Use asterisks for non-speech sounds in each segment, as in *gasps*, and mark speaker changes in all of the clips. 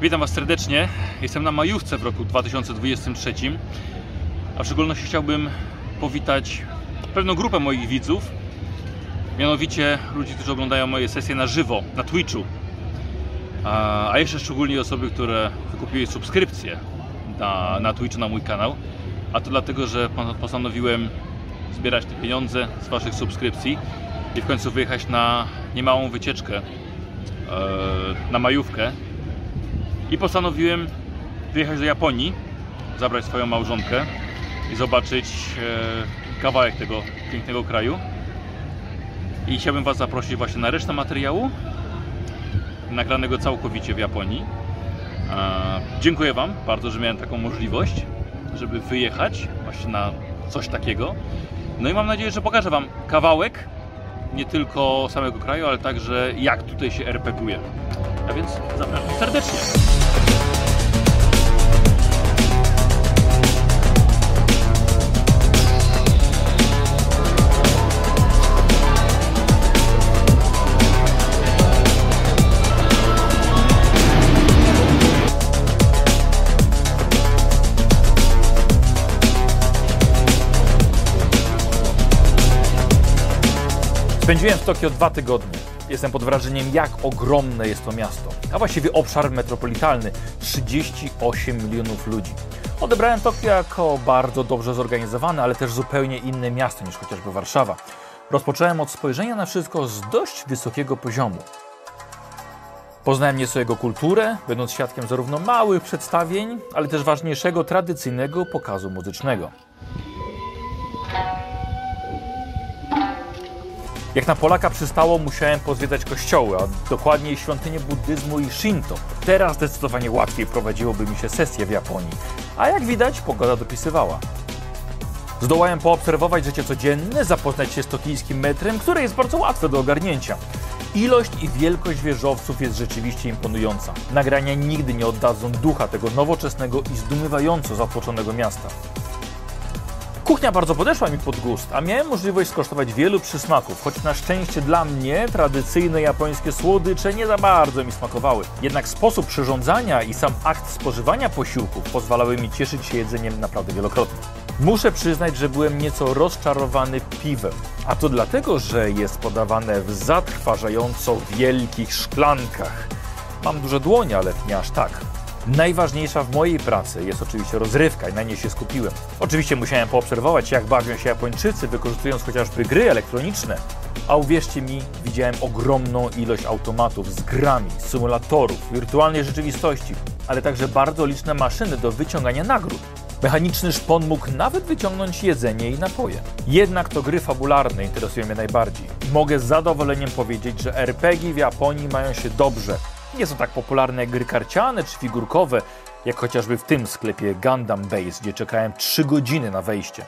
Speaker 1: Witam Was serdecznie. Jestem na majówce w roku 2023, a w szczególności chciałbym powitać pewną grupę moich widzów, mianowicie ludzi, którzy oglądają moje sesje na żywo, na Twitchu, a, a jeszcze szczególnie osoby, które wykupiły subskrypcję na, na Twitchu, na mój kanał, a to dlatego, że pon- postanowiłem zbierać te pieniądze z Waszych subskrypcji i w końcu wyjechać na niemałą wycieczkę, e, na majówkę, i postanowiłem wyjechać do Japonii, zabrać swoją małżonkę i zobaczyć e, kawałek tego pięknego kraju. I chciałbym Was zaprosić właśnie na resztę materiału, nagranego całkowicie w Japonii. E, dziękuję Wam bardzo, że miałem taką możliwość, żeby wyjechać właśnie na coś takiego. No i mam nadzieję, że pokażę Wam kawałek nie tylko samego kraju, ale także jak tutaj się RPGuje. A więc zapraszam serdecznie.
Speaker 2: Spędziłem w Tokio dwa tygodnie. Jestem pod wrażeniem, jak ogromne jest to miasto, a właściwie obszar metropolitalny 38 milionów ludzi. Odebrałem Tokio jako bardzo dobrze zorganizowane, ale też zupełnie inne miasto niż chociażby Warszawa. Rozpocząłem od spojrzenia na wszystko z dość wysokiego poziomu. Poznałem nieco jego kulturę, będąc świadkiem zarówno małych przedstawień, ale też ważniejszego tradycyjnego pokazu muzycznego. Jak na Polaka przystało, musiałem pozwiedzać kościoły, a dokładniej świątynie buddyzmu i Shinto. Teraz zdecydowanie łatwiej prowadziłoby mi się sesje w Japonii, a jak widać, pogoda dopisywała. Zdołałem poobserwować życie codzienne, zapoznać się z tokijskim metrem, które jest bardzo łatwe do ogarnięcia. Ilość i wielkość wieżowców jest rzeczywiście imponująca. Nagrania nigdy nie oddadzą ducha tego nowoczesnego i zdumiewająco zatłoczonego miasta. Kuchnia bardzo podeszła mi pod gust, a miałem możliwość skosztować wielu przysmaków, choć na szczęście dla mnie tradycyjne japońskie słodycze nie za bardzo mi smakowały. Jednak sposób przyrządzania i sam akt spożywania posiłków pozwalały mi cieszyć się jedzeniem naprawdę wielokrotnie. Muszę przyznać, że byłem nieco rozczarowany piwem, a to dlatego, że jest podawane w zatrważająco wielkich szklankach. Mam duże dłonie, ale nie aż tak. Najważniejsza w mojej pracy jest oczywiście rozrywka i na niej się skupiłem. Oczywiście musiałem poobserwować, jak bawią się Japończycy, wykorzystując chociażby gry elektroniczne. A uwierzcie mi, widziałem ogromną ilość automatów z grami, symulatorów, wirtualnej rzeczywistości, ale także bardzo liczne maszyny do wyciągania nagród. Mechaniczny szpon mógł nawet wyciągnąć jedzenie i napoje. Jednak to gry fabularne interesują mnie najbardziej. Mogę z zadowoleniem powiedzieć, że RPG w Japonii mają się dobrze. Nie są tak popularne jak gry karciane czy figurkowe, jak chociażby w tym sklepie Gundam Base, gdzie czekałem 3 godziny na wejście.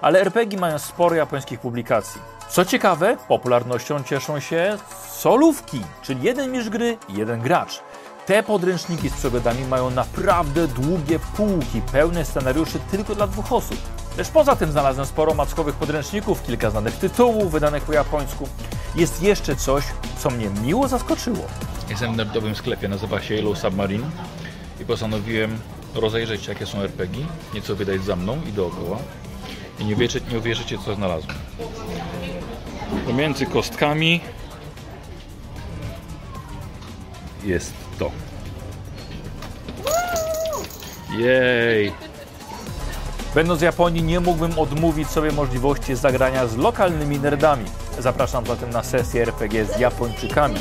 Speaker 2: Ale RPG mają sporo japońskich publikacji. Co ciekawe, popularnością cieszą się solówki, czyli jeden mistrz gry, jeden gracz. Te podręczniki z przygodami mają naprawdę długie półki, pełne scenariuszy tylko dla dwóch osób. Lecz poza tym znalazłem sporo mackowych podręczników, kilka znanych tytułów wydanych po japońsku. Jest jeszcze coś, co mnie miło zaskoczyło.
Speaker 3: Jestem w nerdowym sklepie, nazywa się Yellow Submarine i postanowiłem rozejrzeć się, jakie są RPG, nieco wydać za mną i dookoła i nie uwierzycie, nie uwierzycie co znalazłem.
Speaker 1: Pomiędzy kostkami
Speaker 3: Jest to. Jej!
Speaker 2: Będąc w Japonii, nie mógłbym odmówić sobie możliwości zagrania z lokalnymi nerdami. Zapraszam zatem na sesję RPG z Japończykami.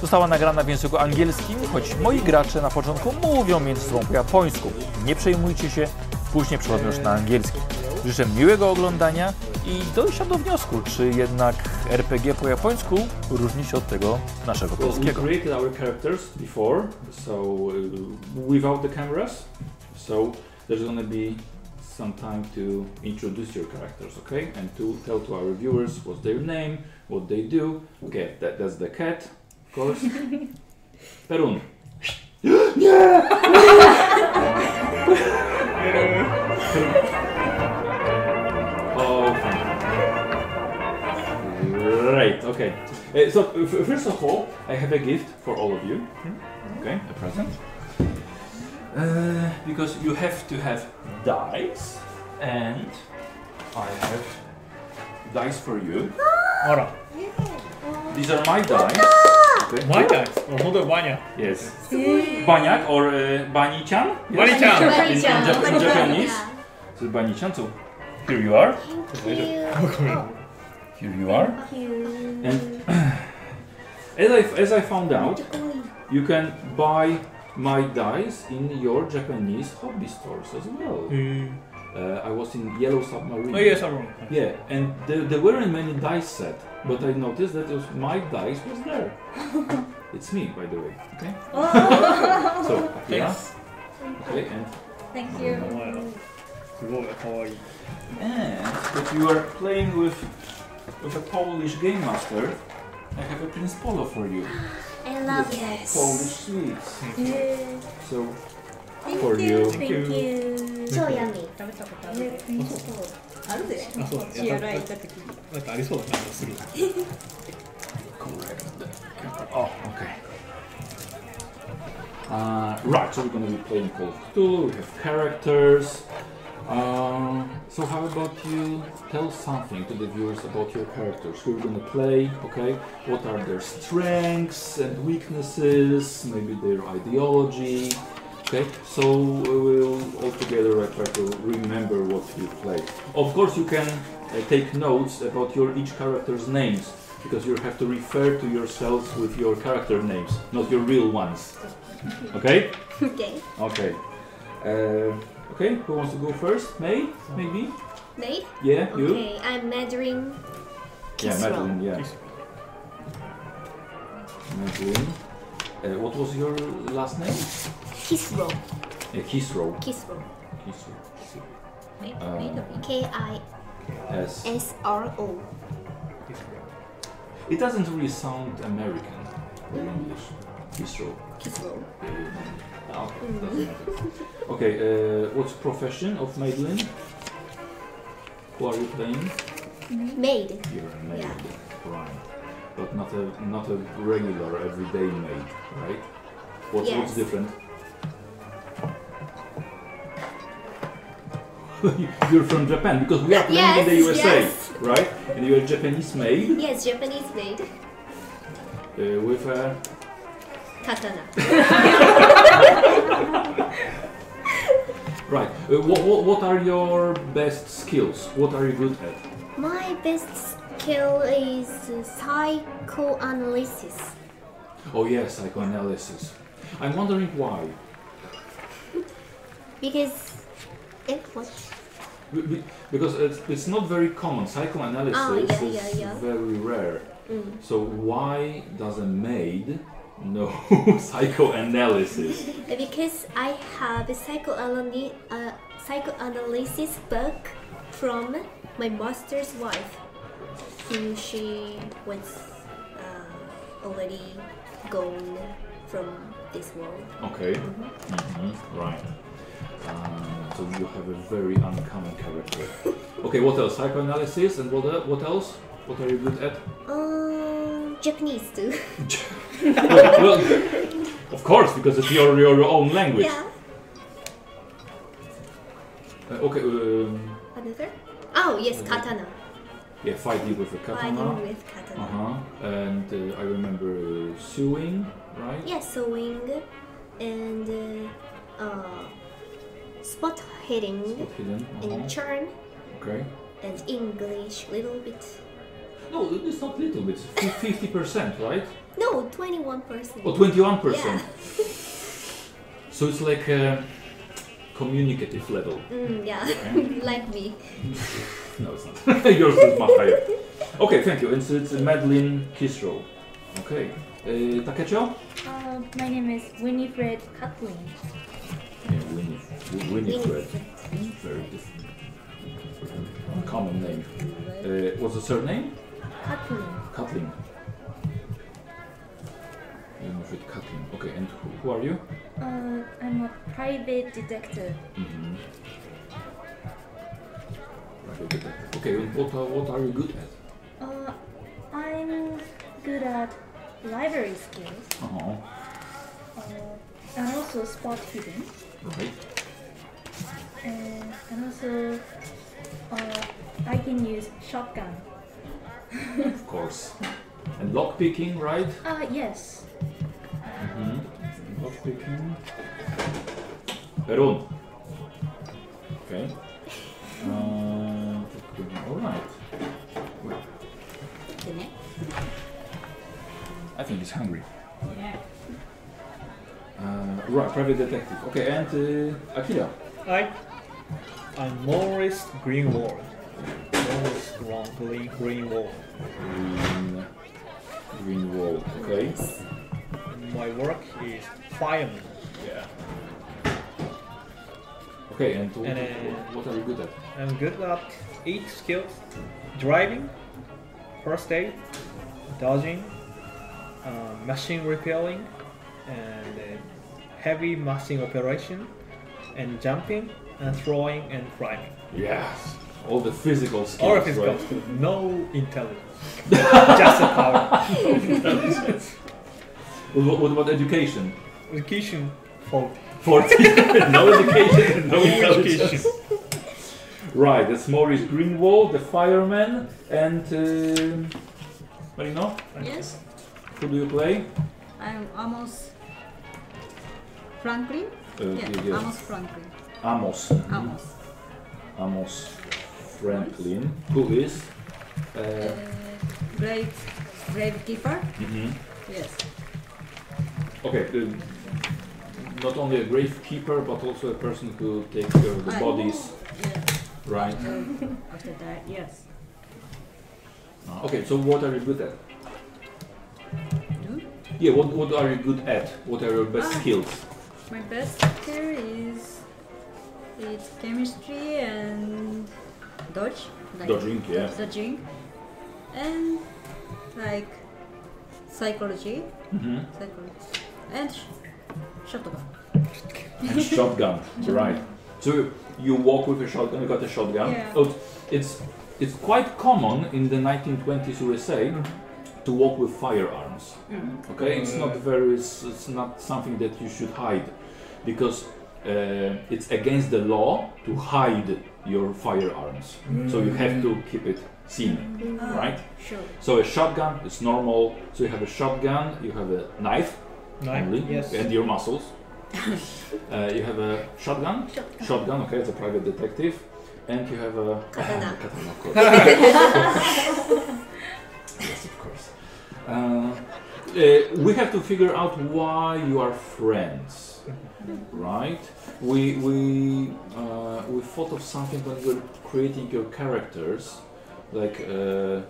Speaker 2: Została nagrana w języku angielskim, choć moi gracze na początku mówią między sobą po japońsku. Nie przejmujcie się, później przechodzą już na angielski. Życzę miłego oglądania i dojścia do wniosku, czy jednak RPG po japońsku różni się od tego naszego
Speaker 4: Well, we
Speaker 2: polskiego.
Speaker 4: created our characters before, so uh, without the cameras. So there's gonna be some time to introduce your characters, okay? And to tell to our viewers what's their name, what they do. Okay, that, that's the cat, of course. Perun. Oh, thank you. Great, okay. Uh, so, f- first of all, I have a gift for all of you. Okay, a present.
Speaker 2: Uh, because you have to have dice, and I have dice for you.
Speaker 5: Alright.
Speaker 2: These are my dice. Okay.
Speaker 5: My dice. Or hold on, Wanya.
Speaker 2: Yes. Baniak or uh, Banichan? Yes.
Speaker 5: Wanya-chan.
Speaker 2: In, in, Jap- in Japanese, it's Banichan. So here you are. Here you are. And *clears throat* as I as I found out, you can buy my dice in your Japanese hobby stores as well. Uh, I was in Yellow Submarine.
Speaker 5: Oh yes, I remember.
Speaker 2: Yeah, and there, there weren't many dice set, but I noticed that it was, my dice was
Speaker 6: *laughs*
Speaker 2: there. it's me, by the way. Okay. So yeah.
Speaker 5: Thanks.
Speaker 2: Okay, and
Speaker 6: Thank you.
Speaker 5: すごい可愛い。
Speaker 2: and but you are playing with with a Polish game master. I have a Prince Polo for you.
Speaker 6: I love it.
Speaker 2: Polish sweets. So
Speaker 6: Thank
Speaker 2: For
Speaker 6: you.
Speaker 2: you.
Speaker 6: Thank you.
Speaker 4: 超ヤミー。
Speaker 7: 食べたことある
Speaker 6: ね
Speaker 4: うんそうあるで。
Speaker 5: あそうだ
Speaker 7: 血
Speaker 5: ね。
Speaker 7: 洗い
Speaker 5: だ
Speaker 7: 行った時
Speaker 5: ってありそうだなすぐ。
Speaker 2: correct. Oh, okay. Uh, right, so we're gonna be playing Call of Cthulhu, we have characters. Um, so how about you tell something to the viewers about your characters, who you're gonna play, okay? What are their strengths and weaknesses, maybe their ideology, okay? So we'll all together I try to remember what you play. Of course you can uh, take notes about your each character's names, because you have to refer to yourselves with your character names, not your real ones. Okay?
Speaker 4: Okay.
Speaker 2: Okay. Uh, okay, who wants to go first? May? Maybe?
Speaker 4: Nate?
Speaker 2: Yeah, you?
Speaker 4: Okay, I'm measuring.
Speaker 2: Yeah,
Speaker 4: Kisra.
Speaker 2: Madeline, yeah. Madeline. Uh, what was your last name?
Speaker 4: Kisro.
Speaker 2: Uh, Kisro.
Speaker 4: Kisro.
Speaker 2: Kisro.
Speaker 7: に
Speaker 4: K I
Speaker 2: Yes.
Speaker 4: S R O.
Speaker 2: It doesn't really sound American or English. Kisro.
Speaker 4: Kisro.
Speaker 2: Yeah, yeah, yeah. No, it doesn't matter. Oh, Okay, uh, what's profession of Madeline? Who are you playing?
Speaker 4: Maid.
Speaker 2: You're a maid,
Speaker 4: Yeah.
Speaker 2: right? But not a not a regular everyday maid, right? What, What's
Speaker 4: Yes.
Speaker 2: different? *laughs* You're from Japan because we are playing in the
Speaker 4: Yes,
Speaker 2: USA,
Speaker 4: yes.
Speaker 2: right? And you're a Japanese maid
Speaker 4: Yes, Japanese maid.
Speaker 2: uh, with a
Speaker 4: Katana.
Speaker 2: right. Uh, what, what, what are your best skills? What are you good at?
Speaker 4: My best skill is psychoanalysis.
Speaker 2: Oh yes, psychoanalysis. I'm wondering why.
Speaker 4: Because. Eh, what?
Speaker 2: Be- be- Because it's, it's not very common. Psychoanalysis
Speaker 4: Ah, yeah,
Speaker 2: is
Speaker 4: yeah, yeah.
Speaker 2: very rare.
Speaker 4: Mm.
Speaker 2: So why does a maid know *laughs* psychoanalysis?
Speaker 4: Uh, Because I have a psychoanaly- uh, psychoanalysis book from my master's wife. He, she was uh, already gone from this world.
Speaker 2: Okay.
Speaker 4: Mm-hmm.
Speaker 2: hmm Right. Um, so you have a very uncommon character. Okay, what else? Psychoanalysis and what, el- what else? What are you good
Speaker 4: *laughs*
Speaker 2: at?
Speaker 4: Um, Japanese too. *laughs*
Speaker 2: well, well, of course, because it's your, your own language.
Speaker 4: yeah.
Speaker 2: Uh, okay, um,
Speaker 4: Another? Oh yes,
Speaker 2: Okay.
Speaker 4: katana.
Speaker 2: yeah, fighting with a katana.
Speaker 4: Fighting with katana.
Speaker 2: Uh-huh. And uh, I remember uh, sewing, right?
Speaker 4: Yeah, sewing and uh, uh, spot hitting
Speaker 2: Spot hidden.
Speaker 4: and
Speaker 2: Uh-huh.
Speaker 4: churn
Speaker 2: Okay.
Speaker 4: and English little bit.
Speaker 2: No, it's not little bit. Fifty percent, right?
Speaker 4: No, twenty one percent.
Speaker 2: Or twenty-one
Speaker 4: Yeah.
Speaker 2: percent. So it's like a communicative level.
Speaker 4: Mm, yeah, *laughs* like me.
Speaker 2: No, it's not. *laughs* Yours is much higher. Okay, thank you. And so it's Madeline Kisro. Okay. Uh, Takecho?
Speaker 7: Uh, my name is Winifred Kaplan.
Speaker 2: Yeah, Winnie. Wi- Winifred. Very different. Common name. Uh, what's the surname?
Speaker 7: Kaplan.
Speaker 2: Kathleen. You know, with Kathleen. Okay, and who, who are you?
Speaker 7: Uh, I'm a private detective.
Speaker 2: Mm-hmm. Right, okay. Okay, and what, are- what are you good at?
Speaker 7: Uh, I'm good at library skills.
Speaker 2: Uh-huh.
Speaker 7: Uh, and also spot hidden,
Speaker 2: Right.
Speaker 7: and, Uh, and also uh, I can use shotgun.
Speaker 2: Of course. And lock picking, right?
Speaker 7: Ah yes,
Speaker 2: Lock picking. Perun. Okay. Uh, all right.
Speaker 6: The neck?
Speaker 2: I think he's hungry.
Speaker 6: Yeah.
Speaker 2: Uh, right, private detective. Okay, and uh, Akira.
Speaker 5: I I'm Morris Greenwald. Morris Green- Green Greenwald.
Speaker 2: Green, green wall. Okay.
Speaker 5: My work is fireman. Yeah.
Speaker 2: Okay, and what,
Speaker 5: And, uh,
Speaker 2: what are you good at?
Speaker 5: I'm good at eight skills: driving, first aid, dodging, uh, machine repairing, and uh, heavy machine operation, and jumping, and throwing, and climbing.
Speaker 2: Yes. All the physical skills.
Speaker 5: All of his
Speaker 2: right?
Speaker 5: skills. No intelligence, *laughs* just the
Speaker 2: *laughs*
Speaker 5: power.
Speaker 2: What, what about education?
Speaker 5: Education for
Speaker 2: 40. *laughs* no education, *laughs* no
Speaker 5: education.
Speaker 2: intelligence. Right, that's Maurice Greenwald, the fireman, and. um Marino,
Speaker 6: Yes.
Speaker 2: who do you play?
Speaker 6: I'm almost Franklin?
Speaker 2: Uh,
Speaker 6: Yeah,
Speaker 2: yeah, yeah.
Speaker 6: almost Franklin.
Speaker 2: Amos.
Speaker 6: Almost.
Speaker 2: Amos Franklin, who is.
Speaker 6: Uh,
Speaker 2: Uh,
Speaker 6: grave, grave keeper?
Speaker 2: mhm.
Speaker 6: Yes.
Speaker 2: Okay, the, not only a grave keeper, but also a person who takes care of the
Speaker 6: I-
Speaker 2: bodies,
Speaker 6: Ah, Yeah. um,
Speaker 2: right?
Speaker 6: After that, yes.
Speaker 2: Okay, so what are you good at?
Speaker 6: Do?
Speaker 2: Yeah, what, what are you good at? What are your best
Speaker 6: Ah.
Speaker 2: skills?
Speaker 6: My best skill is it's chemistry and dodge. Like
Speaker 2: Dodging, yeah.
Speaker 6: Dodging. And like psychology.
Speaker 2: Mhm.
Speaker 6: Psychology. And sh- shotgun.
Speaker 2: and shotgun. Right. So you walk with a shotgun. You got a shotgun.
Speaker 6: Yeah.
Speaker 2: Oh, it's it's quite common in the 1920s USA to walk with firearms. Okay, it's not very. It's, it's not something that you should hide, because uh, it's against the law to hide your firearms. So you have to keep it
Speaker 4: Uh-huh.
Speaker 2: seen,
Speaker 4: Mm,
Speaker 2: right?
Speaker 6: Sure.
Speaker 2: So a shotgun is normal. So you have a shotgun. You have a knife only,
Speaker 5: Nine. Yes.
Speaker 2: and your muscles. uh, you have a shotgun. shotgun. okay, it's a private detective. And you have a
Speaker 6: Katana.
Speaker 2: *laughs* katana, of course. yes, of course. Uh, uh, we have to figure out why you are friends, right? We we uh, we thought of something when we were creating your characters, like uh,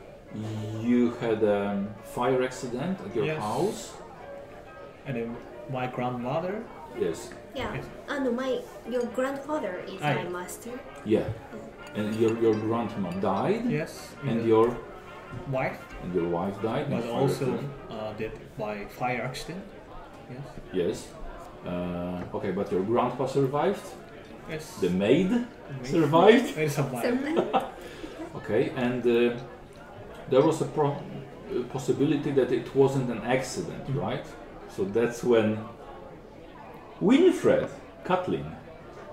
Speaker 2: you had a fire accident at your
Speaker 5: Yes.
Speaker 2: house.
Speaker 5: And then my grandmother.
Speaker 2: Yes.
Speaker 4: Yeah. Ah no, my your grandfather is
Speaker 5: Aye.
Speaker 4: my master.
Speaker 2: Yeah. And your your grandma died,
Speaker 5: Yes.
Speaker 2: and
Speaker 5: the
Speaker 2: your
Speaker 5: wife
Speaker 2: and your wife died.
Speaker 5: was
Speaker 2: and
Speaker 5: also uh, dead by fire accident. Yes.
Speaker 2: yes. Uh, okay, but your grandpa survived.
Speaker 5: Yes.
Speaker 2: The maid
Speaker 5: Maybe-
Speaker 2: survived.
Speaker 5: maybe some
Speaker 2: *laughs*
Speaker 5: wife.
Speaker 2: Okay, and uh, there was a pro- uh, possibility that it wasn't an accident, right? So that's when Winifred Catlin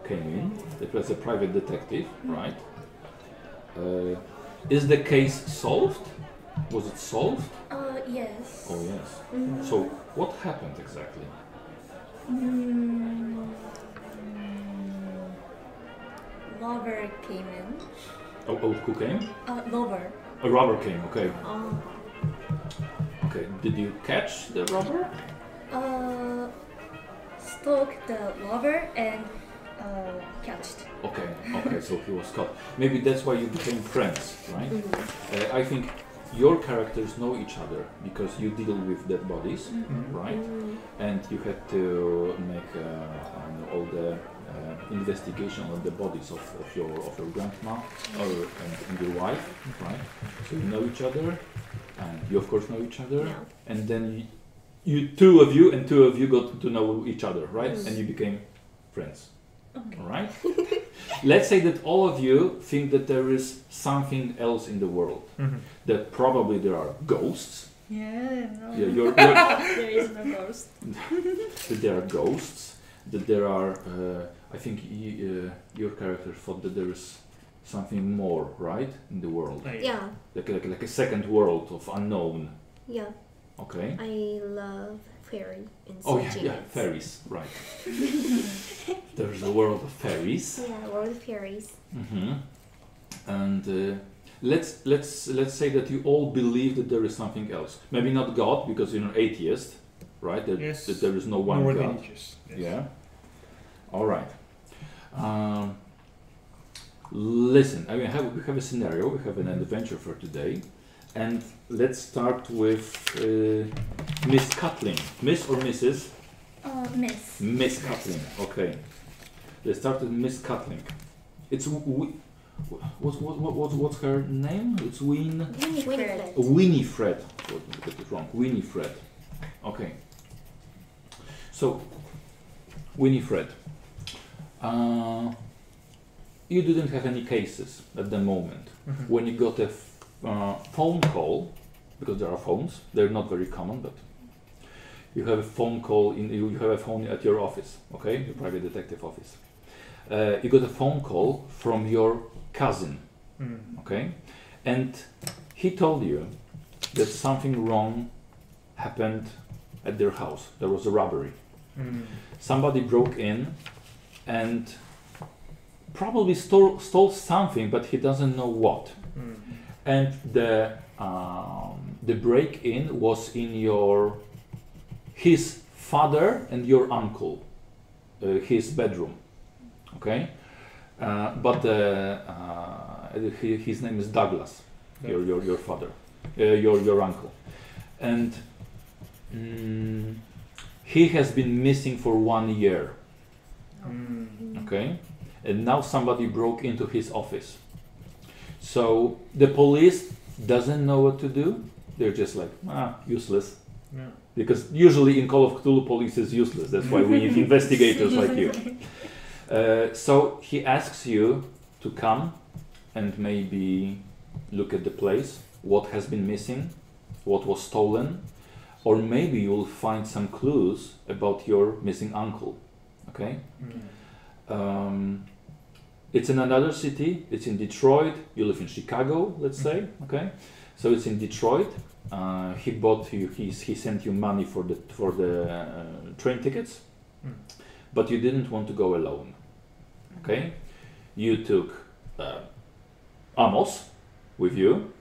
Speaker 2: came in. That was a private detective, right? Uh, is the case solved? Was it solved?
Speaker 7: uh yes.
Speaker 2: Oh yes. So what happened exactly?
Speaker 7: Mm, lover came in.
Speaker 2: Oh, oh who came?
Speaker 7: Uh, lover.
Speaker 2: A robber came. Okay.
Speaker 4: uh,
Speaker 7: Um,
Speaker 2: Okay. Did you catch the robber?
Speaker 7: uh, stalked the lover and uh, catched.
Speaker 2: Okay. Okay. so he was caught. Maybe that's why you became friends, right? Uh, I think your characters know each other because you deal with dead bodies, right?
Speaker 4: Mm-hmm. mm,
Speaker 2: And you had to make uh, I don't know, all the uh, investigation on the bodies of, of your of your grandma or and, and your wife, right? So you know each other, and you of course know each other, and then you, you two of you and two of you got to know each other, right? And you became friends. All right. Let's say that all of you think that there is something else in the world. That probably there are ghosts,
Speaker 6: Yeah, no.
Speaker 7: Oh.
Speaker 2: Yeah, you're, you're,
Speaker 6: *laughs* There is no ghost.
Speaker 2: that there are ghosts, that there are. Uh, I think y- uh, your character thought that there is something more, right, in the world,
Speaker 5: Like,
Speaker 4: Yeah,
Speaker 2: like like, like a second world of unknown.
Speaker 4: yeah.
Speaker 2: Okay.
Speaker 4: I love fairy and
Speaker 2: Oh yeah,
Speaker 4: such
Speaker 2: yeah,
Speaker 4: things.
Speaker 2: fairies, right? *laughs* There's a world of fairies,
Speaker 4: Yeah, world fairies.
Speaker 2: hmm and uh, let's let's let's say that you all believe that there is something else. Maybe not God, because you're an atheist, right? That,
Speaker 5: Yes.
Speaker 2: that there is no one
Speaker 5: more
Speaker 2: God.
Speaker 5: religious. Yes.
Speaker 2: Yeah. All right. Um, listen, I mean, have, we have a scenario, we have an
Speaker 5: Mm-hmm.
Speaker 2: adventure for today, and let's start with uh, Miss Cutling, Miss or Mrs.
Speaker 7: Uh, miss.
Speaker 2: Miss Cutling. Okay. Let's start with Miss Cutling. It's w- what, what, what, what, what's her name? It's Win.
Speaker 4: Winifred.
Speaker 2: Winifred. What, got it wrong. Winifred. Okay. So, Winifred, uh, you didn't have any cases at the moment.
Speaker 5: Mhm.
Speaker 2: When you got a f- uh, phone call, because there are phones, they're not very common, but you have a phone call in you you have a phone at your office, okay, your private detective office. Uh, you got a phone call from your cousin
Speaker 5: Mm.
Speaker 2: okay and he told you that something wrong happened at their house there was a robbery
Speaker 5: Mm.
Speaker 2: somebody broke in and probably stole, stole something but he doesn't know what
Speaker 5: Mm.
Speaker 2: and the um, the break-in was in your his father and your uncle uh, his bedroom okay uh, but uh, uh, he, his name is Douglas your your, your father uh, your your uncle and mm, he has been missing for one year
Speaker 4: Mm-hmm.
Speaker 5: Mm.
Speaker 2: Oh, okay and now somebody broke into his office so the police doesn't know what to do they're just like ah useless
Speaker 5: Yeah.
Speaker 2: because usually in call of cthulhu police is useless that's why we need investigators like you uh, so he asks you to come and maybe look at the place what has been missing what was stolen or maybe you'll find some clues about your missing uncle okay
Speaker 5: Mm.
Speaker 2: um, it's in another city. It's in Detroit. You live in Chicago, let's say. Okay, so it's in Detroit. Uh, he bought you. He, he sent you money for the for the uh, train tickets,
Speaker 5: Mm.
Speaker 2: but you didn't want to go alone. Okay, you took uh, Amos with you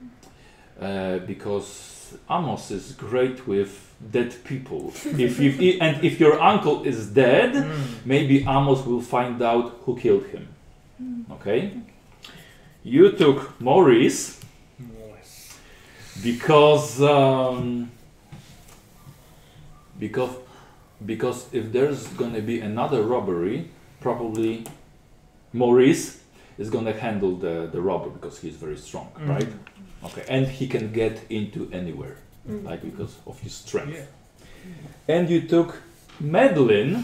Speaker 2: uh, because Amos is great with dead people. if you and if your uncle is dead
Speaker 5: Mm.
Speaker 2: maybe Amos will find out who killed him. Okay? You took Maurice
Speaker 5: Yes.
Speaker 2: because um, because because if there's gonna be another robbery, probably Maurice is gonna handle the the robber because he's very strong,
Speaker 5: Mhm.
Speaker 2: right?
Speaker 5: *laughs*
Speaker 2: Okay, and he can get into anywhere,
Speaker 4: Mm.
Speaker 2: like because of his strength.
Speaker 5: Yeah.
Speaker 2: And you took Madeline.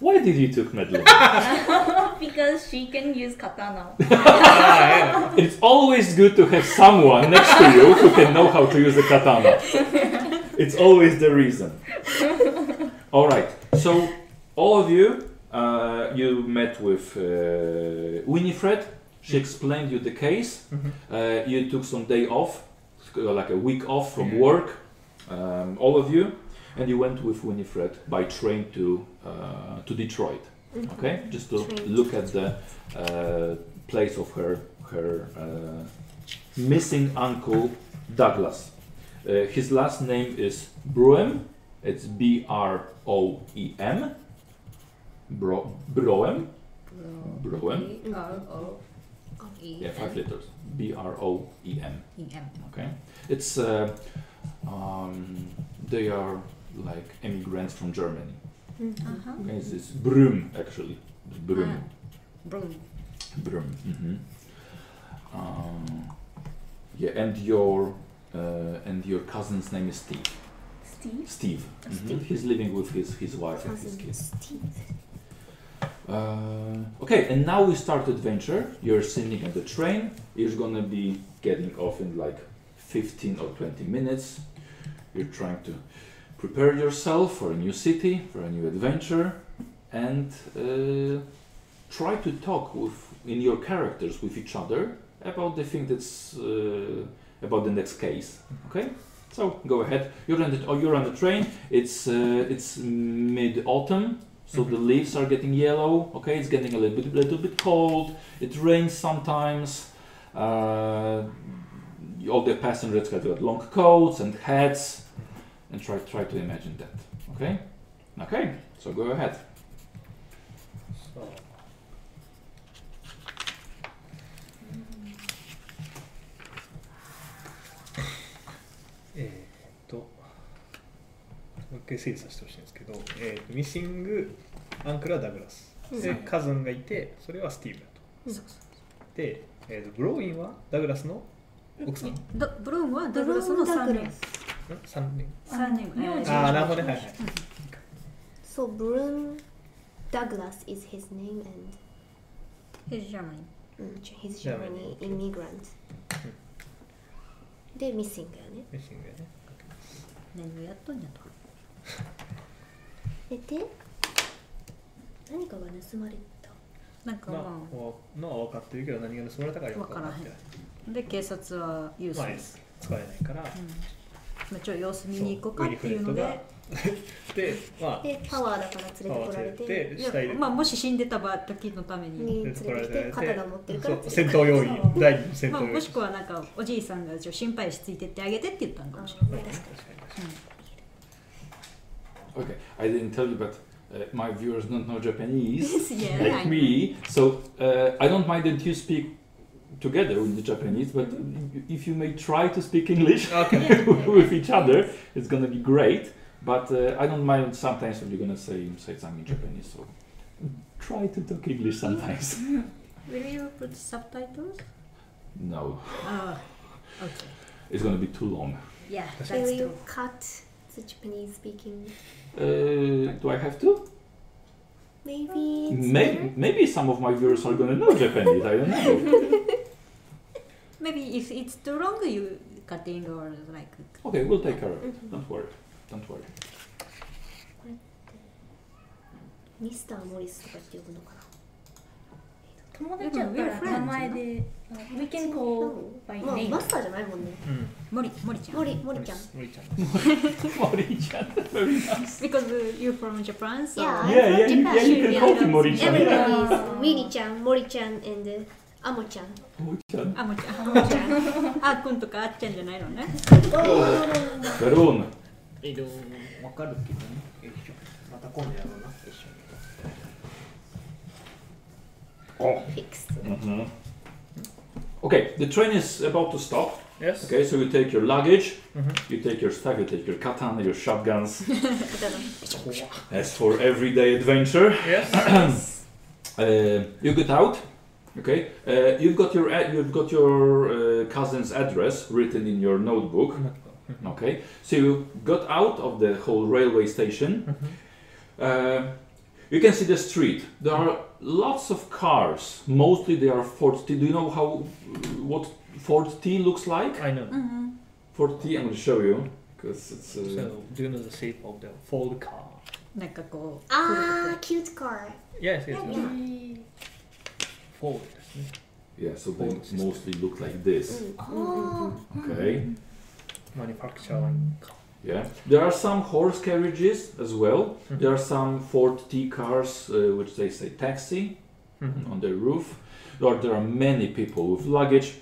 Speaker 2: Why did you took Madeline?
Speaker 7: *laughs* because she can use katana.
Speaker 5: Ah,
Speaker 2: it's always good to have someone next to you who can know how to use a katana. It's always the reason. All right. So all of you, uh, you met with uh, Winifred. She explained you the case.
Speaker 5: Mhm.
Speaker 2: Uh, you took some day off, uh, like a week off from
Speaker 5: Yeah.
Speaker 2: work. Um, all of you, and you went with Winifred by train to uh, to Detroit.
Speaker 4: Mm-hmm.
Speaker 2: Okay, just to
Speaker 4: Train.
Speaker 2: look at the uh, place of her her uh, missing uncle Douglas. Uh, his last name is Broem. It's B R O E M. Bro Broem. Broem.
Speaker 7: E
Speaker 2: Yeah, five letters. B R O E M. Okay. It's uh, um, they are like immigrants from Germany.
Speaker 4: Mm-hmm.
Speaker 6: Uh-huh.
Speaker 2: Okay, it's, it's Brum actually. Brum.
Speaker 6: Ah. Broom.
Speaker 2: Brum. hmm Um, yeah, and your uh, and your cousin's name is Steve.
Speaker 7: Steve?
Speaker 2: Steve.
Speaker 7: Steve.
Speaker 2: He's living with his his wife and his
Speaker 4: Cousin
Speaker 2: kids.
Speaker 4: Steve.
Speaker 2: Uh, okay, and now we start adventure. You're sitting at the train. You're gonna be getting off in like 15 or 20 minutes. You're trying to prepare yourself for a new city, for a new adventure, and uh, try to talk with in your characters with each other about the thing that's uh, about the next case. Okay, so go ahead. You're on the oh, you're on the train. It's uh, it's mid autumn, so the leaves are getting yellow. Okay, it's getting a little bit little bit cold. It rains sometimes. Uh, all the passengers got got long coats and hats, and try try to imagine that. Okay, okay. So go ahead.
Speaker 5: So.えー、と、もう一回精査してほしいんですけど、えーと、ミッシングアンクルはダグラス、でカズンがいて、それはスティーブだと。で、えーと、ブローインはダグラスの奥さん、ん
Speaker 6: どブルームはダグラスの3人
Speaker 5: 三人。
Speaker 6: 三人えー
Speaker 5: ああ、なるほどね、はいはい。
Speaker 4: So Broom Douglas is his name and
Speaker 6: He's German.
Speaker 4: mm, he's
Speaker 5: Yeah,
Speaker 4: Germany
Speaker 5: okay.
Speaker 4: immigrant. They missing だよね。
Speaker 5: ミッシングやね。
Speaker 6: 何をやっとんやと
Speaker 4: でで何かが盗まれた。
Speaker 6: なんか
Speaker 5: まあ、
Speaker 6: ま
Speaker 5: おのは分かってるけど、何が盗まれたかよく分からない。
Speaker 6: あで警察はユース
Speaker 5: まあ
Speaker 6: で、す、
Speaker 5: 使えないから。
Speaker 6: まあ、ちょ様子見に行こうかっていうので
Speaker 5: *laughs* で、まあ、
Speaker 4: でパワーだから連れて
Speaker 5: パワ
Speaker 4: こ
Speaker 5: ー
Speaker 4: られ
Speaker 5: 連れ
Speaker 4: て。
Speaker 5: て、
Speaker 6: い
Speaker 5: 死体
Speaker 6: や
Speaker 5: で、
Speaker 6: まあもし死んでた場合時のために、
Speaker 4: に連れてきて肩が持ってるから
Speaker 5: そう戦闘要員、第二の戦
Speaker 6: まあ、
Speaker 5: 闘要
Speaker 6: も
Speaker 5: 員。
Speaker 6: しくはなんかおじいさんがちょ心配しついてってあげてって言ったのかもしれな
Speaker 4: 連
Speaker 5: まあ
Speaker 6: い
Speaker 4: れて
Speaker 5: 確
Speaker 4: き
Speaker 5: か
Speaker 4: て
Speaker 5: に確かに
Speaker 2: Okay, I didn't tell you, but uh, my viewers don't know
Speaker 6: *laughs*
Speaker 2: Japanese,
Speaker 6: Yeah,
Speaker 2: like
Speaker 6: I-
Speaker 2: me. So uh, I don't mind that you speak together with the Japanese, but if you may try to speak English *laughs* with each other, it's gonna be great. But uh, I don't mind sometimes when you're gonna say say something in Japanese. So try to talk English sometimes.
Speaker 6: *laughs* Will you put subtitles?
Speaker 2: no,
Speaker 6: Oh, okay.
Speaker 2: it's gonna be too long.
Speaker 6: Yeah,
Speaker 4: Will
Speaker 6: that's
Speaker 4: you
Speaker 6: true.
Speaker 4: cut the Japanese speaking?
Speaker 2: Uh, do I have to?
Speaker 4: Maybe. it's
Speaker 2: Maybe, maybe some of my viewers are gonna know Japanese. I don't
Speaker 6: *laughs*
Speaker 2: know.
Speaker 6: Maybe if it's too long, you cutting or like.
Speaker 2: Okay, we'll take care of
Speaker 4: better?
Speaker 2: it. Don't worry. Don't worry.
Speaker 4: ミスターモリスとかって呼ぶのかな
Speaker 7: 友達やったら名前で、あ we can call by
Speaker 4: まあ
Speaker 7: name
Speaker 4: マスターじゃないもんね
Speaker 6: 森森ちゃん。
Speaker 4: モリモリちゃん
Speaker 5: 森ちゃん。
Speaker 2: Mori-chan. Very nice.
Speaker 6: Because uh, you're from Japan, so.
Speaker 4: Yeah, I'm
Speaker 2: Yeah, yeah,
Speaker 4: from
Speaker 2: you, yeah, you
Speaker 4: Japan.
Speaker 2: can call him Mori-chan.
Speaker 4: Everybody
Speaker 2: Yeah.
Speaker 4: is Winnie ちゃん、モリちゃん and uh, アモちゃん
Speaker 2: Mori-chan.
Speaker 6: あもちゃん。あもちゃん。あっくんとかあっちゃんじゃないのね。
Speaker 2: Verona.
Speaker 5: えっと、わかるけどね。よいしょまた今度やろうな、一緒に。
Speaker 4: fixed
Speaker 2: Mhm. Okay, the train is about to stop.
Speaker 5: Yes.
Speaker 2: Okay, so you take your luggage, you take your stuff, you take your katana, your shotguns. As for everyday adventure,
Speaker 5: Yes.
Speaker 2: *clears throat* uh, you get out. Okay, uh, you've got your ad- you've got your uh, cousin's address written in your notebook. Okay, so you got out of the whole railway station. Uh, you can see the street. There are lots of cars. Mostly they are Ford T. Do you know how what Ford T looks like?
Speaker 5: *coughs* I know.
Speaker 6: Mm-hmm.
Speaker 2: Ford T. I'm going to show you because it's. Uh,
Speaker 5: So, do you know the shape of the fold car?
Speaker 6: なんかこう。
Speaker 4: あー Ah, cute car
Speaker 5: Yes, yes. yes. Fold ですね。
Speaker 2: yeah, so they mostly look like this.
Speaker 7: Mm,
Speaker 4: Mm,
Speaker 2: Okay.
Speaker 5: Manufacturing car.
Speaker 2: Yeah, there are some horse carriages as well. There are some Ford T cars, uh, which they say taxi, on the roof. Or there are many people with luggage,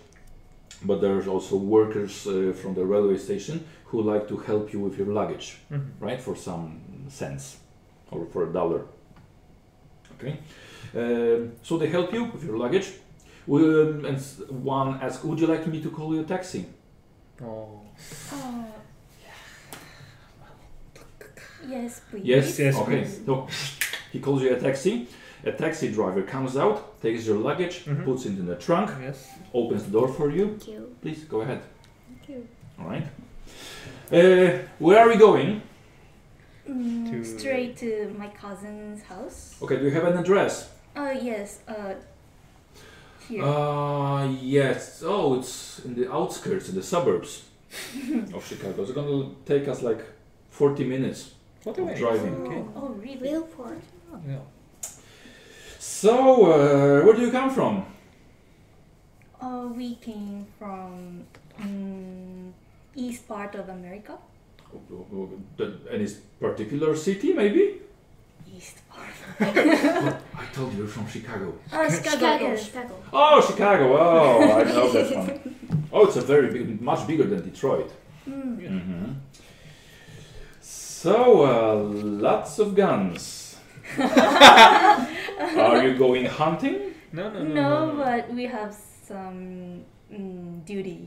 Speaker 2: but there's also workers uh, from the railway station who like to help you with your luggage, right? For some cents or for a dollar. Okay, Um so they help you with your luggage. Um, and s- one asks, "Would you like me to call you a taxi?"
Speaker 5: Oh.
Speaker 7: Yes, please.
Speaker 2: Yes,
Speaker 5: Yes,
Speaker 2: Okay.
Speaker 5: please.
Speaker 2: So he calls you a taxi. A taxi driver comes out, takes your luggage,
Speaker 5: Mm-hmm.
Speaker 2: puts it in the trunk,
Speaker 5: Yes.
Speaker 2: opens the door for you.
Speaker 4: thank you
Speaker 2: Please go ahead.
Speaker 4: thank you
Speaker 2: All right. Uh, where are we going?
Speaker 7: Mm,
Speaker 5: To-
Speaker 7: Straight to my cousin's house.
Speaker 2: Okay. Do you have an address?
Speaker 7: Oh yes. Uh, here.
Speaker 2: Uh, yes. Oh, it's in the outskirts, in the suburbs. of Chicago. It's gonna take us like 40 minutes.
Speaker 5: What am I
Speaker 2: Driving.
Speaker 5: Okay.
Speaker 7: Oh, really?
Speaker 4: Wilford.
Speaker 5: Yeah.
Speaker 2: So, uh, where do you come from?
Speaker 7: Uh, we came from um, east part of America.
Speaker 2: Uh, Any particular city, maybe?
Speaker 7: East part. *laughs*
Speaker 2: I told you you're from Chicago.
Speaker 7: Oh,
Speaker 4: Chicago.
Speaker 7: Chicago.
Speaker 4: Chicago.
Speaker 2: Oh, Chicago! Oh, I know that one. Oh, it's a very big, much bigger than Detroit.
Speaker 7: Mm. *laughs*
Speaker 2: Mhm. So, uh, lots of guns. Are you going hunting?
Speaker 5: No, no, no.
Speaker 7: No, but we have some mm, duty.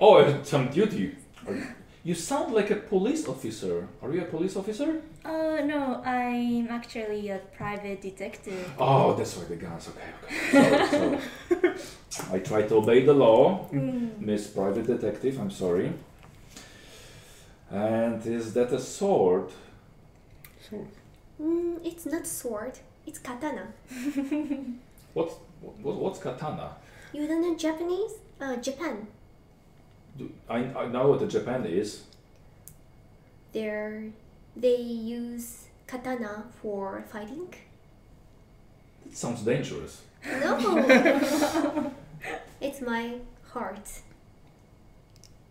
Speaker 2: Oh, uh, some duty. Are- You sound like a police officer. Are you a police officer?
Speaker 7: Uh, no, I'm actually a private detective.
Speaker 2: Oh, that's why the guns. Okay, okay. Sorry, sorry. I try to obey the law,
Speaker 7: Mm.
Speaker 2: Miss Private Detective. I'm sorry. And is that a sword?
Speaker 4: Mm, it's not sword. It's katana.
Speaker 2: What, what what's katana?
Speaker 4: You don't know Japanese? Uh, Japan.
Speaker 2: Do, I, I know what the Japan is.
Speaker 4: They're, they use katana for fighting.
Speaker 2: It sounds dangerous.
Speaker 7: *laughs*
Speaker 4: No. it's my heart.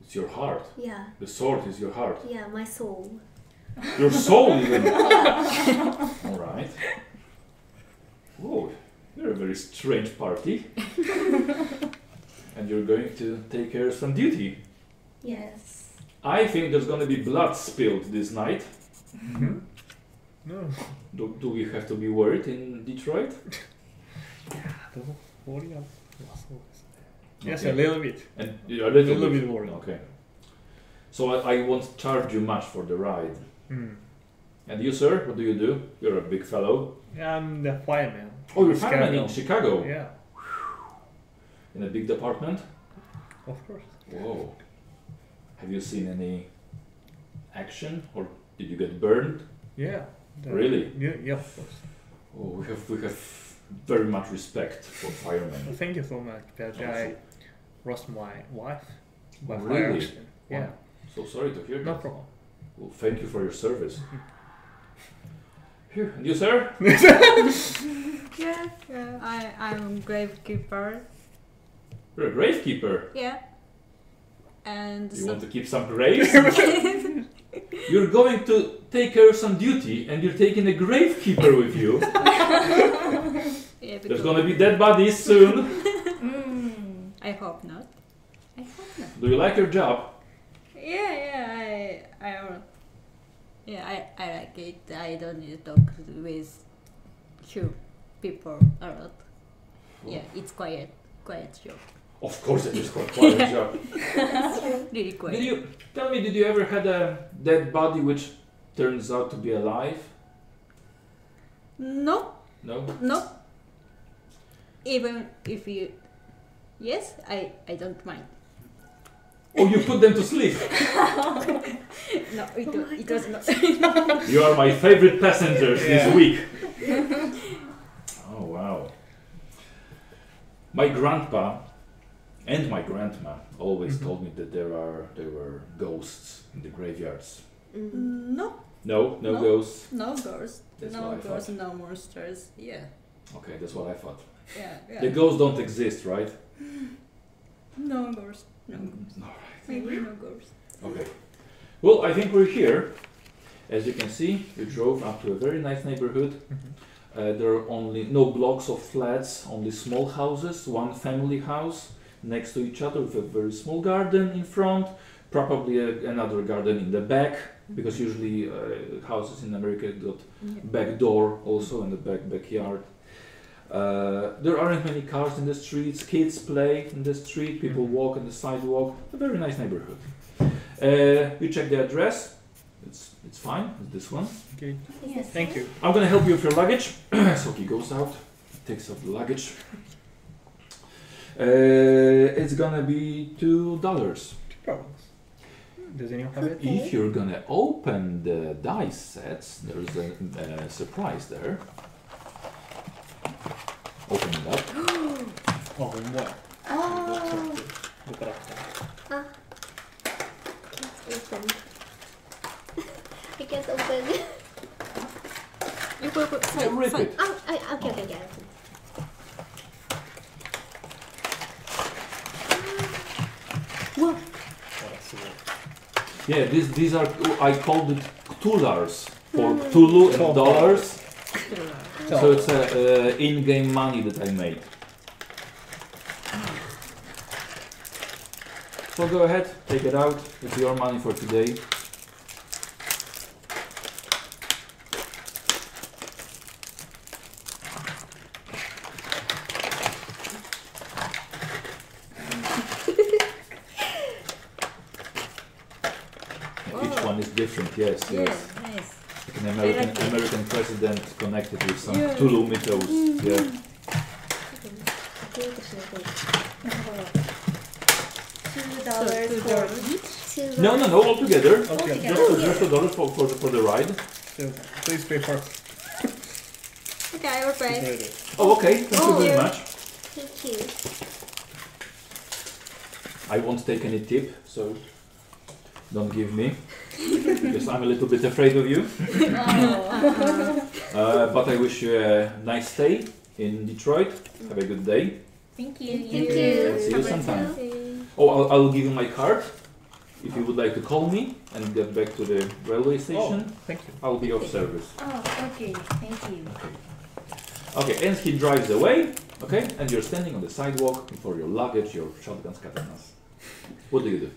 Speaker 2: It's your heart.
Speaker 4: Yeah.
Speaker 2: The sword is your heart.
Speaker 4: Yeah, my soul.
Speaker 2: Your soul, even. All right. Whoa, you're a very strange party. and you're going to take care of some duty.
Speaker 7: Yes.
Speaker 2: I think there's going to be blood spilled this night.
Speaker 5: No.
Speaker 2: Do, do we have to be worried in Detroit?
Speaker 5: Don't worry about so- Yes,
Speaker 2: Okay.
Speaker 5: a little bit.
Speaker 2: And you're a little,
Speaker 5: Little
Speaker 2: bit,
Speaker 5: bit worried.
Speaker 2: Okay. So I, I won't charge you much for the ride.
Speaker 5: Mm.
Speaker 2: And you, sir, what do you do? You're a big fellow.
Speaker 5: I'm the fireman.
Speaker 2: Oh, you're
Speaker 5: Chicago.
Speaker 2: fireman in Chicago.
Speaker 5: Yeah,
Speaker 2: In a big department?
Speaker 5: of course.
Speaker 2: Whoa. Have you seen any action or did you get burned?
Speaker 5: Yeah. The-
Speaker 2: Really?
Speaker 5: Yeah, yeah, of course.
Speaker 2: Oh, we have we have very much respect for
Speaker 5: *laughs*
Speaker 2: firemen.
Speaker 5: Thank you so much that I lost my wife by fire
Speaker 2: Really?
Speaker 5: accident. Yeah,
Speaker 2: So sorry to hear
Speaker 5: no
Speaker 2: that.
Speaker 5: problem.
Speaker 2: Well, thank you for your
Speaker 5: *laughs*
Speaker 2: service. Here, and you, sir?
Speaker 6: Yeah, yeah. I, I'm gravekeeper.
Speaker 2: You're a gravekeeper.
Speaker 6: Yeah. And
Speaker 2: You
Speaker 6: so-
Speaker 2: want to keep some
Speaker 5: *laughs*
Speaker 2: graves? you're going to take care of some duty and you're taking a gravekeeper with you.
Speaker 6: yeah, because
Speaker 2: There's gonna be dead bodies soon.
Speaker 7: Mm.
Speaker 6: I hope not. I hope not.
Speaker 2: Do you like your job?
Speaker 6: Yeah, yeah. I, I, will- yeah. I, I like it. I don't need to talk with few people a lot. Yeah, it's quiet, quiet job.
Speaker 2: Of course it is quite quite
Speaker 6: *laughs*
Speaker 2: a job.
Speaker 6: Really
Speaker 2: Did
Speaker 6: quiet.
Speaker 2: you tell me? Did you ever had a dead body which turns out to be alive?
Speaker 6: No,
Speaker 2: No.
Speaker 6: no. Even if you, yes, I, I don't mind.
Speaker 2: Oh, you put them to sleep.
Speaker 6: No, it, wa- it was *laughs* not.
Speaker 2: You are my favorite passengers
Speaker 5: Yeah.
Speaker 2: this
Speaker 6: *laughs*
Speaker 2: week. Oh wow. My grandpa and my grandma always told me that there are there were ghosts in the graveyards.
Speaker 4: Mm.
Speaker 6: no,
Speaker 2: No, no,
Speaker 6: No.
Speaker 2: ghosts.
Speaker 6: no girls,
Speaker 2: That's what
Speaker 6: no
Speaker 2: I
Speaker 6: girls,
Speaker 2: thought.
Speaker 6: no monsters. Yeah,
Speaker 2: Okay, that's what I thought.
Speaker 6: yeah,
Speaker 2: The
Speaker 6: yeah.
Speaker 2: ghosts don't exist, right?
Speaker 6: No girls, no,
Speaker 2: No.
Speaker 6: maybe no girls.
Speaker 2: Okay. Well, I think we're here. As you can see, we drove up to a very nice neighborhood.
Speaker 5: Mm-hmm.
Speaker 2: Uh, there are only no blocks of flats, only small houses, one family house next to each other with a very small garden in front, probably a, another garden in the back, because usually uh, houses in America got back door also in the back backyard. Uh, there aren't many cars in the streets. Kids play in the street. People walk on the sidewalk. A very nice neighborhood. Uh, you check the address. It's it's fine. It's this one.
Speaker 5: Okay,
Speaker 7: Yes.
Speaker 5: thank you.
Speaker 2: I'm gonna help you with your luggage. *clears throat* so he goes out, takes out the luggage. Uh, it's gonna be two dollars.
Speaker 5: Two problems. Does anyone have it?
Speaker 2: If you're gonna open the dice sets, there's a, a surprise there. Open it up.
Speaker 5: Oh, what?
Speaker 7: Oh,
Speaker 5: Look at that.
Speaker 4: open. *laughs* I can't open. *laughs*
Speaker 2: Yeah, rip it.
Speaker 4: oh, I, okay, okay, okay. Whoa,
Speaker 2: Yeah, this, these are, I called it Cthulars for Cthulhu and dollars. So it's a, uh, in-game money that I made. So go ahead, take it out. It's your money for today. Each one is different, yes,
Speaker 6: Yeah,
Speaker 2: yes.
Speaker 6: nice.
Speaker 2: Like an American,
Speaker 6: like it.
Speaker 2: American president connected with some
Speaker 6: Yeah. Mm-hmm.
Speaker 2: Cthulhu mythos. Yeah.
Speaker 7: Two
Speaker 6: So,
Speaker 7: dollars
Speaker 6: two
Speaker 7: for each.
Speaker 4: silver.
Speaker 2: No, no, no, all together.
Speaker 5: Okay.
Speaker 7: Altogether.
Speaker 2: Just, a- just a dollar for, for, the- for the ride.
Speaker 5: So please pay first.
Speaker 6: Okay, I will pay.
Speaker 5: Very good.
Speaker 2: Oh, okay. Thank
Speaker 6: Oh,
Speaker 2: you very
Speaker 6: yeah.
Speaker 2: much.
Speaker 4: Thank you.
Speaker 2: I won't take any tip, so don't give me. because I'm a little bit afraid of you. Uh, but I wish you a nice stay in Detroit. Have a good day.
Speaker 7: Thank
Speaker 6: Thank
Speaker 7: you.
Speaker 6: you.
Speaker 4: Thank
Speaker 2: And
Speaker 4: you.
Speaker 2: see you sometime. Oh, I'll, I'll give you my card. If you would like to call me and get back to the railway station,
Speaker 6: Oh.
Speaker 5: Thank you.
Speaker 2: I'll be of service.
Speaker 7: Oh, okay. Thank you.
Speaker 2: Okay, and he drives away. Okay, and you're standing on the sidewalk for your luggage, your shotguns, katanas. What do you do?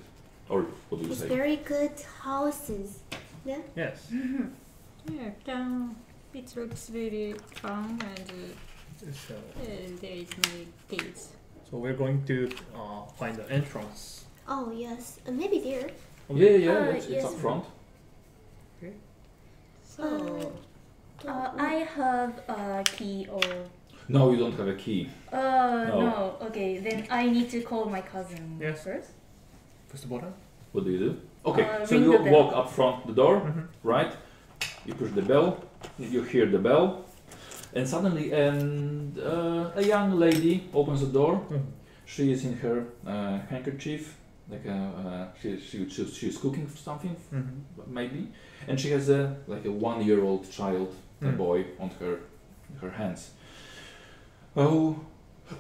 Speaker 2: Or what do you
Speaker 4: It's
Speaker 2: say?
Speaker 4: very good houses.
Speaker 5: Yes.
Speaker 6: *laughs* Yeah, um, it looks very fun and
Speaker 5: So,
Speaker 6: uh, there is my kids.
Speaker 5: so we're going to uh, find the entrance.
Speaker 4: Oh yes, uh, maybe there.
Speaker 2: Yeah, yeah, yeah,
Speaker 7: Uh,
Speaker 2: it's, it's
Speaker 7: yes.
Speaker 2: up front.
Speaker 6: So,
Speaker 4: Oh,
Speaker 7: Uh, I have a key or.
Speaker 2: No, you don't have a key.
Speaker 7: Uh,
Speaker 2: No.
Speaker 7: no. Okay, then I need to call my cousin
Speaker 5: Yes.
Speaker 7: first.
Speaker 5: First of all, huh?
Speaker 2: What do you do? Okay,
Speaker 7: Uh,
Speaker 2: so
Speaker 7: ring
Speaker 2: you
Speaker 7: the bell.
Speaker 2: walk up front the door,
Speaker 5: Mm-hmm.
Speaker 2: right? You push the bell, you hear the bell, and suddenly and uh, a young lady opens the door.
Speaker 5: Mhm.
Speaker 2: She is in her uh, handkerchief, like a, uh, she, she, she, she's cooking something
Speaker 5: Mhm.
Speaker 2: maybe, and she has a like a one-year-old child, a
Speaker 5: Mm.
Speaker 2: boy, on her her hands. Oh,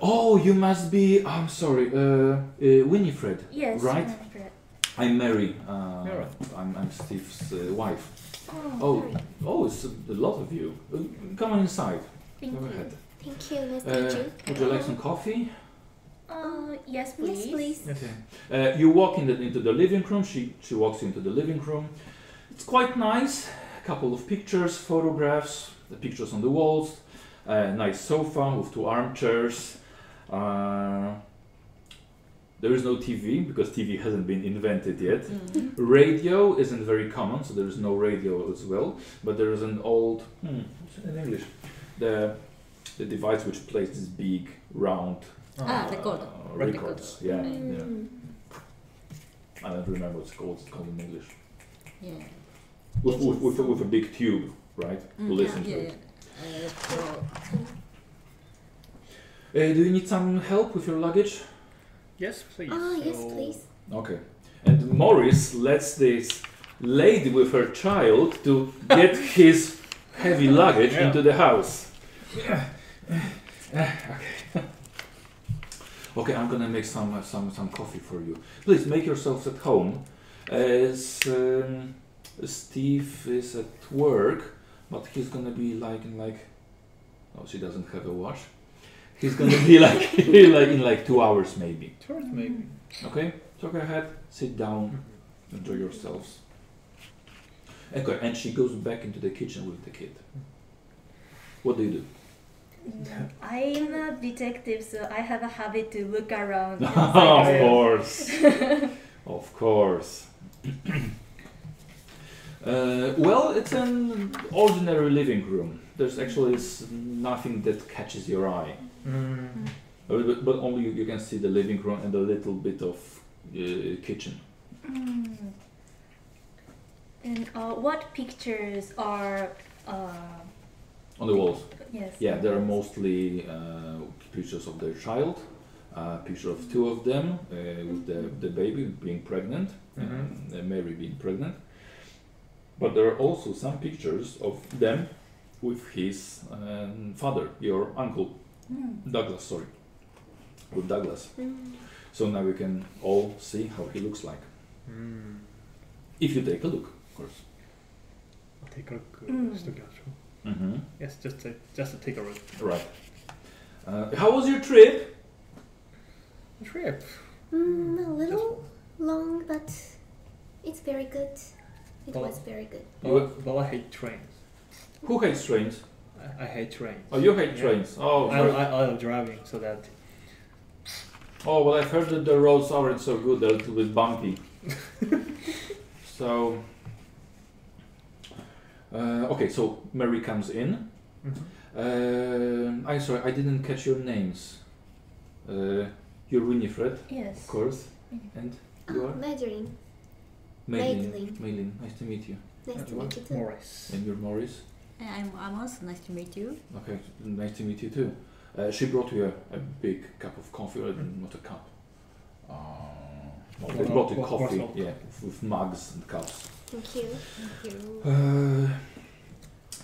Speaker 2: oh, you must be. I'm sorry, uh, uh, Winifred.
Speaker 7: Yes.
Speaker 2: Right.
Speaker 7: Manfred.
Speaker 2: I'm Mary. Uh,
Speaker 5: You're right.
Speaker 2: I'm, I'm Steve's uh, wife.
Speaker 7: Oh,
Speaker 2: Oh, oh, it's a lot of you. Uh, come on inside.
Speaker 7: thank
Speaker 2: Go
Speaker 7: you.
Speaker 2: ahead.
Speaker 4: Thank you, nice to meet
Speaker 2: Uh,
Speaker 4: you.
Speaker 2: would you like some coffee?
Speaker 7: Uh, yes, please.
Speaker 4: Yes, please.
Speaker 5: Yes.
Speaker 2: Uh, you walk in the, into the living room. She she walks into the living room. It's quite nice. A couple of pictures, photographs, the pictures on the walls. A nice sofa with two armchairs. Uh, there is no TV because TV hasn't been invented yet.
Speaker 7: Mm.
Speaker 2: Radio isn't very common, so there is no radio as well. But there is an old hmm, what's it in English the the device which plays this big round
Speaker 6: Ah,
Speaker 2: uh,
Speaker 6: recorder.
Speaker 2: records. Yeah, yeah.
Speaker 4: Mm.
Speaker 2: I don't remember what's called. It's called in English.
Speaker 6: yeah.
Speaker 2: With, with, with, with a big tube, right? to listen
Speaker 6: yeah,
Speaker 2: to
Speaker 6: yeah.
Speaker 2: it.
Speaker 6: Uh, so,
Speaker 2: Uh, do you need some help with your luggage?
Speaker 5: Yes, please.
Speaker 4: Ah, yes,
Speaker 5: So-
Speaker 4: please.
Speaker 2: Okay. And Morris lets this lady with her child to get his heavy luggage
Speaker 5: Yeah.
Speaker 2: into the house. okay. okay, I'm gonna make some uh, some some coffee for you. Please make yourselves at home, as um, Steve is at work, but he's gonna be like in like. Oh, she doesn't have a watch. He's gonna be like *laughs* like in like two hours maybe.
Speaker 5: Towards maybe.
Speaker 2: Okay, so go ahead, sit
Speaker 4: Mm-hmm.
Speaker 2: down, enjoy yourselves. Okay, and she goes back into the kitchen with the kid. What do you do?
Speaker 7: Mm, I'm a detective, so I have a habit to look
Speaker 2: *laughs*
Speaker 7: around.
Speaker 2: of
Speaker 7: outside.
Speaker 2: course, of course. *clears throat* Uh, well, it's an ordinary living room. There's actually s- nothing that catches your eye,
Speaker 5: Mm.
Speaker 2: Uh, but, but only you, you can see the living room and a little bit of uh, kitchen.
Speaker 7: Mm. And uh, what pictures are? Uh,
Speaker 2: On the walls,
Speaker 7: yes.
Speaker 2: yeah, there are mostly uh, pictures of their child, a picture of two of them uh, with the, the baby being pregnant,
Speaker 5: Mm-hmm.
Speaker 2: and, uh, Mary being pregnant. But there are also some pictures of them with his um, father, your uncle,
Speaker 7: Hmm,
Speaker 2: Douglas, sorry, with Douglas. So now we can all see how he looks like.
Speaker 5: Mm-hmm.
Speaker 2: If you take a look, of course.
Speaker 5: Take a look.
Speaker 7: Mm.
Speaker 5: Just look at it.
Speaker 2: Mm-hmm.
Speaker 5: Yes, just to, just to take a look.
Speaker 2: Right. Uh, how was your trip?
Speaker 5: Trip.
Speaker 4: Mm, a little long, but it's very good. It
Speaker 5: Oh.
Speaker 4: was very good.
Speaker 5: Bella, Bella hate trains.
Speaker 2: Who hates trains?
Speaker 5: I, I hate trains.
Speaker 2: Oh, you hate
Speaker 5: Yeah.
Speaker 2: trains. Oh,
Speaker 5: I,
Speaker 2: sorry.
Speaker 5: I, I love driving, so that
Speaker 2: oh, well, I've heard that the roads aren't so good. They're a little bit bumpy. so, uh, okay. So Mary comes in.
Speaker 5: Mhm.
Speaker 2: Um I'm sorry, I didn't catch your names. Uh, you're Winifred,
Speaker 7: Yes.
Speaker 2: of course, and you
Speaker 4: Oh,
Speaker 2: are
Speaker 4: Madeline,
Speaker 2: Maylin.
Speaker 4: Madeline.
Speaker 2: Maylin, nice to meet you.
Speaker 4: nice to
Speaker 2: Uh,
Speaker 4: meet you too.
Speaker 5: Morris.
Speaker 2: And you're Morris.
Speaker 6: I'm, I'm also nice to meet you.
Speaker 2: Okay, nice to meet you too. Uh, she brought you a, a big cup of coffee, or not a cup. Uh, well, they
Speaker 5: Well,
Speaker 2: brought you
Speaker 5: well,
Speaker 2: coffee,
Speaker 5: well, well.
Speaker 2: yeah, with mugs and cups.
Speaker 4: Thank you. Thank you.
Speaker 2: Uh,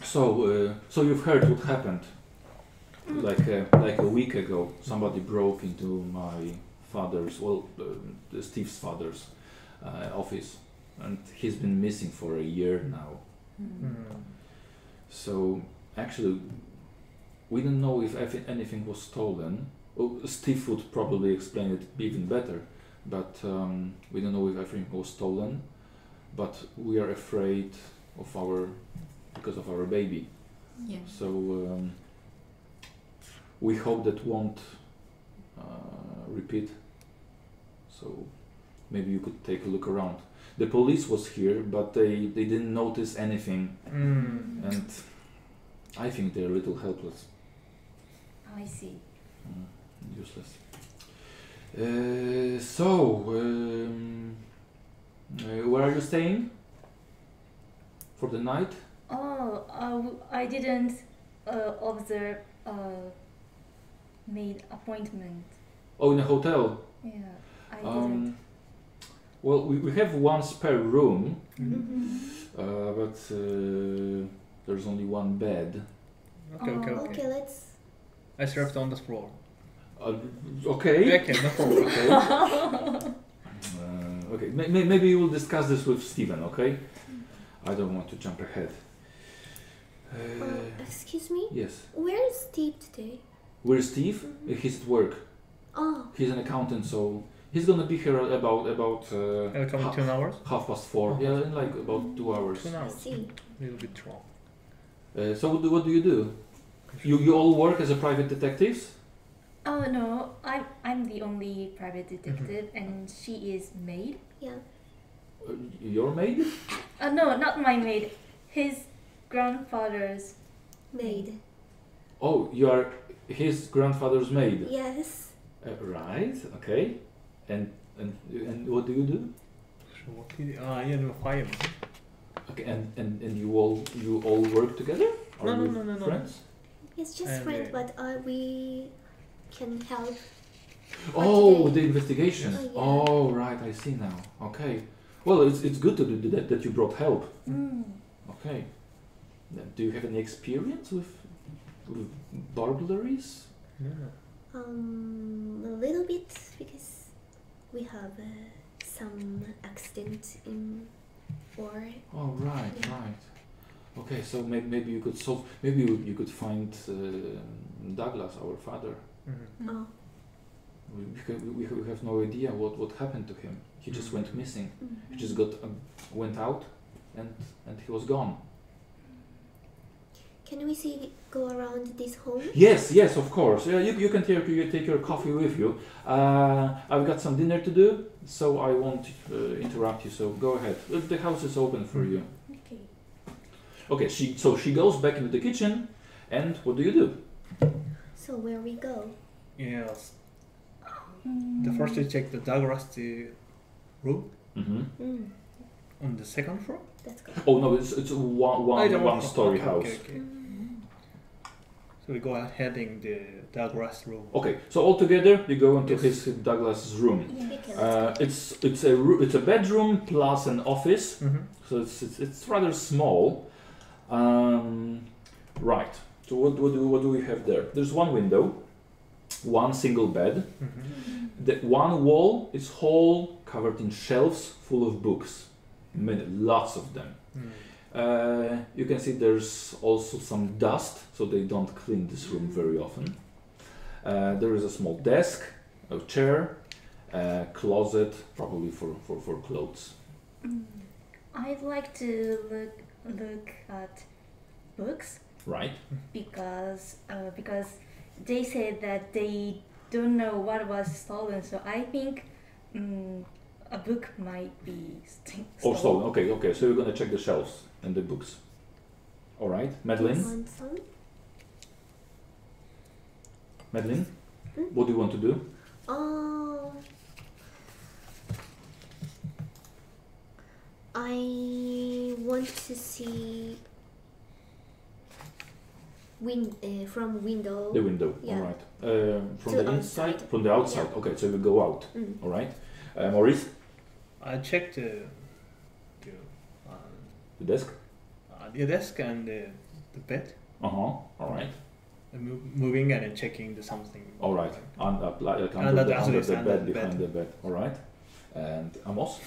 Speaker 2: so, uh, so you've heard what happened,
Speaker 4: Mm.
Speaker 2: like a, like a week ago, somebody broke into my father's, well, uh, Steve's father's uh, office, and he's been missing for a year now.
Speaker 7: Hmm.
Speaker 6: Hmm.
Speaker 5: Mm.
Speaker 2: So actually, we don't know if ev- anything was stolen. Oh, Steve would probably explain it even better, but um, we don't know if everything was stolen. But we are afraid of our because of our baby.
Speaker 6: Yeah.
Speaker 2: So um, we hope that won't uh, repeat. So maybe you could take a look around. The police was here, but they, they didn't notice anything
Speaker 5: Mm.
Speaker 2: Hmm, and I think they're a little helpless,
Speaker 7: I see.
Speaker 2: mm, and useless. Uh, so, um, uh, where are you staying for the night?
Speaker 7: Oh, I w- I didn't uh, observe uh, made appointment.
Speaker 2: Oh, in a hotel.
Speaker 7: Yeah, I didn't.
Speaker 2: Um, well, we, we have one spare room,
Speaker 4: Mm-hmm.
Speaker 2: uh, but uh, there's only one bed.
Speaker 5: Okay, okay, okay,
Speaker 4: Oh, Okay, let's.
Speaker 5: I slept on the floor.
Speaker 2: Uh, okay.
Speaker 5: Okay, no problem.
Speaker 2: *laughs* Okay.
Speaker 7: *laughs*
Speaker 2: Uh, okay. May- may- maybe you will discuss this with Steven. Okay. I don't want to jump ahead.
Speaker 4: Uh,
Speaker 2: Uh,
Speaker 4: excuse me.
Speaker 2: Yes.
Speaker 4: Where is Steve today?
Speaker 2: Where's Steve? Uh, He's at work.
Speaker 4: Oh,
Speaker 2: He's an accountant, so he's gonna be here about about uh,
Speaker 5: It'll come in
Speaker 2: half,
Speaker 5: two hours.
Speaker 2: half past four. Yeah, in like about two hours.
Speaker 5: Two
Speaker 4: I
Speaker 5: hours.
Speaker 4: see.
Speaker 5: A little bit strong.
Speaker 2: Uh, so what do, what do you do? You you all work as a private detectives?
Speaker 7: oh no, I'm I'm the only private detective, and she is maid.
Speaker 4: Yeah.
Speaker 2: Uh, your maid?
Speaker 7: Uh, no, not my maid. His grandfather's.
Speaker 4: Maid.
Speaker 2: Oh, you are his grandfather's maid.
Speaker 4: Yes.
Speaker 2: Uh, right. Okay. And and and what do you do?
Speaker 5: So what did he- Ah, yeah, no fireman.
Speaker 2: Okay. And and, and you all you all work together? Are
Speaker 5: No, no,
Speaker 2: you
Speaker 5: no, no, no.
Speaker 2: friends?
Speaker 4: It's just
Speaker 5: And,
Speaker 4: friend,
Speaker 5: uh,
Speaker 4: but uh, we can help.
Speaker 2: Oh,
Speaker 4: What do
Speaker 2: the investigation.
Speaker 4: Oh, yeah.
Speaker 2: Oh, right, I see now. Okay. Well, it's, it's good to do that, that you brought help.
Speaker 7: Mm,
Speaker 2: Okay. Now, Do you have any experience with, with burglaries?
Speaker 5: Yeah.
Speaker 4: Um, a little bit because we have uh, some accident in or
Speaker 2: Oh, right,
Speaker 4: Yeah.
Speaker 2: right. Okay, so maybe, maybe you could solve. Maybe you, you could find uh, Douglas, our father.
Speaker 5: Mhm.
Speaker 4: oh
Speaker 2: We, we, have, we have- we have no idea what, what happened to him. He just went missing.
Speaker 4: mm-hmm.
Speaker 2: He just got um, went out, and and he was gone.
Speaker 4: can we see go around this home?
Speaker 2: Yes, yes, of course. Yeah, you, you can take, you take your coffee with you. Uh, I've got some dinner to do, so I won't uh, interrupt you. So go ahead. Uh, The house is open for you.
Speaker 7: Okay.
Speaker 2: Okay. She so she goes back into the kitchen, and what do you do?
Speaker 4: So where we go?
Speaker 5: Yes.
Speaker 7: Mm.
Speaker 5: The first you check the Douglas the room
Speaker 2: Mm-hmm.
Speaker 4: Mm,
Speaker 5: on the second floor.
Speaker 4: let's go.
Speaker 2: Oh no, Oh, it's it's a one
Speaker 5: I
Speaker 2: one
Speaker 5: don't
Speaker 2: one story
Speaker 5: okay,
Speaker 4: Mm.
Speaker 2: house.
Speaker 5: Okay, okay. So we go ahead in the Douglas room.
Speaker 2: Okay, so all together you go into his Douglas's room.
Speaker 4: We can-
Speaker 2: Uh, it's it's a roo- it's a bedroom plus an office,
Speaker 5: Mm-hmm.
Speaker 2: so it's it's, it's rather small. Um, right. So what, what do what do we have there? There's one window, one single bed.
Speaker 5: Mm-hmm.
Speaker 2: The one wall is whole covered in shelves full of books, many lots of them.
Speaker 5: Mm-hmm.
Speaker 2: Uh, you can see there's also some dust, so they don't clean this room very often. Uh, there is a small desk, a chair, a closet, probably for, for, for clothes.
Speaker 7: I'd like to look look at books
Speaker 2: Right?
Speaker 7: because uh, because they said that they don't know what was stolen. So I think um, a book might be st-
Speaker 2: Or stolen. Okay, okay. So you're gonna check the shelves and the books. All right, Madeline.
Speaker 4: Want some?
Speaker 2: Madeline,
Speaker 4: Hmm?
Speaker 2: what do you want to do?
Speaker 4: Oh. I want to see win- uh, from window.
Speaker 2: The window.
Speaker 4: Yeah.
Speaker 2: All right. Um, from
Speaker 4: To
Speaker 2: the inside.
Speaker 4: outside.
Speaker 2: From the outside.
Speaker 4: Yeah.
Speaker 2: Okay. So we go out.
Speaker 4: Mm.
Speaker 2: All right. Uh, Maurice,
Speaker 5: I checked the the, um,
Speaker 2: the desk.
Speaker 5: uh, the desk and the, the bed.
Speaker 2: Uh huh. All right.
Speaker 5: I'm mo- moving and then checking the something.
Speaker 2: All right. And apply like
Speaker 5: And
Speaker 2: under,
Speaker 5: that-
Speaker 2: the,
Speaker 5: that's
Speaker 2: under
Speaker 5: it,
Speaker 2: the
Speaker 5: under
Speaker 2: bed,
Speaker 5: the
Speaker 2: behind
Speaker 5: bed.
Speaker 2: the bed. All right. And Amos.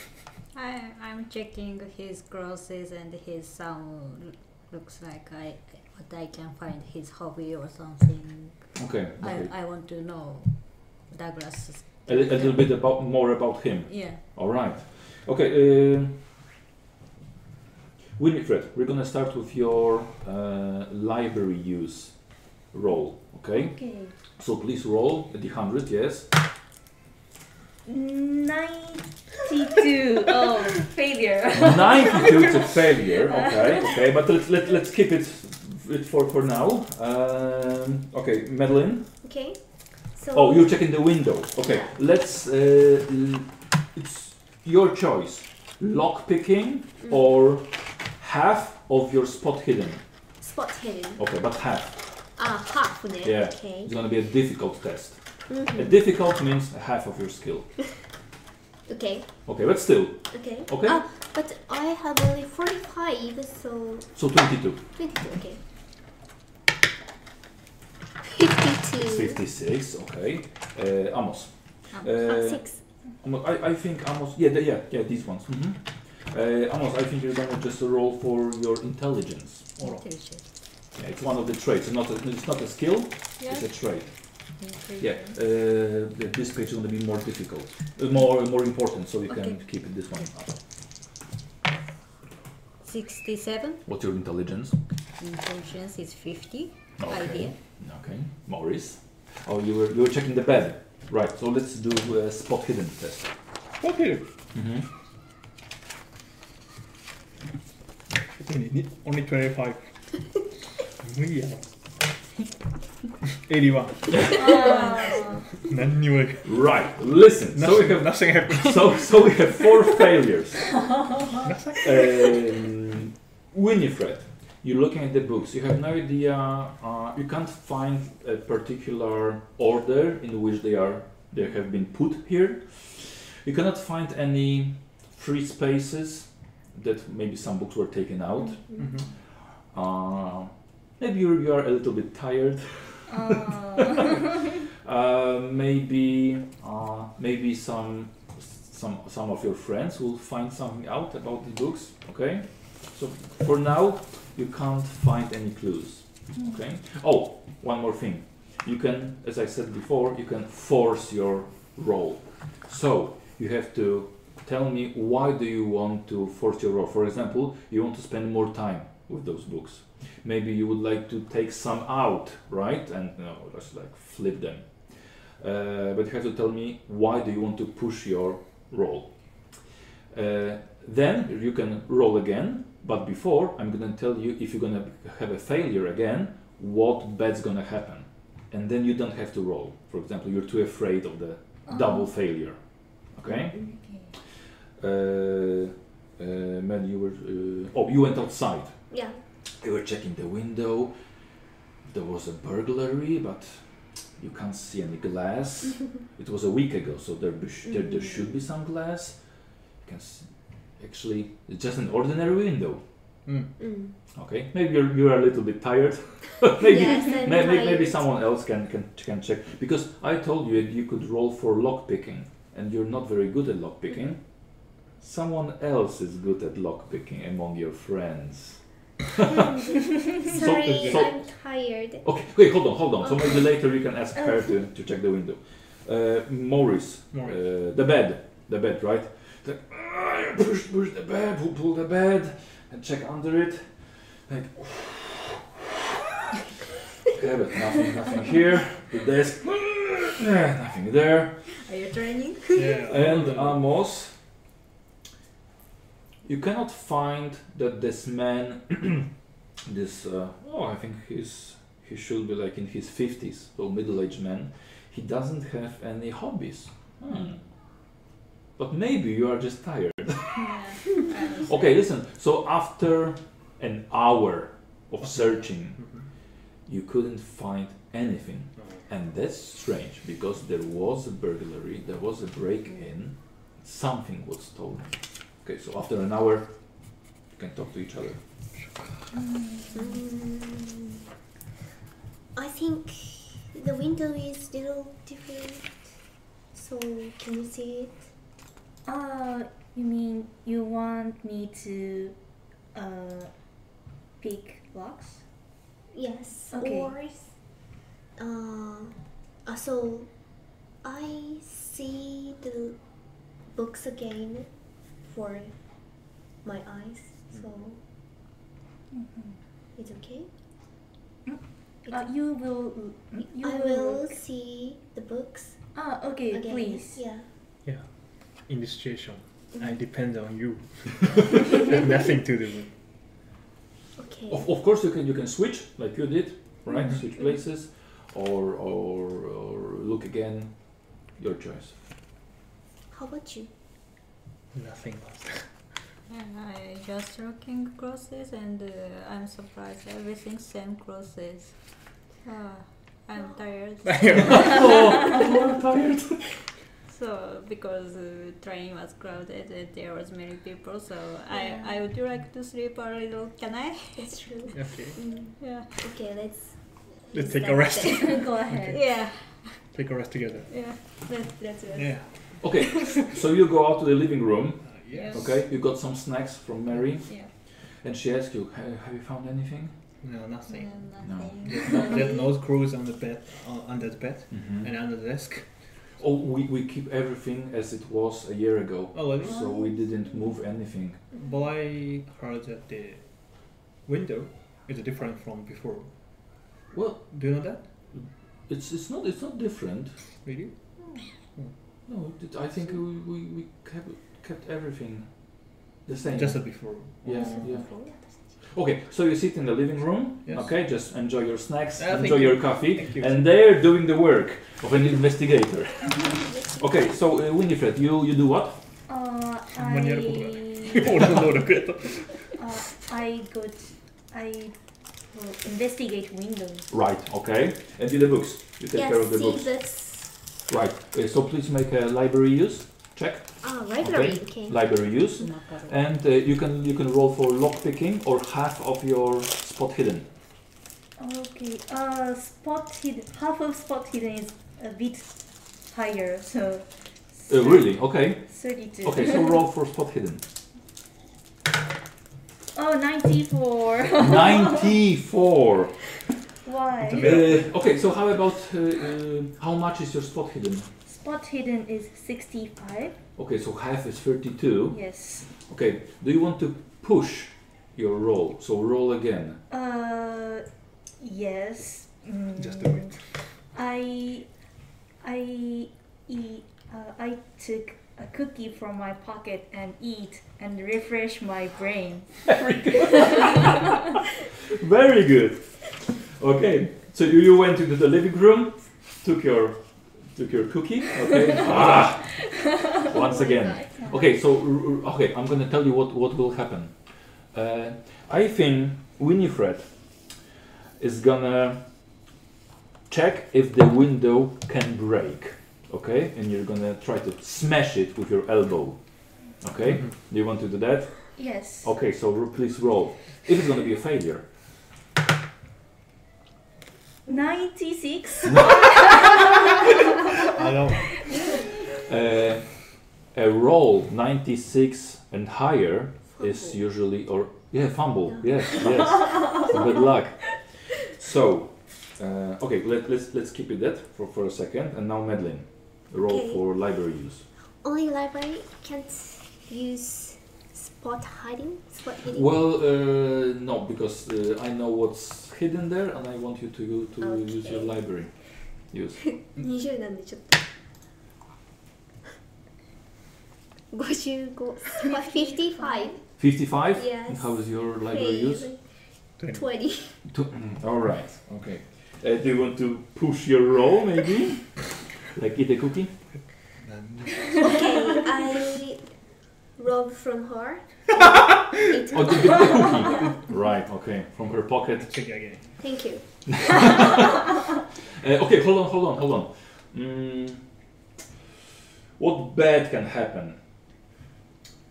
Speaker 6: I, I'm checking his clothes and his sound. Looks like I what I can find his hobby or something.
Speaker 2: Okay. okay.
Speaker 6: I, I want to know Douglas.
Speaker 2: A, li- a little bit about more about him.
Speaker 6: Yeah.
Speaker 2: All right. Okay. Uh, Winifred, we're gonna start with your uh, library use roll. Okay.
Speaker 7: Okay,
Speaker 2: So please roll at the hundred. Yes.
Speaker 6: *laughs*
Speaker 7: ninety-two. oh, failure.
Speaker 2: 92 is a failure. Okay, okay, but let's let, let's keep it, it for for now. Um, okay, Madeline.
Speaker 4: Okay. So
Speaker 2: Oh, you're checking the window. Okay, let's. Uh, l- it's your choice: lock picking or half of your spot hidden.
Speaker 4: spot hidden.
Speaker 2: Okay, but half.
Speaker 4: Ah, half now.
Speaker 2: Yeah.
Speaker 4: Okay. Mm-hmm.
Speaker 2: It's gonna be a difficult test. A
Speaker 4: Hmm.
Speaker 2: difficult means a half of your skill.
Speaker 4: Okay.
Speaker 2: Okay, but still.
Speaker 4: Okay.
Speaker 2: Okay.
Speaker 4: Ah, but I have only forty-five, so
Speaker 2: So 22.
Speaker 4: twenty-two. Okay. Fifty-two.
Speaker 2: 56. Okay. Uh, Amos. Uh,
Speaker 6: Um,
Speaker 4: Ah, six.
Speaker 2: Amos, I, I think Amos. Yeah, the- yeah, yeah. These ones. hmm Uh, Amos, I think you're gonna just roll for your intelligence.
Speaker 6: Intelligence.
Speaker 2: Yeah, it's one of the traits. It's not a, it's not a skill. It's a trait. Yeah. Uh, th- this page is gonna be more difficult, uh, more more important. So you can
Speaker 6: Okay.
Speaker 2: keep this one up.
Speaker 6: 67.
Speaker 2: What's your intelligence?
Speaker 6: Intelligence is 50.
Speaker 2: Okay.
Speaker 6: Idea.
Speaker 2: Okay. Maurice. Oh, you were you were checking the bed. Right. So let's do a spot hidden test.
Speaker 5: Okay. Mm-hmm. Only 25. yeah. 81.
Speaker 6: *laughs*
Speaker 7: Oh.
Speaker 5: None knew it.
Speaker 2: Right. Listen. So we
Speaker 5: Nothing,
Speaker 2: have
Speaker 5: nothing happened.
Speaker 2: so so we have *laughs* four failures. um, Winifred, you're looking at the books. You have no idea. Uh, you can't find a particular order in which they are. They have been put here. You cannot find any free spaces that maybe some books were taken out.
Speaker 5: Mhm.
Speaker 2: Uh, maybe you you are a little bit tired. Uh, maybe uh, maybe some some some of your friends will find something out about the books. Okay, so for now you can't find any clues. Okay. Oh, one more thing. You can, as I said before, you can force your role. So you have to tell me why do you want to force your role. For example, you want to spend more time with those books. Maybe you would like to take some out, right? And you know, just like flip them. Uh, but you have to tell me why do you want to push your roll. Uh, then you can roll again, but before I'm gonna tell you if you're gonna have a failure again, what bad's gonna happen, and then you don't have to roll. For example, you're too afraid of the
Speaker 7: Oh.
Speaker 6: Oh.
Speaker 2: double eh? failure. Okay. Uh, uh, man, you were. Uh, oh, you went outside.
Speaker 4: Yeah.
Speaker 2: You were checking the window. there was a burglary, but you can't see any
Speaker 4: *laughs*
Speaker 2: glass. it was a week ago, so there, be sh- there, there
Speaker 4: Mm-hmm.
Speaker 2: should be some glass. You can see. Actually, it's just an ordinary window.
Speaker 4: Mm.
Speaker 2: Okay, maybe you're, you're a little bit
Speaker 4: *laughs*
Speaker 2: tired. *laughs* maybe
Speaker 4: Yes, I'm
Speaker 2: maybe, maybe
Speaker 4: tired.
Speaker 2: someone else can, can can check because I told you you could roll for lock picking, and you're not very good at lock picking.
Speaker 4: Mm-hmm.
Speaker 2: Someone else is good at lock picking among your friends.
Speaker 4: Mm. *laughs* Sorry,
Speaker 2: so-
Speaker 4: I'm tired.
Speaker 2: Okay, wait, hold on, hold on. So maybe later you can ask her to, to check the window. Uh, Morris,
Speaker 5: Morris.
Speaker 2: Uh, the bed, the bed, right? Like, "Ah, push, push the bed, pull, pull the bed, and check under it. Like, *laughs* okay, but nothing, nothing here. The desk, yeah, nothing there.
Speaker 6: Are you training?
Speaker 5: Yeah.
Speaker 2: And Amos, you cannot find that this man, *clears throat* this uh, oh, I think he's he should be like in his fifties, so middle-aged man. He doesn't have any hobbies. Hmm. But maybe you are just tired. *laughs* Okay, listen. So after an hour of searching, you couldn't find anything, and that's strange because there was a burglary, there was a break-in, something was stolen. Okay, so after an hour, you can talk to each other.
Speaker 4: Mm. I think the window is little different. So can you see it?
Speaker 7: Uh, you mean you want me to uh, pick locks?
Speaker 4: Yes.
Speaker 7: Okay.
Speaker 4: Or uh, uh, so I see the books again for my eyes. So it's okay.
Speaker 7: Uh, you will. You
Speaker 4: I will
Speaker 7: look.
Speaker 4: see the books
Speaker 7: Ah, okay,
Speaker 4: again.
Speaker 7: please.
Speaker 4: Yeah.
Speaker 5: Yeah. In this situation, I depend on you. I have nothing to do with.
Speaker 4: Okay.
Speaker 2: Of, of course, you can you can switch like you did, right? Switch places, or, or or look again. Your choice.
Speaker 4: How about you?
Speaker 5: Nothing last
Speaker 6: And I just looking clothes and uh, I'm surprised everything same clothes. Ah, *gasps* I'm
Speaker 2: *laughs*
Speaker 6: tired.
Speaker 2: Oh,
Speaker 6: So because uh, train was crowded and there was many people, so
Speaker 4: Yeah.
Speaker 6: I I would like to sleep a little. Can I?
Speaker 4: It's true.
Speaker 5: Okay.
Speaker 4: Mm,
Speaker 6: Yeah.
Speaker 4: okay, let's.
Speaker 5: Let's take a rest.
Speaker 7: *laughs* Go ahead.
Speaker 6: Yeah.
Speaker 5: Take a rest together.
Speaker 6: Yeah. That's that's it.
Speaker 5: Yeah.
Speaker 2: Okay, so you go out to the living room.
Speaker 5: Yes.
Speaker 2: Okay, you got some snacks from Mary,
Speaker 6: Yeah.
Speaker 2: and she asked you, "Ha- "Have you found anything?"
Speaker 5: No, nothing.
Speaker 6: Nothing.
Speaker 5: That that nose grows on the bed, on on that bed,
Speaker 2: Mm-hmm.
Speaker 5: and on the desk.
Speaker 2: Oh, we, we keep everything as it was a year ago,
Speaker 5: Oh, well,
Speaker 2: so we didn't move anything.
Speaker 5: But I heard that the window is different from before.
Speaker 2: Well,
Speaker 5: Do you know that?
Speaker 2: it's it's not it's not different.
Speaker 5: Really?
Speaker 2: No, it, I think we, we, we kept kept everything the same.
Speaker 5: Just as before.
Speaker 2: Yes,
Speaker 5: Oh. *laughs*
Speaker 2: yeah. Okay, so you sit in the living room.
Speaker 5: Yes.
Speaker 2: Okay, just enjoy your snacks,
Speaker 5: Ah, thank
Speaker 2: enjoy
Speaker 5: you.
Speaker 2: your coffee,
Speaker 5: Thank you.
Speaker 2: and they're doing the work of an investigator. *laughs* okay, so uh, Winifred, you you do what?
Speaker 7: Uh,
Speaker 5: Maniera
Speaker 7: I.
Speaker 5: Oh, no, no, no.
Speaker 7: uh, I go. To, I will investigate windows.
Speaker 2: Right. Okay, and do the books. You take
Speaker 4: yes,
Speaker 2: care of the
Speaker 4: see
Speaker 2: books.
Speaker 4: books.
Speaker 2: Right. uh, so please make a library use check.
Speaker 4: Ah, library. Okay.
Speaker 2: Library use, and uh, you can you can roll for lock picking or half of your spot hidden.
Speaker 7: Okay. Uh, spot hidden. Half of spot hidden is a bit higher, so.
Speaker 2: Uh, really? Okay.
Speaker 7: Thirty-two.
Speaker 2: Okay.
Speaker 7: *laughs*
Speaker 2: So roll for spot hidden.
Speaker 7: oh, *laughs* 94.
Speaker 2: Ninety-four.
Speaker 7: Why?
Speaker 2: Uh, okay, so how about uh, uh, how much is your spot hidden?
Speaker 7: Spot hidden is 65.
Speaker 2: Okay, so half is 32.
Speaker 7: Yes.
Speaker 2: Okay, do you want to push your roll? So roll again.
Speaker 7: Uh, yes. Mm,
Speaker 5: Just do it.
Speaker 7: I, I, e- uh, I took a cookie from my pocket and eat and refresh my brain. *laughs*
Speaker 2: Very good. Okay, so you, you went into the living room, took your took your cookie. Okay. ah, once again. Okay, so r- r- okay, I'm gonna tell you what what will happen. Uh, I think Winifred is gonna check if the window can break. Okay? And you're gonna try to smash it with your elbow. Okay? Do you want to do that?
Speaker 7: Yes.
Speaker 2: Okay, so ro- please roll. If it's gonna be a failure.
Speaker 5: *laughs*
Speaker 7: 96.
Speaker 5: I don't.
Speaker 2: Uh, a roll 96 and higher is usually or yeah fumble yes
Speaker 4: *laughs*
Speaker 2: yes good luck so uh, okay let, let's let's keep it that for, for a second and now Madeline roll
Speaker 4: Okay.
Speaker 2: for library use
Speaker 4: Only library can't use spot hiding. Spot hiding. *laughs*
Speaker 2: well uh, no because uh, I know what's hidden there and I want you to u- to use your library use
Speaker 4: 20なんでちょっと55 55
Speaker 2: 55
Speaker 4: Yes.
Speaker 2: how is your *laughs* library use *laughs* mm,
Speaker 4: 20
Speaker 2: All right. Okay. Uh, do you want to push your roll,
Speaker 4: *laughs*
Speaker 2: maybe? like eat a cookie?
Speaker 4: okay I rob from
Speaker 2: *laughs*
Speaker 4: her It-
Speaker 2: Oh, to get the
Speaker 4: *laughs*
Speaker 2: cookie. right. Okay. From her pocket.
Speaker 5: Check it again.
Speaker 4: thank you
Speaker 2: *laughs* Uh, okay. Hold on. Hold on. Hold on. Mm, what bad can happen?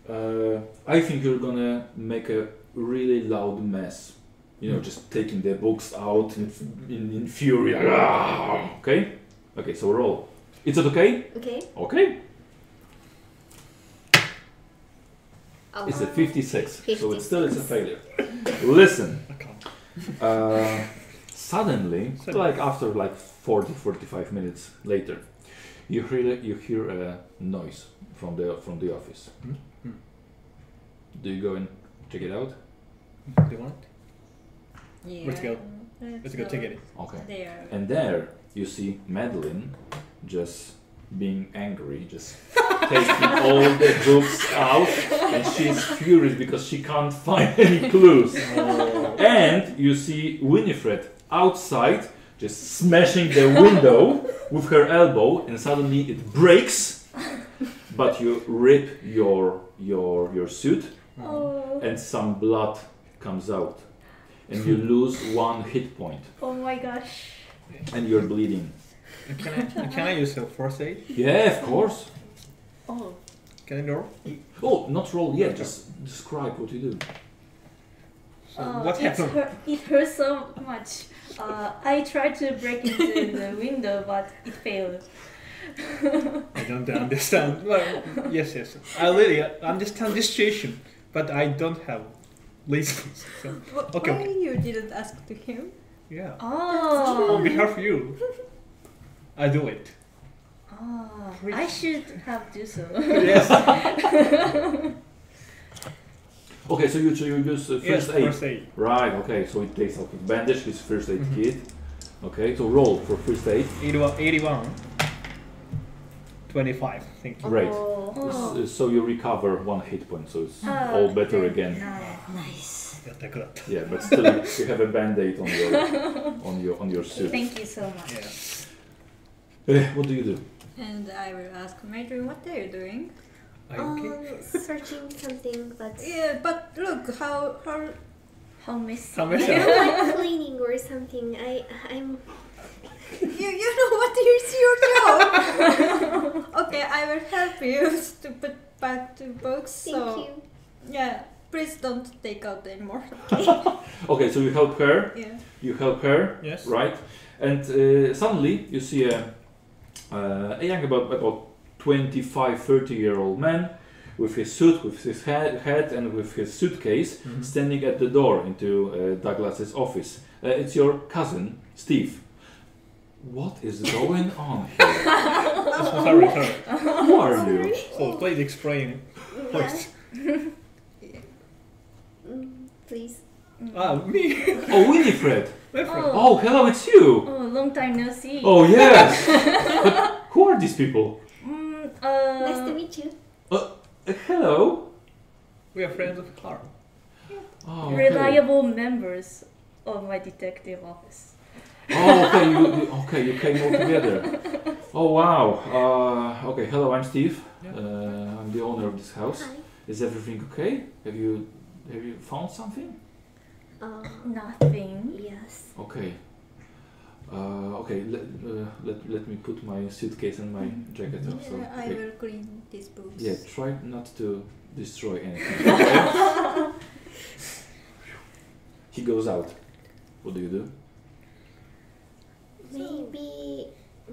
Speaker 2: Uh, I think you're gonna make a really loud mess. You know, just taking the books out in, in, in fury. Ah, Okay. Okay. So roll. Is it okay?
Speaker 4: okay
Speaker 2: Okay.
Speaker 4: oh.
Speaker 2: It's a 56, so it
Speaker 4: 56.
Speaker 2: still is a failure. Listen,
Speaker 5: *laughs* I can't.
Speaker 2: uh, suddenly,
Speaker 5: Suddenly.
Speaker 2: like after like 40, 45 minutes later, you hear you hear a noise from the from the office.
Speaker 5: Hmm.
Speaker 2: Do you go and check it out?
Speaker 5: Do you want it?
Speaker 6: Yeah.
Speaker 5: Let's go. Let's go take it.
Speaker 2: Okay.
Speaker 6: There.
Speaker 2: And there you see Madeline just being angry, just taking all the books out, and she's furious because she can't find *laughs* any clues.
Speaker 5: Oh.
Speaker 2: *laughs* And you see Winifred outside just smashing the window with her elbow, and suddenly it breaks. But you rip your your your suit,
Speaker 7: Oh,
Speaker 2: and some blood comes out, and you lose one hit point,
Speaker 7: oh my gosh.
Speaker 2: and you're bleeding.
Speaker 5: Can I, can I use a first aid?
Speaker 2: Yeah, of course.
Speaker 6: Oh,
Speaker 5: Can I roll?
Speaker 2: Oh, not roll yet. Just describe what you do.
Speaker 5: So
Speaker 2: Oh,
Speaker 7: Uh,
Speaker 5: what
Speaker 7: it
Speaker 5: happened?
Speaker 7: hurt- it hurts so much. Uh, I tried to break into
Speaker 2: *laughs*
Speaker 7: the window, but it failed. *laughs*
Speaker 5: I don't understand. *laughs* Well, yes, yes. I really understand this situation, but I don't have laziness. So, Okay,
Speaker 6: why
Speaker 5: okay.
Speaker 6: you didn't ask to him?
Speaker 5: yeah.
Speaker 7: Oh,
Speaker 5: On behalf of you, I do it.
Speaker 7: Ah, I should have do so.
Speaker 5: Yes.
Speaker 2: Okay, so you, so you use uh,
Speaker 5: yes,
Speaker 2: first aid.
Speaker 5: first aid.
Speaker 2: Right. Okay, so it takes out a bandage, his first aid
Speaker 5: Mm-hmm.
Speaker 2: kit. Okay, so roll for first aid.
Speaker 5: 81, 81 25. Thank you.
Speaker 2: Great.
Speaker 7: Oh.
Speaker 2: S- So you recover one hit point, so it's
Speaker 7: Ah,
Speaker 2: all better
Speaker 7: thank
Speaker 2: again.
Speaker 5: Yes.
Speaker 2: Yeah, but still you have a band-aid on
Speaker 7: *laughs*
Speaker 2: your on your on your suit.
Speaker 7: Thank you so much.
Speaker 2: Eh, what do you do?
Speaker 6: And I will ask Major, what are you doing?
Speaker 5: Are you okay?
Speaker 4: um, searching something but
Speaker 2: *laughs*
Speaker 4: *laughs*
Speaker 6: Yeah, but look how how
Speaker 7: How messy.
Speaker 5: How much?
Speaker 4: I know I'm cleaning or something I I'm
Speaker 6: you you know what is your job.
Speaker 4: *laughs*
Speaker 6: okay, I will help you to put back the books.
Speaker 4: thank
Speaker 6: so
Speaker 4: you
Speaker 6: yeah, please don't take out anymore.
Speaker 2: Okay, so you help her.
Speaker 6: Yeah.
Speaker 2: You help her.
Speaker 5: Yes.
Speaker 2: right? And uh, suddenly you see a, uh, a young, about, about 25, 30 year old man with his suit, with his head, hat, and with his suitcase
Speaker 5: Mm-hmm.
Speaker 2: standing at the door into uh, Douglas's office. Uh, it's your cousin, Steve. What is going on here?
Speaker 5: This was our return.
Speaker 2: Who are you? Oh,
Speaker 5: So please explain. First.
Speaker 4: Mm, please
Speaker 5: Ah, me. *laughs*
Speaker 2: Oh, Winifred!
Speaker 5: My friend.
Speaker 7: Oh,
Speaker 2: Oh, hello, it's you!
Speaker 7: oh, long time no see.
Speaker 2: Oh, yes! But who are these people?
Speaker 7: Mm, uh,
Speaker 4: nice to meet you
Speaker 2: Uh, hello?
Speaker 5: We are friends of Carl.
Speaker 2: Oh, okay.
Speaker 7: reliable members of my detective office.
Speaker 2: Oh, okay, you, you, okay, you came all together. Oh, wow. Uh, okay, hello, I'm Steve.
Speaker 5: Yeah.
Speaker 2: Uh, I'm the owner of this house.
Speaker 4: hi
Speaker 2: Is everything okay? Have you have you found something?
Speaker 4: uh,
Speaker 7: *laughs* Nothing.
Speaker 4: yes
Speaker 2: Okay. Uh, okay, let, uh, let, let me put my suitcase and my jacket up. So,
Speaker 6: Yeah, I
Speaker 2: okay.
Speaker 6: will clean these books.
Speaker 2: yeah, try not to destroy
Speaker 6: *laughs*
Speaker 2: anything. okay? he goes out. What do you do?
Speaker 4: Maybe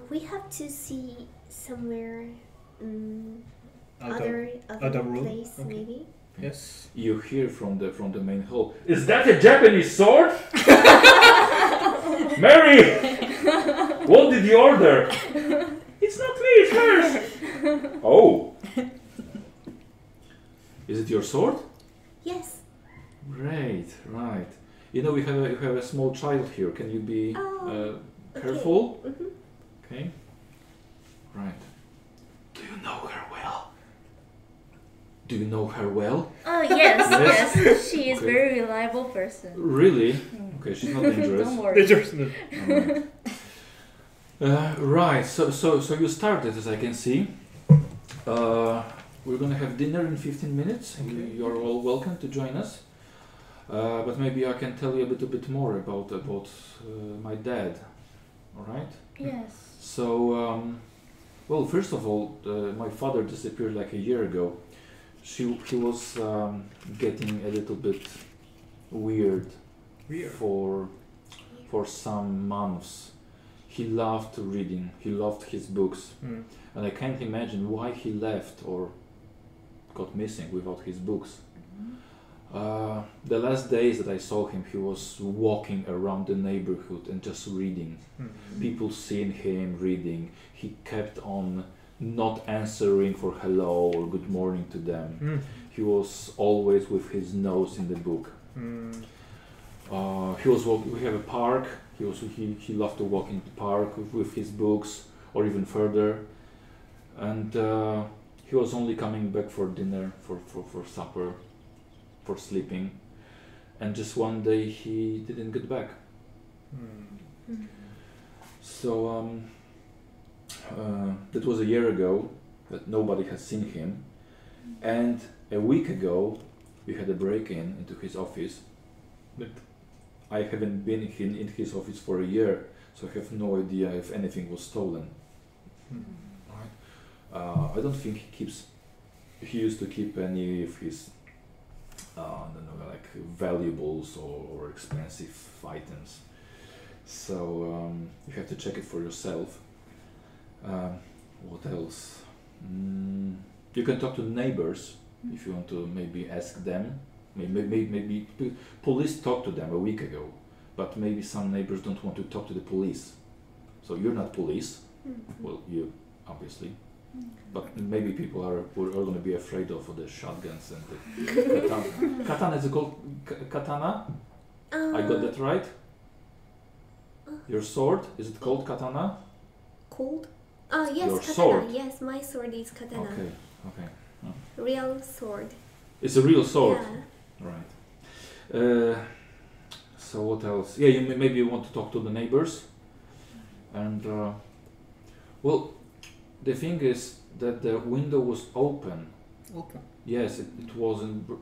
Speaker 4: we have to see somewhere um, other other,
Speaker 5: other room?
Speaker 4: place
Speaker 5: Okay.
Speaker 4: maybe.
Speaker 5: Yes.
Speaker 2: You hear from the from the main hall. Is that a Japanese sword? Mary, what did you order? It's not me, it's hers. Oh, is it your sword?
Speaker 4: Yes.
Speaker 2: Great, right. You know we have a, you have a small child here. Can you be
Speaker 4: Oh,
Speaker 2: uh, careful?
Speaker 4: Mhm.
Speaker 2: Okay. Right. Do you know her well? Do you know her well?
Speaker 7: Oh yes,
Speaker 2: Yes.
Speaker 7: yes. She is
Speaker 2: Okay.
Speaker 7: very reliable person.
Speaker 2: Really? Okay, she's not dangerous.
Speaker 7: *laughs* Don't
Speaker 5: They
Speaker 7: worry.
Speaker 5: just-
Speaker 2: Alright. Uh, right. So, so, so you started, as I can see. Uh, we're gonna have dinner in 15 minutes, and you, you are all welcome to join us. Uh, but maybe I can tell you a little bit more about about uh, my dad. All right.
Speaker 7: Yes.
Speaker 2: So, um, well, first of all, uh, my father disappeared like a year ago. She, he was um, getting a little bit weird
Speaker 5: Weird.
Speaker 2: for for some months. He loved reading. He loved his books,
Speaker 5: Hmm.
Speaker 2: and I can't imagine why he left or got missing without his books. Uh, the last days that I saw him, he was walking around the neighborhood and just reading.
Speaker 5: Mm-hmm. Hmm.
Speaker 2: People seeing him reading. He kept on not answering for hello or good morning to them.
Speaker 5: Hmm.
Speaker 2: He was always with his nose in the book.
Speaker 5: Hmm.
Speaker 2: Uh, he was walk- we have a park. He also he, he loved to walk in the park with, with his books or even further. And uh, he was only coming back for dinner, for, for, for supper, for sleeping. And just one day he didn't get back.
Speaker 5: Hmm.
Speaker 2: So um, uh, that was a year ago that nobody has seen him, and a week ago we had a break-in into his office. But I haven't been in, in his office for a year, so I have no idea if anything was stolen.
Speaker 5: Hmm.
Speaker 2: Right? Uh, I don't think he keeps. He used to keep any of his, uh, I don't know, like valuables or, or expensive items. So um, you have to check it for yourself. Um, what else? Mm, you can talk to neighbors if you want to maybe ask them. Maybe, maybe, maybe p- police talked to them a week ago, but maybe some neighbors don't want to talk to the police. So you're not police. Well, you obviously. But maybe people are were are going to be afraid of the shotguns and the katana. katana is it called ka- katana?
Speaker 4: Uh,
Speaker 2: I got that right? Your sword? Is it called katana?
Speaker 4: Cold. Oh yes,
Speaker 2: Your
Speaker 4: katana.
Speaker 2: sword.
Speaker 4: Yes, my sword is katana.
Speaker 2: Okay, okay.
Speaker 4: Real sword.
Speaker 2: It's a real sword.
Speaker 4: Yeah.
Speaker 2: Right. Uh, so what else? Yeah, you may, maybe you want to talk to the neighbors. And uh, well, the thing is that the window was open.
Speaker 5: Open.
Speaker 2: Yes, it, it wasn't. Bro-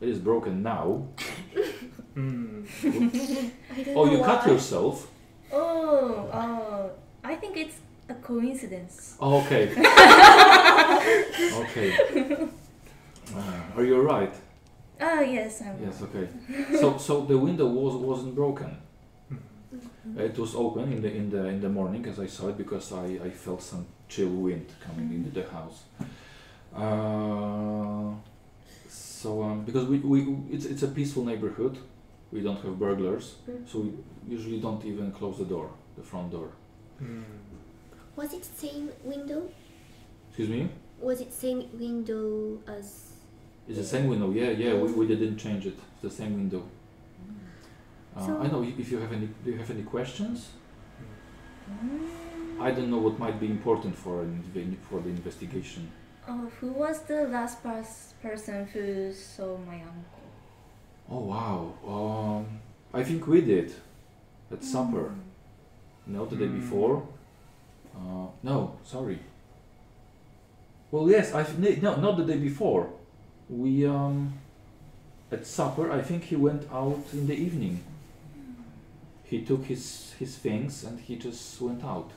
Speaker 2: it is broken now.
Speaker 5: Hmm.
Speaker 4: I don't
Speaker 2: Oh,
Speaker 4: know
Speaker 2: you cut
Speaker 4: why.
Speaker 2: yourself.
Speaker 7: Oh, oh. I think it's
Speaker 2: *laughs*
Speaker 7: a coincidence.
Speaker 2: Oh, okay. okay. Uh, are you alright?
Speaker 7: Oh yes, I'm.
Speaker 2: Yes, okay. So, so the window was wasn't broken. It was open in the in the in the morning as I saw it because I, I felt some chill wind coming into the house. Uh, so um, because we, we it's it's a peaceful neighborhood, we don't have burglars, so we usually don't even close the door, the front door.
Speaker 5: Hmm.
Speaker 4: Was it same window?
Speaker 2: Excuse me.
Speaker 4: Was it same window as?
Speaker 2: It's the same window, yeah, yeah. We, we didn't change it. It's the same window. Uh,
Speaker 4: So-
Speaker 2: I know if you have any. Do you have any questions?
Speaker 5: Hmm.
Speaker 7: Mm.
Speaker 2: I don't know what might be important for an, inve- for the investigation.
Speaker 7: Oh, who was the last pers- person who saw my uncle?
Speaker 2: Oh wow. Um, I think we did at supper. No, the day
Speaker 5: Mm.
Speaker 2: before. Uh, no, sorry. Well, yes, I th- no, not the day before. We um, at supper. I think he went out in the evening. he took his his things and he just went out,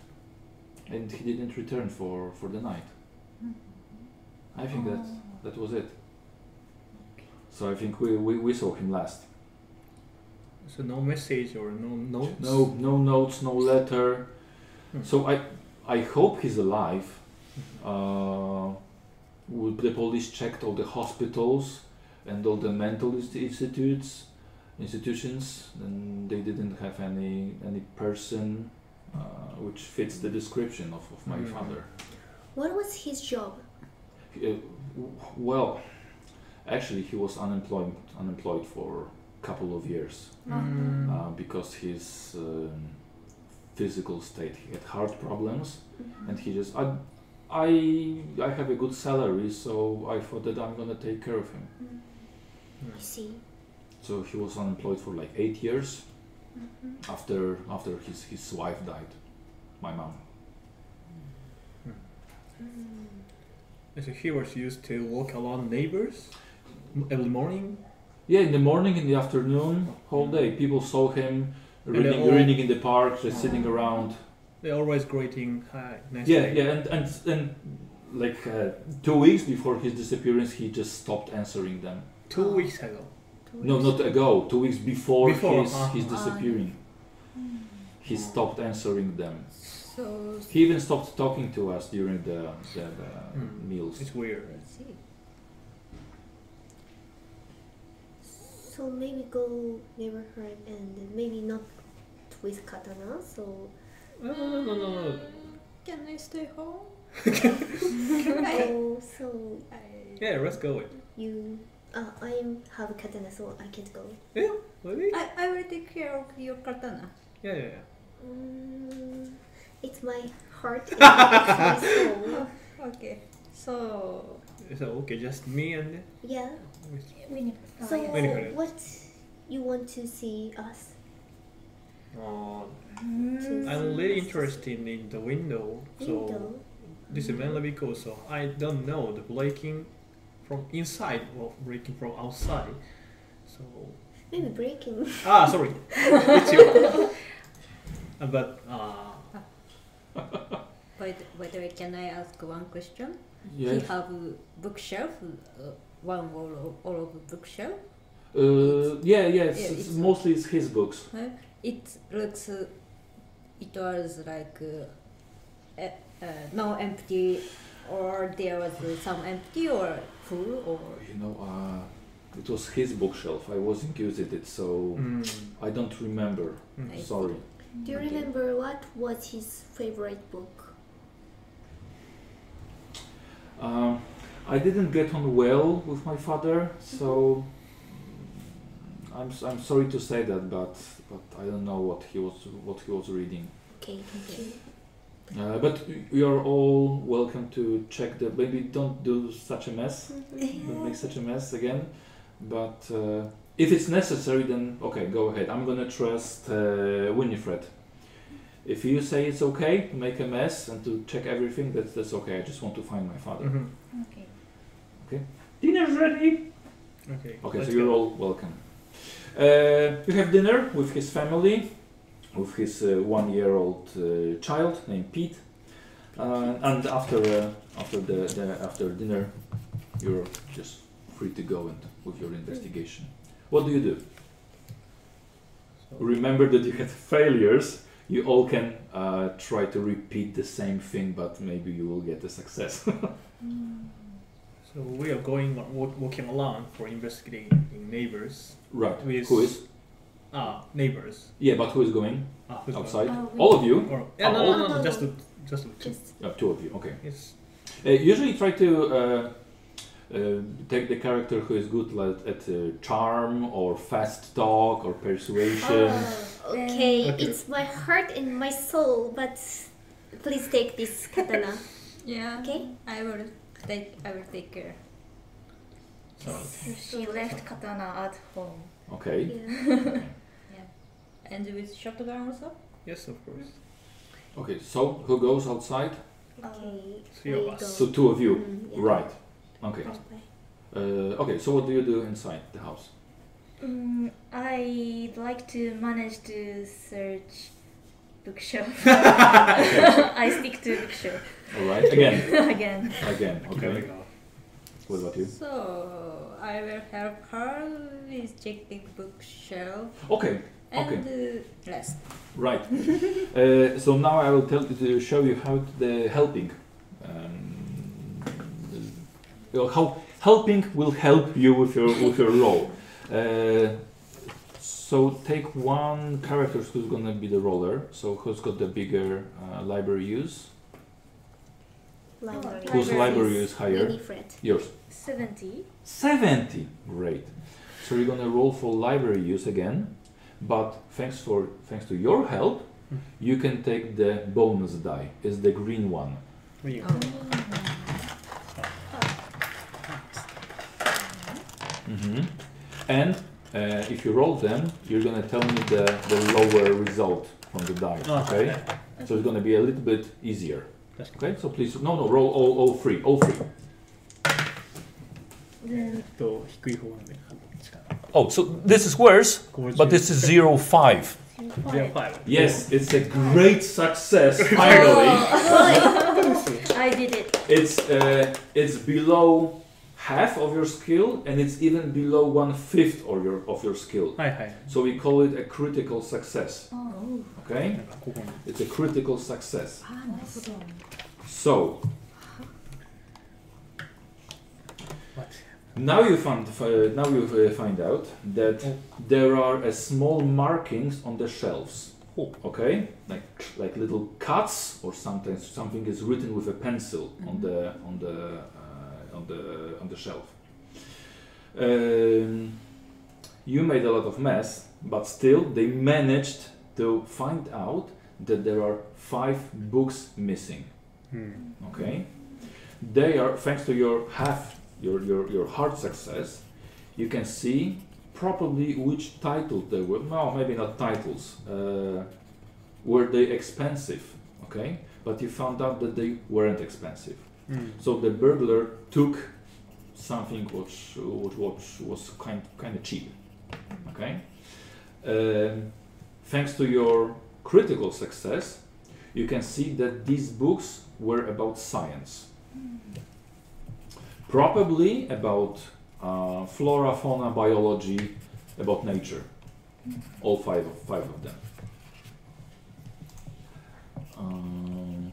Speaker 2: and he didn't return for for the night.
Speaker 7: Mm.
Speaker 2: I think that
Speaker 7: Oh.
Speaker 2: that was it. So I think we, we, we saw him last.
Speaker 5: So no message or no notes.
Speaker 2: No no notes, no letter.
Speaker 5: Hmm.
Speaker 2: So I I hope he's alive. Uh, we- the police checked all the hospitals and all the mental inst- institutes institutions and they didn't have any any person uh, which fits the description of, of my
Speaker 5: Hmm.
Speaker 2: father.
Speaker 4: What was his job?
Speaker 2: Uh, w- well, actually, he was unemployed unemployed for a couple of years
Speaker 5: Mm.
Speaker 2: uh, because his um, physical state. He had heart problems, and he just I, I I have a good salary, so I thought that I'm gonna take care of him.
Speaker 4: I Mm-hmm. see.
Speaker 2: So he was unemployed for like eight years after after his his wife died, my mom.
Speaker 5: So he was used to walk along neighbors m- every morning.
Speaker 2: Yeah, in the morning, in the afternoon, whole day. People saw him
Speaker 5: And they
Speaker 2: reading,
Speaker 5: all-
Speaker 2: reading in the park, just sitting around.
Speaker 5: They always greeting, hi, nice
Speaker 2: Yeah,
Speaker 5: day.
Speaker 2: yeah, and and, and like uh, two weeks before his disappearance, he just stopped answering them.
Speaker 5: Two weeks ago.
Speaker 2: No, not ago. Two weeks before,
Speaker 5: Before,
Speaker 2: his
Speaker 5: uh-huh.
Speaker 2: his disappearing, he stopped answering them.
Speaker 6: So
Speaker 2: He even stopped talking to us during the the, the
Speaker 5: Hmm.
Speaker 2: meals.
Speaker 5: It's weird.
Speaker 6: let's see.
Speaker 4: So maybe go neighborhood and maybe not with katana. So
Speaker 5: No, no, no, no, no.
Speaker 6: Can I stay home? I,
Speaker 4: so, so
Speaker 6: I,
Speaker 5: Yeah, let's go.
Speaker 4: you. Uh, I have a katana, so I can't go.
Speaker 5: Yeah, really?
Speaker 6: I, I will take care of your katana.
Speaker 5: Yeah, yeah, yeah.
Speaker 4: Mm, it's my heart. and my soul.
Speaker 6: Okay. So
Speaker 5: So okay, just me and
Speaker 4: Yeah.
Speaker 7: We need oh,
Speaker 4: So
Speaker 7: yes.
Speaker 5: Wait a minute.
Speaker 4: what you want to see us?
Speaker 5: uh,
Speaker 7: Mm,
Speaker 5: I'm really interested in the window. So
Speaker 4: Window.
Speaker 5: this is mainly because so I don't know the breaking from inside or breaking from outside. So
Speaker 4: Maybe breaking.
Speaker 5: ah, sorry, it's you. Uh, But uh,
Speaker 6: by the, by the way, can I ask one question? He
Speaker 2: Yes.
Speaker 6: have bookshelf, uh, one wall of, all of bookshelf.
Speaker 2: Uh, yeah, yeah. It's,
Speaker 6: Yeah,
Speaker 2: it's
Speaker 6: it's-
Speaker 2: mostly it's his books.
Speaker 6: Huh? It looks, uh, it was like uh, uh, uh, no empty, or there was uh, some empty or full or.
Speaker 2: You know, uh, it was his bookshelf. I wasn't using it, so
Speaker 5: mm,
Speaker 2: I don't remember.
Speaker 6: I-
Speaker 2: Sorry.
Speaker 4: Do you remember what was his favorite book?
Speaker 2: Um, I didn't get on well with my father, so I'm, s- I'm sorry to say that, but but I don't know what he was what he was reading.
Speaker 4: Okay, thank you.
Speaker 2: Uh, but y- you're all welcome to check the. Maybe don't do such a mess. Don't make such a mess again. But uh, if it's necessary, then okay, go ahead. I'm gonna trust uh, Winifred. If you say it's okay to make a mess and to check everything, that's that's okay. I just want to find my father.
Speaker 5: mhm.
Speaker 7: Okay.
Speaker 2: Dinner's ready.
Speaker 5: Okay.
Speaker 2: Okay,
Speaker 5: let's
Speaker 2: so you're
Speaker 5: go.
Speaker 2: all welcome. Uh, you have dinner with his family, with his uh, one-year-old uh, child named Pete, uh, and after uh, after the, the after dinner, you're just free to go and with your investigation. What do you do?
Speaker 5: So-
Speaker 2: Remember that you had failures. You all can uh, try to repeat the same thing, but maybe you will get a success. *laughs*
Speaker 7: Mm.
Speaker 5: So we are going wa- wa- walking along for investigating neighbors.
Speaker 2: right.
Speaker 5: With-
Speaker 2: Who is?
Speaker 5: Ah, neighbors.
Speaker 2: Yeah, but who is going
Speaker 5: Ah, who's
Speaker 2: outside?
Speaker 7: Oh, we-
Speaker 2: all of you.
Speaker 5: Or yeah, no, no, no, no,
Speaker 4: Oh.
Speaker 5: just to, just to,
Speaker 4: Just
Speaker 2: Uh, two of you. Okay.
Speaker 5: it's
Speaker 2: Uh, usually try to uh, uh, take the character who is good at, at uh, charm or fast talk or
Speaker 5: Uh,
Speaker 2: persuasion.
Speaker 4: Ah. oh, okay,
Speaker 5: Okay.
Speaker 4: it's my heart and my soul, but please take this
Speaker 5: *laughs*
Speaker 4: katana.
Speaker 6: Yeah.
Speaker 4: Okay.
Speaker 6: I will take. I will take care.
Speaker 5: so.
Speaker 7: She left katana at
Speaker 6: *laughs*
Speaker 7: home.
Speaker 2: Okay.
Speaker 4: Yeah.
Speaker 6: And with shotgun also.
Speaker 5: Yes, of course.
Speaker 2: Okay. So who goes outside?
Speaker 4: Okay.
Speaker 5: Three of
Speaker 4: we
Speaker 5: us.
Speaker 4: go.
Speaker 2: So two of you.
Speaker 4: Mm, yeah.
Speaker 2: Right. Okay.
Speaker 4: Bye-bye.
Speaker 2: Uh, okay. So what do you do inside the house?
Speaker 7: Mm, I'd like to manage to search bookshelf.
Speaker 2: *laughs*
Speaker 7: I stick to bookshelf
Speaker 2: All right. Again.
Speaker 7: again.
Speaker 2: Again. Okay.
Speaker 5: Going off.
Speaker 2: What about you?
Speaker 6: So I will help her with checking bookshelf
Speaker 2: Okay.
Speaker 6: and uh, rest.
Speaker 2: Right. *laughs* uh, so now I will tell to show you how the helping. Um, uh, how helping will help you with your with your role. Uh, so take one character who's gonna be the roller. So who's got the bigger uh, library use?
Speaker 4: Library.
Speaker 2: Whose library
Speaker 7: Libraries.
Speaker 2: is higher?
Speaker 4: Mini Fred.
Speaker 2: Yours.
Speaker 7: 70.
Speaker 2: 70. Great. So you're gonna roll for library use again, but thanks for thanks to your help, you can take the bonus die. It's the green one.
Speaker 5: When
Speaker 2: Ah.
Speaker 5: you-
Speaker 2: Mm-hmm. And uh, if you roll them, you're gonna tell me the, the lower result from the die.
Speaker 5: Oh,
Speaker 2: okay.
Speaker 5: okay.
Speaker 2: So it's gonna be a little bit easier.
Speaker 5: That's good.
Speaker 2: Okay. So please, no, no, roll all, all three, all three.
Speaker 7: Mm, Then
Speaker 5: と低い方なんで。
Speaker 8: Oh, so this is worse, but this is zero five.
Speaker 5: 0.5。
Speaker 2: Yes, it's a great success. Finally,
Speaker 7: I did it.
Speaker 2: it's uh, it's below half of your skill, and it's even below one fifth of your of your skill.
Speaker 5: はいはい。
Speaker 2: So we call it a critical success.
Speaker 7: Oh,
Speaker 2: Okay.
Speaker 5: なんかここに。
Speaker 2: It's a critical success.
Speaker 6: Ah,
Speaker 2: So
Speaker 5: What?
Speaker 2: now you find f- uh, now you uh, find out that there are uh, small markings on the shelves.
Speaker 5: Oh.
Speaker 2: Okay, like like little cuts or sometimes something is written with a pencil on the on the uh, on the on the shelf. Um, you made a lot of mess, but still they managed to find out that there are five books missing.
Speaker 5: うん。
Speaker 2: Okay. They are thanks to your half your your your hard success, you can see probably which title they were. No, maybe not titles. Uh, were they expensive? Okay, but you found out that they weren't expensive.
Speaker 5: うん。
Speaker 2: So the burglar took something which which, which was kind kind of cheap. Okay. Um, thanks to your critical success, you can see that these books were about science,
Speaker 7: Mm.
Speaker 2: probably about uh, flora, fauna, biology, about nature. All five of five of them. Um,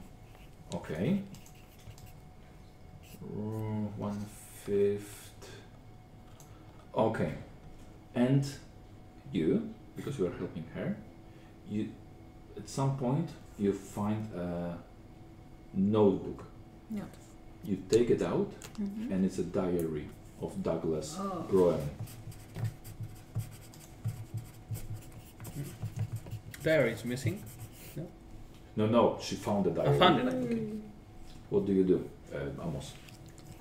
Speaker 2: okay. Mm, one fifth. Okay. And you, because you are helping her, you at some point you find a notebook.
Speaker 6: No.
Speaker 2: You take it out
Speaker 7: Mm-hmm.
Speaker 2: and it's a diary of Douglas
Speaker 6: Oh.
Speaker 2: Groen.
Speaker 5: Diary is missing. *laughs*
Speaker 2: No no, she found the
Speaker 5: I
Speaker 2: diary.
Speaker 5: found it.
Speaker 4: Mm.
Speaker 5: Okay.
Speaker 2: What do you do? Uh, Amos.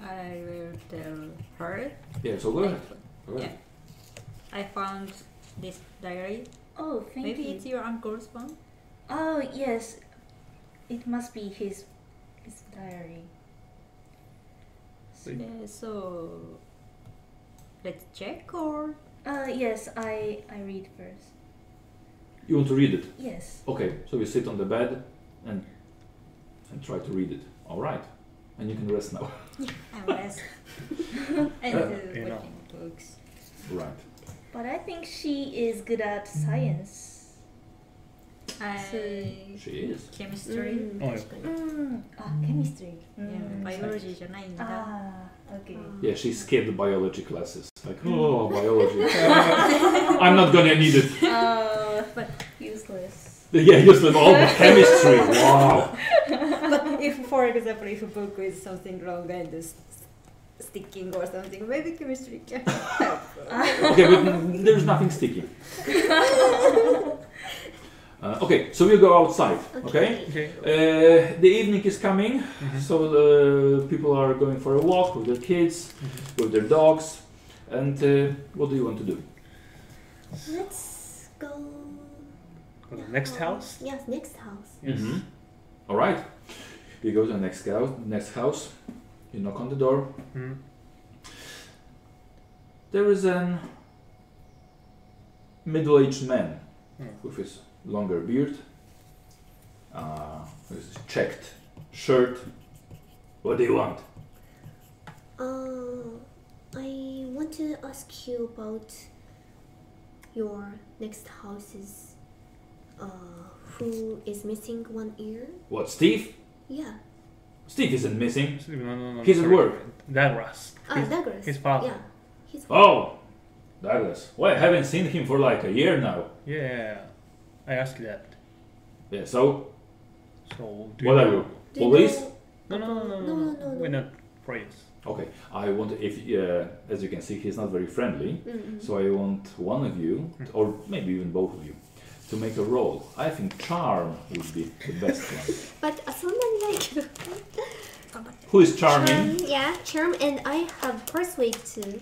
Speaker 6: I will tell her.
Speaker 2: Yeah, so go
Speaker 6: I-
Speaker 2: ahead. Go ahead.
Speaker 6: Yeah. I found this diary.
Speaker 7: Oh, thank
Speaker 6: Maybe
Speaker 7: you.
Speaker 6: it's your uncle's one.
Speaker 7: Oh, yes. It must be his his diary.
Speaker 5: Wait.
Speaker 6: Uh, so let's check or
Speaker 7: Uh, yes, I I read first.
Speaker 2: You want to read it?
Speaker 7: Yes.
Speaker 2: Okay, so you sit on the bed and and try to read it. Alright. And you can rest now.
Speaker 6: I'm *laughs* rest and
Speaker 2: Uh,
Speaker 6: uh,
Speaker 5: you know.
Speaker 6: watching books.
Speaker 2: *laughs* right.
Speaker 7: But I think she is good at
Speaker 2: Mm.
Speaker 7: science.
Speaker 6: I
Speaker 2: She is.
Speaker 6: chemistry.
Speaker 2: Oh,
Speaker 5: おい
Speaker 7: Mm. Ah, chemistry.
Speaker 6: Yeah,
Speaker 7: Mm.
Speaker 6: biology じゃないんだ。
Speaker 7: Ah, okay.
Speaker 5: Um,
Speaker 2: Yeah, she skipped biology classes. Like, oh, biology.
Speaker 5: *laughs*
Speaker 2: I'm not gonna need it. *laughs*
Speaker 7: uh,
Speaker 6: But- *laughs*
Speaker 7: useless.
Speaker 2: Yeah, just with all the chemistry. Wow.
Speaker 6: but Ah, if, for example, if a book is something wrong and is sticking or something, maybe chemistry can help.
Speaker 2: Okay, but there's nothing sticky. Uh, okay, so we'll go outside. Okay.
Speaker 5: Okay.
Speaker 2: Uh, the evening is coming,
Speaker 5: Mm-hmm.
Speaker 2: so uh, people are going for a walk with their kids, with their dogs, and uh, what do you want to do?
Speaker 4: Let's go.
Speaker 5: For the next house.
Speaker 4: Yes, next house.
Speaker 5: Mm-hmm.
Speaker 2: Mhm. All right. You go to the next house. Next house. You knock
Speaker 5: Mm-hmm.
Speaker 2: on the door.
Speaker 5: Mm.
Speaker 2: There is an middle-aged man
Speaker 5: Mm.
Speaker 2: with his longer beard, uh, with his checked shirt. What do you want?
Speaker 4: Uh, I want to ask you about your next houses. Uh, who is missing one ear?
Speaker 2: What, Steve?
Speaker 4: Yeah.
Speaker 2: Steve isn't missing.
Speaker 5: No, no, no,
Speaker 2: He's at
Speaker 5: sorry.
Speaker 2: work.
Speaker 5: Dagras.
Speaker 4: Ah,
Speaker 5: His-
Speaker 4: Douglas.
Speaker 5: his father.
Speaker 4: Yeah. His
Speaker 2: Oh, Douglas. Well, I haven't seen him for like a year now.
Speaker 5: Yeah, I asked that.
Speaker 2: Yeah, so
Speaker 5: So do
Speaker 2: what
Speaker 5: you
Speaker 2: are you?
Speaker 4: Do you
Speaker 2: Police?
Speaker 4: know-
Speaker 5: No, no, no, no,
Speaker 4: No, no, no,
Speaker 5: We're
Speaker 4: no.
Speaker 5: not prayers.
Speaker 2: Okay, I want if uh, as you can see he's not very friendly,
Speaker 4: Mm-hmm.
Speaker 2: so I want one of you or maybe even both of you to make a roll. I think charm would be the best
Speaker 4: *laughs*
Speaker 2: one.
Speaker 4: But uh, someone like *laughs*
Speaker 2: Who is charming?
Speaker 4: Charm, yeah, charm, and I have persuade too.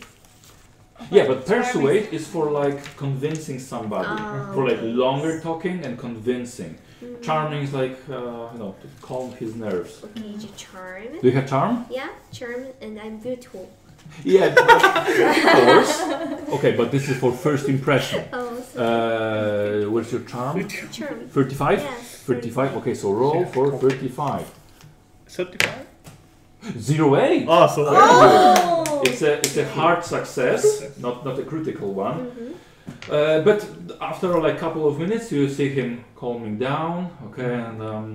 Speaker 2: Yeah, but persuade is for like convincing somebody,
Speaker 4: Ah,
Speaker 2: for like
Speaker 4: okay. Mm-hmm.
Speaker 2: longer talking and convincing. Charming is like uh, you know to calm his nerves.
Speaker 4: Okay, you charm.
Speaker 2: Do you have charm?
Speaker 4: Mm-hmm. Yeah, charm, and I'm beautiful.
Speaker 2: Yeah, of
Speaker 4: *laughs*
Speaker 2: course. Okay, but this is for first impression.
Speaker 4: Oh, so
Speaker 2: Uh, where's your charm?
Speaker 4: charm.
Speaker 2: 35?
Speaker 4: Yes,
Speaker 2: 35. Okay, so roll for 35.
Speaker 5: Certified?
Speaker 2: Zero eight.
Speaker 5: Oh, so
Speaker 2: It's a it's a hard success, not not a critical one.
Speaker 4: Mm-hmm.
Speaker 2: Uh, but after like a couple of minutes, you see him calming down. Okay, and um,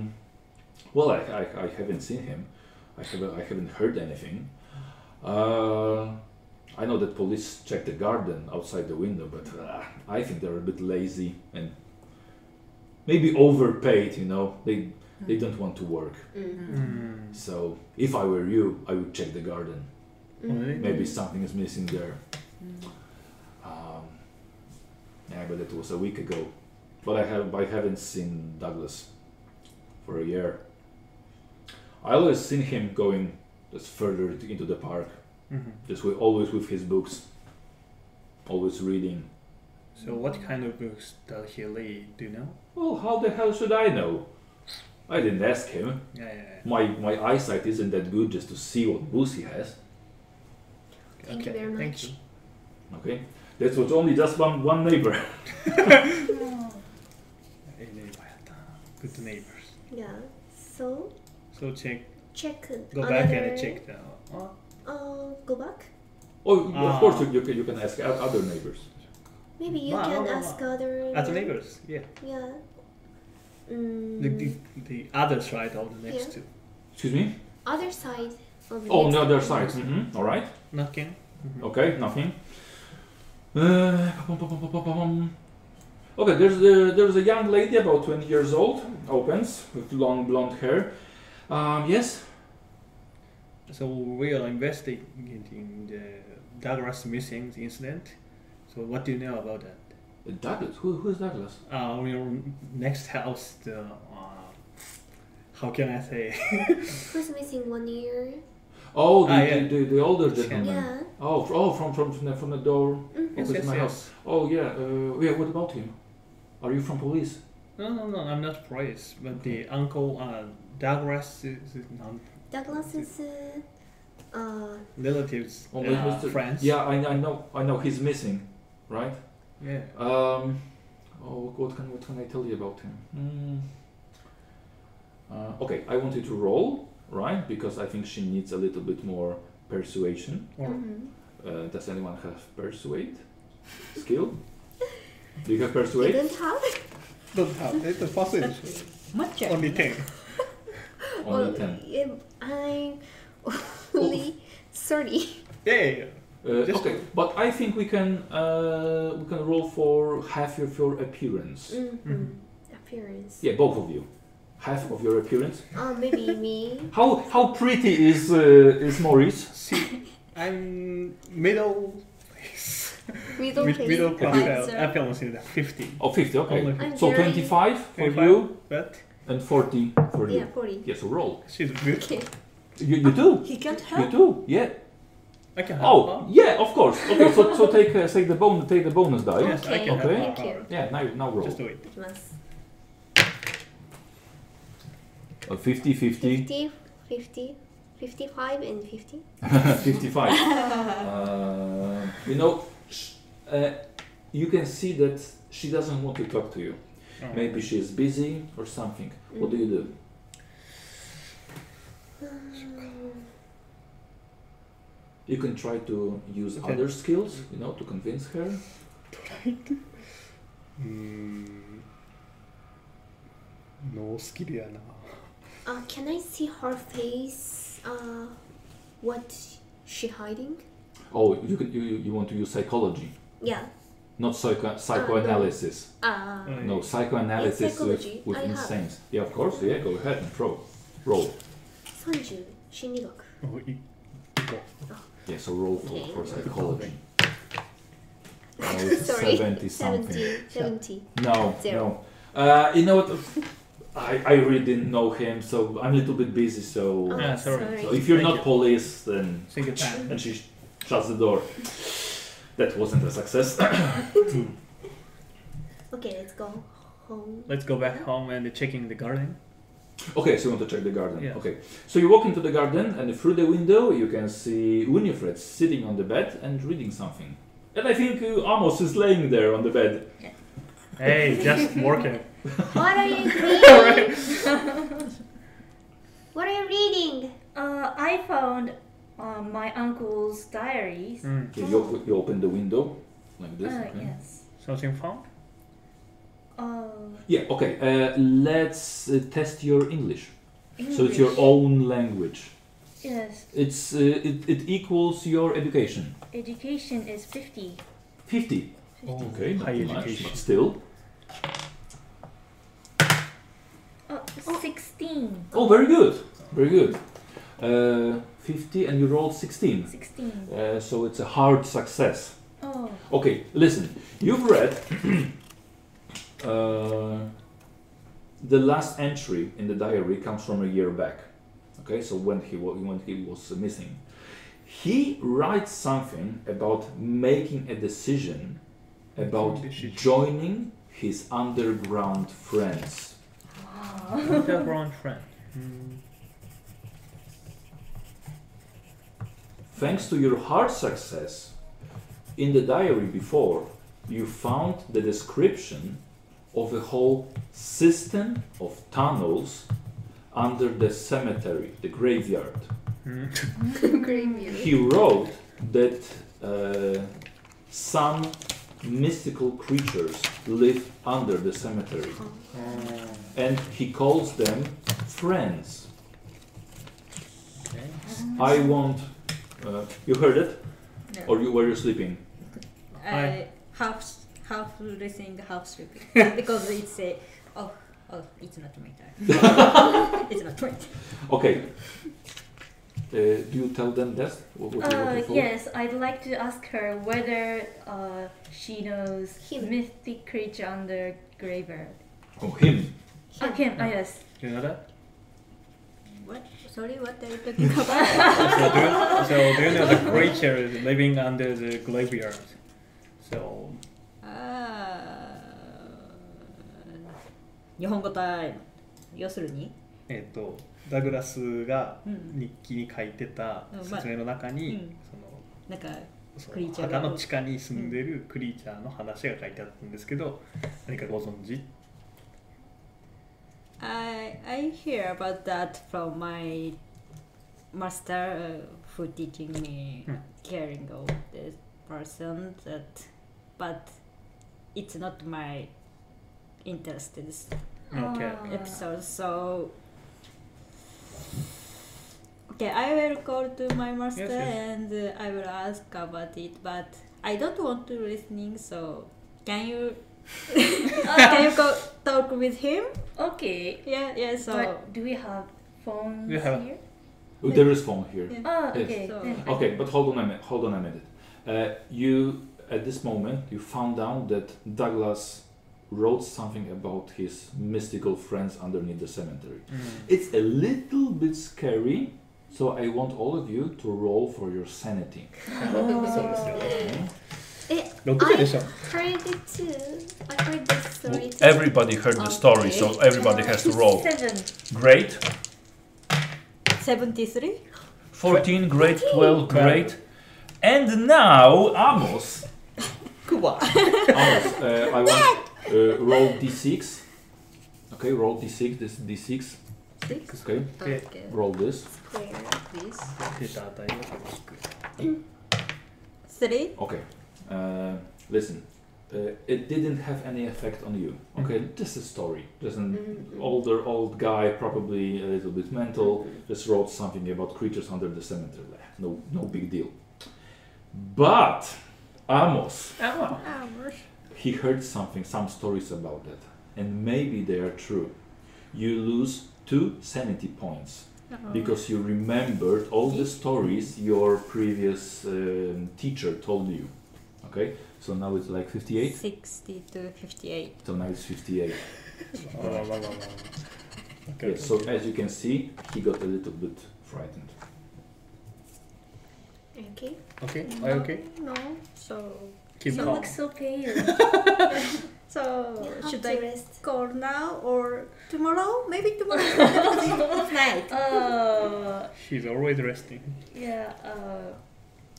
Speaker 2: well, I, I, I haven't seen him. I haven't I haven't heard anything. Uh, I know that police check the garden outside the window, but uh, I think they're a bit lazy and maybe overpaid. You know, they they don't want to work.
Speaker 5: Mm-hmm.
Speaker 2: So if I were you, I would check the garden.
Speaker 4: Mm-hmm. Mm.
Speaker 2: Maybe something is missing there. Um, yeah, but it was a week ago. But I have I haven't seen Douglas for a year. I always seen him going just further t- into the park,
Speaker 5: Mm-hmm.
Speaker 2: just with, always with his books, always reading.
Speaker 5: So what kind of books does he read? Do you know?
Speaker 2: Well, how the hell should I know? I didn't ask him.
Speaker 5: Yeah, yeah.
Speaker 2: My my eyesight isn't that good just to see what books he has.
Speaker 5: yeah.
Speaker 4: Thank you
Speaker 5: Okay,
Speaker 4: very
Speaker 5: thank
Speaker 4: much.
Speaker 5: you.
Speaker 2: Okay, that was only just one one neighbor. *laughs*
Speaker 5: Hey, neighbor. Good neighbors.
Speaker 4: Yeah. So
Speaker 5: So check.
Speaker 4: check.
Speaker 5: Go back
Speaker 4: another-
Speaker 5: and check the. Oh,
Speaker 4: Uh, go back.
Speaker 2: Oh, of
Speaker 5: Ah.
Speaker 2: course you, you, can, you can ask o- other neighbors.
Speaker 4: Maybe you
Speaker 5: Ma-
Speaker 4: can
Speaker 5: ma- ma-
Speaker 4: ask other.
Speaker 5: other neighbors. Yeah.
Speaker 4: Yeah.
Speaker 5: The,
Speaker 4: Mm,
Speaker 5: the, the other side of the next
Speaker 4: Yeah.
Speaker 5: two.
Speaker 2: Excuse me?
Speaker 4: other side of the.
Speaker 2: Oh, on
Speaker 4: next
Speaker 2: the other
Speaker 4: one.
Speaker 2: side. Mm-hmm. All right.
Speaker 5: Knocking.
Speaker 2: Okay, nothing. Uh, pum, pum, pum, pum, pum, pum. okay, there's the, there's a young lady about 20 years old, opens with long blonde hair. Um, yes?
Speaker 5: So we are investigating the Douglas missing incident. So what do you know about that?
Speaker 2: Douglas? Who, who is Douglas?
Speaker 5: Uh, your next house, the uh, how can I
Speaker 2: *laughs*
Speaker 5: say?
Speaker 4: Who's missing one ear?
Speaker 2: Oh, the,
Speaker 5: Ah, yeah.
Speaker 2: the, the, the older gentleman.
Speaker 4: Yeah.
Speaker 2: Oh, fr- oh from, from, from, the, from the door opposite
Speaker 5: yes,
Speaker 2: my
Speaker 5: yes.
Speaker 2: house. Oh, yeah. Uh, yeah, what about him? Are you from police?
Speaker 5: No, no, no. I'm not praised, but the uncle uh, Douglas um,
Speaker 4: Douglas is. Uh, uh,
Speaker 5: relatives,
Speaker 2: Oh,
Speaker 5: uh,
Speaker 2: Mr.
Speaker 5: friends.
Speaker 2: Yeah, I, I know, I know. He's missing, right?
Speaker 5: yeah.
Speaker 2: Um, oh, what can what can I tell you about him? Mm. Uh, okay, I want you to roll, right? Because I think she needs a little bit more persuasion.
Speaker 5: Or
Speaker 4: mm-hmm.
Speaker 2: Uh, does anyone have persuade
Speaker 5: *laughs*
Speaker 2: skill? Do you have
Speaker 4: you
Speaker 2: persuade?
Speaker 4: don't
Speaker 2: *laughs*
Speaker 4: have?
Speaker 5: don't have. It's a sausage.
Speaker 6: Much.
Speaker 5: Only ten.
Speaker 4: Well,
Speaker 2: Only ten.
Speaker 4: Oh, yeah, I'm only 30.
Speaker 5: Yeah, yeah, yeah.
Speaker 2: Uh,
Speaker 5: just-
Speaker 2: okay, but I think we can uh, we can roll for half of your appearance.
Speaker 5: Mm.
Speaker 4: Mm-hmm. Appearance.
Speaker 2: Yeah, both of you, half of your appearance. *laughs*
Speaker 4: Oh, maybe me.
Speaker 2: How how pretty is uh, is Maurice?
Speaker 5: See, I'm middle. place.
Speaker 4: Middle
Speaker 5: Mid-
Speaker 4: place.
Speaker 5: middle class.
Speaker 4: Fine,
Speaker 5: I-
Speaker 4: sir.
Speaker 5: I feel in the fifty.
Speaker 2: Oh, 50, okay.
Speaker 5: Only
Speaker 4: I'm
Speaker 2: so
Speaker 4: very-
Speaker 2: 25 for
Speaker 5: 25.
Speaker 2: you
Speaker 5: But
Speaker 2: and 40 for
Speaker 4: Yeah,
Speaker 2: you.
Speaker 4: 40.
Speaker 2: Yes, roll.
Speaker 5: she's beautiful.
Speaker 4: Okay.
Speaker 2: You, you do.
Speaker 6: He can't
Speaker 2: You
Speaker 6: help.
Speaker 2: do. Yeah.
Speaker 5: I can help.
Speaker 2: Oh, yeah, of course. Okay, so, so take uh, take the bonus take the bonus die.
Speaker 5: Yes, I can
Speaker 2: Okay.
Speaker 5: help.
Speaker 4: Thank
Speaker 5: her.
Speaker 2: Yeah, now now roll.
Speaker 5: Just do it.
Speaker 4: Plus
Speaker 2: Uh, 50 50
Speaker 4: 50, 50, 55, and 50.
Speaker 2: *laughs*
Speaker 5: *laughs*
Speaker 2: 55. uh, you know sh- uh, you can see that she doesn't want to talk to you.
Speaker 5: Oh.
Speaker 2: Maybe she is busy or something. What do you do?
Speaker 4: Um,
Speaker 2: You can try to use
Speaker 5: Okay.
Speaker 2: other skills, you know, to convince her.
Speaker 5: Mm. No skill やな。
Speaker 4: Uh, can I see her face? Uh, what she hiding?
Speaker 2: Oh, you can, you, you want to use psychology,
Speaker 4: Yeah.
Speaker 2: not psycho, psychoanalysis.
Speaker 4: Uh,
Speaker 5: Mm.
Speaker 2: No, psychoanalysis with,
Speaker 4: Psychology,
Speaker 2: with
Speaker 4: I have.
Speaker 2: insanes. Yeah, of course. Yeah, go ahead and throw. Roll.
Speaker 4: 30, 心理学.
Speaker 5: おいこ
Speaker 2: Yeah, so roll for, for
Speaker 4: *laughs*
Speaker 2: psychology. No, it's
Speaker 4: Sorry.
Speaker 2: 70 something.
Speaker 4: 70, 70.
Speaker 2: No,
Speaker 4: Zero.
Speaker 2: no. Uh, you know what? I, I really didn't know him, so I'm a little bit busy. So,
Speaker 4: Oh,
Speaker 5: Yeah, sorry.
Speaker 2: so if you're
Speaker 5: Thank
Speaker 2: not
Speaker 5: you.
Speaker 2: police, then
Speaker 5: Say goodbye.
Speaker 2: and she sh- shuts the door. That wasn't a success.
Speaker 4: Okay, let's go home.
Speaker 5: Let's go back home and checking the garden.
Speaker 2: okay, so you want to check the garden?
Speaker 5: Yeah.
Speaker 2: Okay, so you walk into the garden, and through the window you can see Winifred sitting on the bed and reading something. And I think uh, Amos is laying there on the bed.
Speaker 5: Hey, just working.
Speaker 4: What
Speaker 6: *laughs*
Speaker 4: are you reading? what are you reading?
Speaker 7: *laughs* Uh, I found uh, my uncle's diaries.
Speaker 5: Mm.
Speaker 2: Okay, you, op- you open the window like this.
Speaker 7: Uh,
Speaker 2: okay.
Speaker 7: yes.
Speaker 5: Something fun?
Speaker 7: Uh,
Speaker 2: Yeah, okay. Uh, let's uh, test your English.
Speaker 7: English.
Speaker 2: So it's your own language.
Speaker 7: Yes.
Speaker 2: It's uh, it, it equals your education.
Speaker 7: Education is 50.
Speaker 2: Fifty. Okay, not
Speaker 5: High
Speaker 2: too much,
Speaker 5: education.
Speaker 2: but still.
Speaker 7: Oh, 16.
Speaker 2: Oh, very good, very good. Uh, Fifty, and you rolled sixteen.
Speaker 7: 16.
Speaker 2: Uh, so it's a hard success.
Speaker 7: Oh,
Speaker 2: Okay, listen. You've read *clears throat* uh, the last entry in the diary comes from a year back. Okay, so when he wa- when he was missing, he writes something about making a decision about
Speaker 5: Decision.
Speaker 2: joining his underground friends.
Speaker 5: Underground friend. Mm.
Speaker 2: Thanks to your hard success in the diary before, you found the description of a whole system of tunnels under the cemetery, the graveyard. He wrote that uh, some mystical creatures live under the cemetery, and he calls them friends.
Speaker 5: Okay.
Speaker 2: I want. Uh, you heard it, or you were you sleeping? *laughs*
Speaker 5: I-
Speaker 6: I uh, half half listening, half sleeping because it's a oh oh it's not my time. it's not my time.
Speaker 2: Okay. Uh, do you tell them that? What, what you
Speaker 7: uh,
Speaker 2: looking for?
Speaker 7: yes, I'd like to ask her whether uh, she knows
Speaker 4: Him.
Speaker 7: mythic creature under graveyard.
Speaker 2: Oh, him.
Speaker 7: Oh, him, oh, yes.
Speaker 5: Do you know that?
Speaker 6: What? Sorry, what are you talking about?
Speaker 5: so, do you, so do you know the creature living under the graveyard? So,
Speaker 6: あー日本語タイム要するに
Speaker 5: えっ、とダグラスが
Speaker 6: うん
Speaker 5: 日記に書いてた
Speaker 6: うん
Speaker 5: 説明の中に、
Speaker 6: うんなんか
Speaker 5: そ
Speaker 6: ク
Speaker 5: の
Speaker 6: リ
Speaker 5: そ
Speaker 6: ー
Speaker 5: の
Speaker 6: チャーが
Speaker 5: 墓の地下に住んでるクリーチャーの話が書いてあったんですけど何かご存知
Speaker 6: I I hear about that from my master uh, who teaching me
Speaker 5: Hmm.
Speaker 6: caring of this person that but it's not my interest in this
Speaker 5: Okay.
Speaker 7: Ah.
Speaker 6: episode so okay I will call to my master
Speaker 5: Yes, yes.
Speaker 6: and uh, I will ask about it but I don't want to listening so can *laughs* you can you go talk with him
Speaker 7: Okay.
Speaker 6: yeah yeah so
Speaker 7: But do we have phones
Speaker 5: We have-
Speaker 7: here?
Speaker 2: Oh, there is phone here.
Speaker 6: Yeah.
Speaker 7: Oh,
Speaker 2: Yes.
Speaker 7: okay.
Speaker 6: So-
Speaker 7: then I
Speaker 2: Okay,
Speaker 7: can-
Speaker 2: but hold on a minute. Hold on a minute. Uh, you at this moment you found out that Douglas wrote something about his mystical friends underneath the cemetery. It's a little bit scary, so I want all of you to roll for your sanity.
Speaker 7: Uh,
Speaker 5: 6でしょ
Speaker 4: Heard it too. I heard this story too.
Speaker 9: Everybody heard the story, so everybody has to roll.
Speaker 7: Seven.
Speaker 9: Great.
Speaker 6: 73
Speaker 9: 14, great. 12, great. And now, Amos,
Speaker 5: Kuba.
Speaker 2: Honest, uh, I want uh, roll d6. Okay, roll d6. This d6.
Speaker 6: Six?
Speaker 2: Okay,
Speaker 5: Okay.
Speaker 6: Okay.
Speaker 2: roll this.
Speaker 4: Square.
Speaker 6: This.
Speaker 5: It's
Speaker 6: Three?
Speaker 2: Okay, uh, listen. Uh, it didn't have any effect on you. Okay, just a story. Just an older old guy, probably a little bit mental, just wrote something about creatures under the cemetery. No, no big deal. But Amos,
Speaker 5: Oh,
Speaker 6: Hours.
Speaker 2: he heard something, some stories about that, and maybe they are true. You lose two sanity points because you remembered all the stories your previous um, teacher told you. Okay, so now it's like 58.
Speaker 6: 60 to 58.
Speaker 2: So now it's 58. Yes, so as you can see, he got a little bit frightened.
Speaker 4: Okay.
Speaker 5: Okay, are you okay?
Speaker 6: No, so.
Speaker 5: Keep
Speaker 7: You
Speaker 5: calm.
Speaker 7: look so pale. *laughs*
Speaker 4: You
Speaker 6: So,
Speaker 4: have
Speaker 6: should
Speaker 4: to
Speaker 6: I
Speaker 4: rest.
Speaker 6: call now or tomorrow? Maybe tomorrow. *laughs* Night.
Speaker 7: Uh,
Speaker 5: She's always resting.
Speaker 7: yeah. Uh,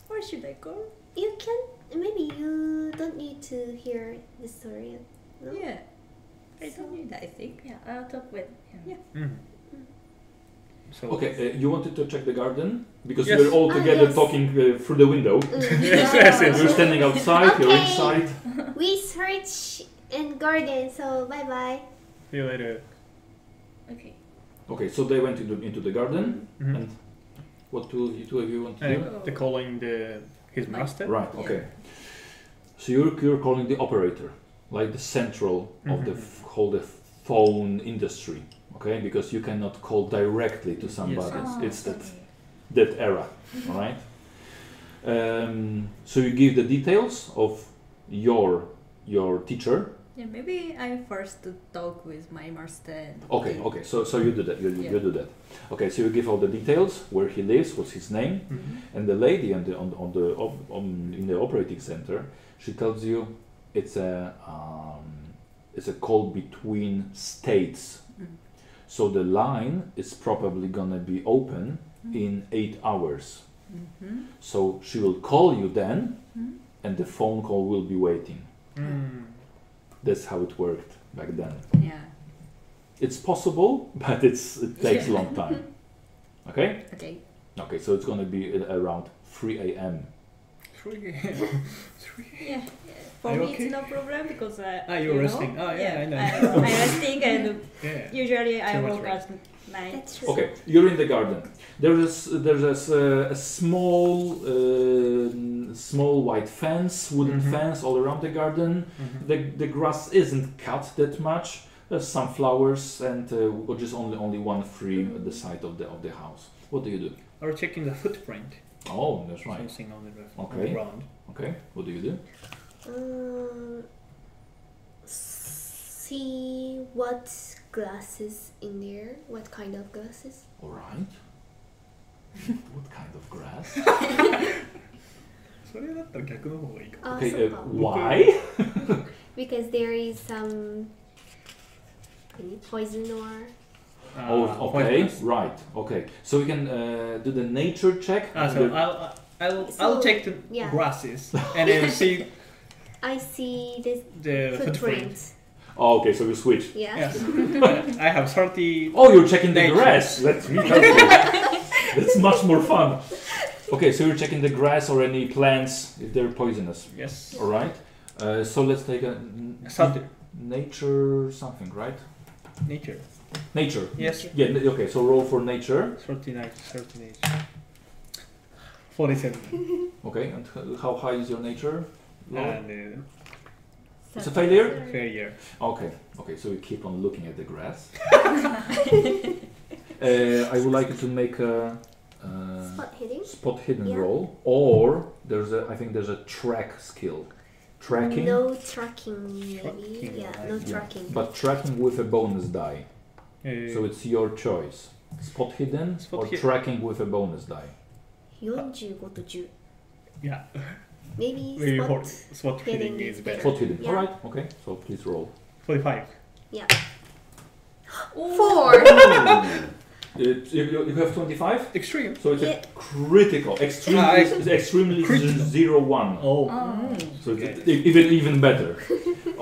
Speaker 6: Or should I call?
Speaker 4: You can. Maybe you don't need to hear the story. No?
Speaker 6: Yeah. I don't need, I think.
Speaker 7: yeah. I'll talk with him.
Speaker 6: Yeah.
Speaker 5: So
Speaker 2: Okay, uh, you wanted to check the garden because
Speaker 5: Yes.
Speaker 2: you were all
Speaker 4: Ah,
Speaker 2: together
Speaker 4: yes.
Speaker 2: talking uh, through the window.
Speaker 5: *laughs* yes, yes, yes.
Speaker 2: You're standing outside. You're
Speaker 4: Okay.
Speaker 2: inside.
Speaker 4: we search in garden. So bye bye.
Speaker 5: See you later.
Speaker 7: Okay.
Speaker 2: Okay, so they went into, into the garden,
Speaker 5: Mhm.
Speaker 2: and what two of you, two of you want to
Speaker 5: And
Speaker 2: do?
Speaker 7: Oh,
Speaker 5: the calling the his master.
Speaker 2: Right. Okay. So you're, you're calling the operator, like the central of the f- whole the phone industry. Okay, because you cannot call directly to somebody.
Speaker 7: Oh,
Speaker 2: It's that
Speaker 7: okay.
Speaker 2: that era, all right? Um, so you give the details of your your teacher.
Speaker 6: Yeah, maybe I first to talk with my master. and-
Speaker 2: Okay, okay. So so you do that. You, you-
Speaker 6: Yeah.
Speaker 2: you do that. Okay, so you give all the details, where he lives, what's his name, and the lady on the on, on the op- on, in the operating center, she tells you it's a um, it's a call between states. So the line is probably gonna be open in eight hours.
Speaker 6: Mm-hmm.
Speaker 2: So she will call you then, and the phone call will be waiting.
Speaker 5: Mm.
Speaker 2: That's how it worked back then.
Speaker 6: Yeah.
Speaker 2: It's possible, *laughs* but it's it takes a long time. Okay.
Speaker 6: Okay.
Speaker 2: Okay. So it's gonna be a- around 3 a.m.
Speaker 5: Three. Three.
Speaker 6: Yeah. For
Speaker 5: Are you
Speaker 6: me,
Speaker 5: okay?
Speaker 6: it's no problem because I.
Speaker 5: Ah, you're
Speaker 6: you
Speaker 5: resting. Ah, yeah, I know. *laughs*
Speaker 6: I'm resting, and
Speaker 5: Yeah.
Speaker 6: usually I
Speaker 5: Too much
Speaker 6: work
Speaker 5: rest.
Speaker 6: at night.
Speaker 4: That's true.
Speaker 2: Okay. You're in the garden. There's there's a, s- uh, a small uh, small white fence, wooden
Speaker 5: Mhm.
Speaker 2: fence all around the garden.
Speaker 5: Mm-hmm.
Speaker 2: The the grass isn't cut that much. There's some flowers and uh, or just only only one tree at the side of the of the house. What do you do?
Speaker 5: Or checking the footprint.
Speaker 2: Oh, that's right.
Speaker 5: Something on the, on the
Speaker 2: Okay.
Speaker 5: ground.
Speaker 2: Okay. What do you do?
Speaker 4: Um, see what glasses in there. What kind of glasses?
Speaker 2: All right. what kind of grass?
Speaker 5: それだったら逆の方がいいか。
Speaker 4: Uh,
Speaker 2: Okay, uh,
Speaker 4: sofa.
Speaker 2: why?
Speaker 4: because there is some any poison or
Speaker 5: Ah, Uh,
Speaker 2: Oh, okay, right, okay. So we can uh, do the nature check.
Speaker 5: Ah, so
Speaker 2: The-
Speaker 5: I'll, I'll, I'll
Speaker 4: So,
Speaker 5: check the
Speaker 4: yeah.
Speaker 2: *laughs*
Speaker 5: grasses and then see
Speaker 4: I see this
Speaker 5: the footprint.
Speaker 4: footprint.
Speaker 2: oh, okay, so we switch.
Speaker 4: Yeah.
Speaker 5: Yes. I have 30.
Speaker 2: Oh, you're checking the
Speaker 5: Nature.
Speaker 2: grass. That's me. That's
Speaker 5: *laughs*
Speaker 2: much more fun. Okay, so you're checking the grass or any plants if they're poisonous.
Speaker 5: Yes.
Speaker 2: All right. Uh, so let's take a n-
Speaker 5: Something.
Speaker 2: nature something, right?
Speaker 5: Nature.
Speaker 2: Nature.
Speaker 5: Yes.
Speaker 2: Yeah. n- Okay. So roll for nature.
Speaker 5: 39, 39. 47.
Speaker 2: Okay. And h- how high is your nature? Roll.
Speaker 5: And
Speaker 2: It's a failure.
Speaker 5: uh, failure.
Speaker 2: Okay, okay, so we keep on looking at the grass. uh, I would like you to make a uh,
Speaker 4: Spot hitting.
Speaker 2: spot hidden
Speaker 4: Yeah.
Speaker 2: roll, or there's a, I think there's a track skill. Tracking,
Speaker 4: No tracking maybe.
Speaker 5: Tracking,
Speaker 4: yeah,
Speaker 5: right.
Speaker 4: no
Speaker 2: Yeah.
Speaker 4: tracking.
Speaker 2: but tracking with a bonus die.
Speaker 5: Uh,
Speaker 2: So it's your choice. Spot hidden
Speaker 5: Spot
Speaker 2: or
Speaker 5: hid-
Speaker 2: tracking with a bonus die.
Speaker 4: 45 to 10.
Speaker 5: yeah.
Speaker 4: Maybe
Speaker 5: Maybe
Speaker 4: spot.
Speaker 5: hot spot feeling
Speaker 4: feeling
Speaker 5: is
Speaker 4: is
Speaker 5: better.
Speaker 2: Spot hidden.
Speaker 4: Yeah.
Speaker 2: Alright, okay, so please roll.
Speaker 5: 45.
Speaker 4: Four.
Speaker 2: Uh, you, you have 25,
Speaker 5: Extreme.
Speaker 2: so it's
Speaker 4: Yeah.
Speaker 2: a critical. Extremely,
Speaker 5: Ah, ex-
Speaker 2: it's extremely
Speaker 5: critical.
Speaker 2: zero one.
Speaker 4: Mm.
Speaker 5: Oh.
Speaker 7: Oh.
Speaker 2: So it's
Speaker 5: Okay.
Speaker 2: e- even even
Speaker 5: *laughs*
Speaker 2: better.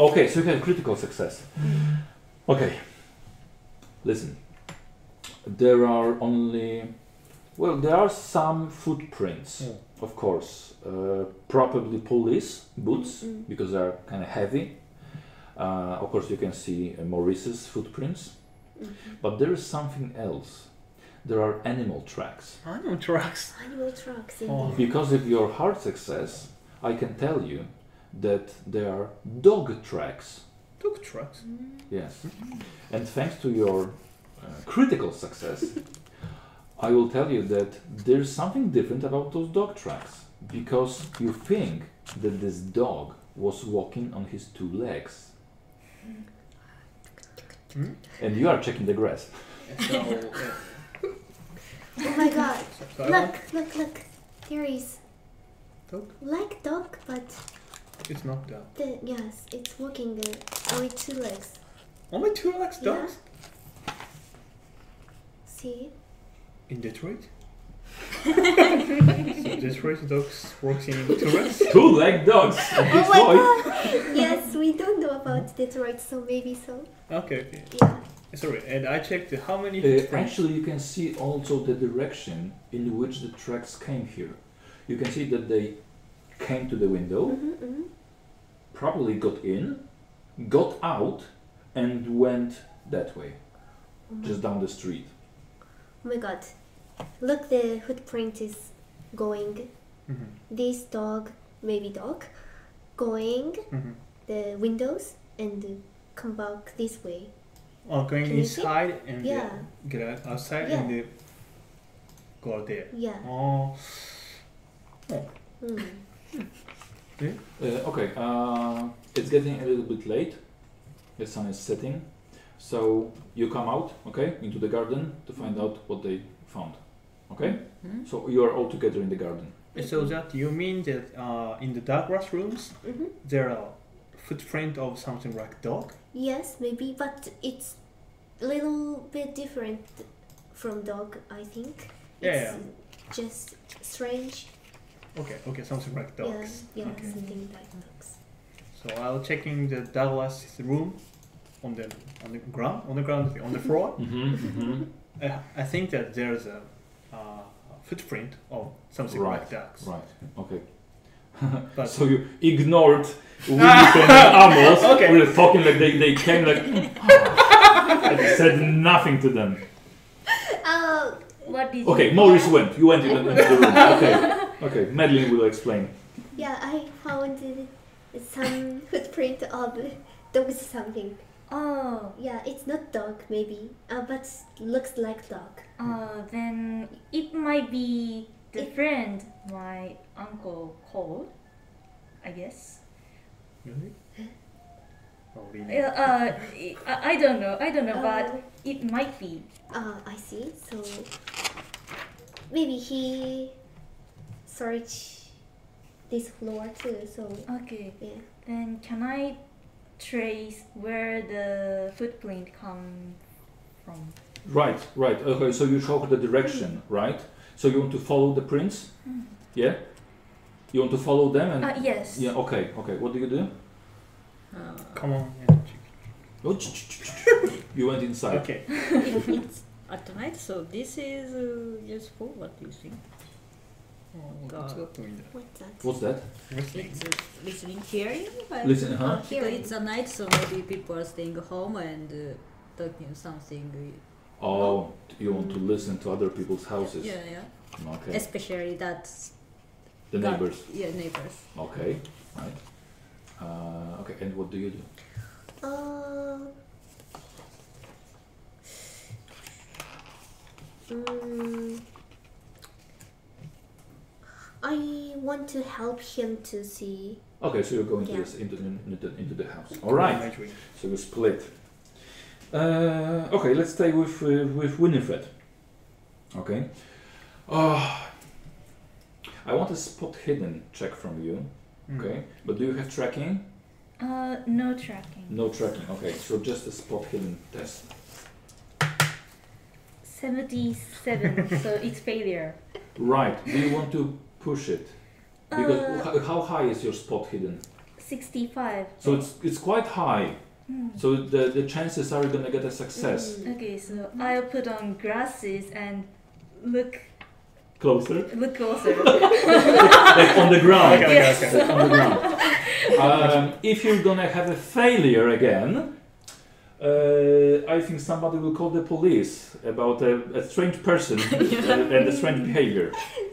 Speaker 2: okay, so you had critical success.
Speaker 5: Mm.
Speaker 2: Okay. Listen. There are only well, there are some footprints,
Speaker 5: Mm.
Speaker 2: of course. Uh, probably police boots
Speaker 5: Mm.
Speaker 2: because they are kind of heavy. Uh, of course, you can see uh, Maurice's footprints,
Speaker 4: Mm-hmm.
Speaker 2: but there is something else. There are animal tracks.
Speaker 5: Animal tracks.
Speaker 4: Animal trucks. In
Speaker 5: Oh.
Speaker 2: Because of your hard success, I can tell you that there are dog tracks.
Speaker 5: Dog tracks.
Speaker 2: Yes. And thanks to your uh, critical success, I will tell you that there's something different about those dog tracks. Because you think that this dog was walking on his two legs.
Speaker 5: Hmm?
Speaker 2: And you are checking the grass.
Speaker 5: So, yeah.
Speaker 4: Oh my god.
Speaker 5: So I want-
Speaker 4: Look, look, look. There is
Speaker 5: Dog?
Speaker 4: like dog, but
Speaker 5: It's not dog.
Speaker 4: the, yes, it's walking uh, with two legs.
Speaker 5: Only two legs
Speaker 4: Yeah.
Speaker 5: dogs?
Speaker 4: See?
Speaker 5: In Detroit? so Detroit dogs works in two legs?
Speaker 2: Two-legged dogs. at
Speaker 4: Oh
Speaker 2: Detroit.
Speaker 4: my god. yes, we don't know about Detroit, so maybe so.
Speaker 5: Okay, okay.
Speaker 4: Yeah.
Speaker 5: Sorry, and I checked how many
Speaker 2: Uh,
Speaker 5: footprints-
Speaker 2: actually, you can see also the direction in which the tracks came here. You can see that they came to the window,
Speaker 4: Mm-hmm, mm-hmm.
Speaker 2: probably got in, got out, and went that way, just down the street.
Speaker 4: Oh my god. Look, the footprint is going.
Speaker 5: Mhm.
Speaker 4: This dog, maybe dog, going
Speaker 5: Mhm.
Speaker 4: the windows and come back this way.
Speaker 5: Oh, going
Speaker 4: Can you see?
Speaker 5: inside and
Speaker 4: Yeah.
Speaker 5: then get out- outside
Speaker 4: Yeah.
Speaker 5: and then go out there.
Speaker 4: Yeah.
Speaker 5: Oh,
Speaker 4: Mm.
Speaker 2: Uh, okay, uh, it's getting a little bit late. The sun is setting. So you come out, okay, into the garden to find out what they found. Okay? So you are all together in the garden.
Speaker 5: so that you mean that uh, in the dark restrooms
Speaker 4: Mhm.
Speaker 5: there are footprint of something like dog?
Speaker 4: Yes, maybe, but it's a little bit different from dog, I think.
Speaker 5: Yeah,
Speaker 4: It's just strange.
Speaker 5: Okay, okay, something like dogs.
Speaker 4: Yeah, yeah
Speaker 5: Okay.
Speaker 4: something like dogs.
Speaker 5: So I'll checking the Douglas room on the on the ground on the ground on the floor.
Speaker 2: Mm-hmm, mm-hmm.
Speaker 5: I, I think that there's a uh, footprint of something like
Speaker 2: Right,
Speaker 5: dogs.
Speaker 2: Right. Okay.
Speaker 5: But
Speaker 2: So you ignored
Speaker 5: *laughs*
Speaker 2: Wilson and Amos.
Speaker 5: Okay.
Speaker 2: We were talking like they, they came like and said nothing to them.
Speaker 4: Oh,
Speaker 7: What did
Speaker 2: Okay,
Speaker 7: you
Speaker 2: Maurice went. You went in the, into the room. Okay. Okay. Madeline will explain.
Speaker 4: yeah, I found uh, some *laughs* footprint of dog something.
Speaker 7: Oh,
Speaker 4: Yeah, it's not dog maybe, uh, but looks like dog.
Speaker 7: oh, then it might be the
Speaker 4: It-
Speaker 7: friend my uncle called, I guess.
Speaker 5: Really?
Speaker 4: *laughs*
Speaker 5: Oh, really?
Speaker 7: Uh, uh, I, I don't know, I don't know,
Speaker 4: Mm. Oh.
Speaker 7: but it might be.
Speaker 4: Uh, I see. So maybe he search this floor too. So
Speaker 7: Okay,
Speaker 4: yeah,
Speaker 7: then can I trace where the footprint come from?
Speaker 2: Right. Right. Okay. So you show her the direction. Right. So you want to follow the prince?
Speaker 4: Hmm.
Speaker 2: Yeah. You want to follow them and.
Speaker 7: Uh, yes.
Speaker 2: yeah. Okay. Okay. What do you do?
Speaker 6: uh,
Speaker 5: Come on. yeah, check.
Speaker 2: Oh, You went inside.
Speaker 5: Okay.
Speaker 6: if it's at night, so this is uh, useful. What do you think?
Speaker 5: Oh,
Speaker 6: God.
Speaker 5: what's that doing there?
Speaker 4: what's that?
Speaker 2: What's that?
Speaker 5: What's that?
Speaker 6: It's uh, listening, hearing. but-
Speaker 2: Listen. Huh.
Speaker 7: uh,
Speaker 6: Because it's a night, so maybe people are staying home and uh, talking something.
Speaker 2: Oh, you want to listen to other people's
Speaker 6: uh,
Speaker 2: houses?
Speaker 6: Yeah, yeah.
Speaker 2: Okay.
Speaker 6: Especially that.
Speaker 2: The
Speaker 6: God-
Speaker 2: neighbors.
Speaker 6: Yeah, neighbors.
Speaker 2: Okay, right. Uh, okay, and what do you do?
Speaker 4: Uh, mm, I want to help him to see.
Speaker 2: Okay, so you're going
Speaker 4: Yeah.
Speaker 2: to this, into, into, into the house. All right.
Speaker 5: Imagery.
Speaker 2: So you split. Uh, okay, let's stay with uh, with Winifred. Okay. Uh, I want a spot hidden check from you.
Speaker 5: Mm.
Speaker 2: Okay, but do you have tracking?
Speaker 7: Uh, no tracking.
Speaker 2: No tracking. Okay, so just a spot hidden test. *laughs*
Speaker 7: 77, so it's failure.
Speaker 2: Right. Do you want to push it? Because
Speaker 7: Uh,
Speaker 2: h- how high is your spot hidden?
Speaker 7: 65.
Speaker 2: So it's it's quite high. So the, the chances are you're gonna get a success.
Speaker 7: Hmm.
Speaker 4: Mm.
Speaker 7: Okay, so I'll put on glasses and look
Speaker 2: Closer.
Speaker 7: look
Speaker 2: *laughs*
Speaker 7: closer.
Speaker 2: Like on the ground.
Speaker 5: Okay, okay, okay.
Speaker 2: Like on the ground. Um, if you're gonna have a failure again, uh, I think somebody will call the police about a, a strange person uh, and a strange behavior.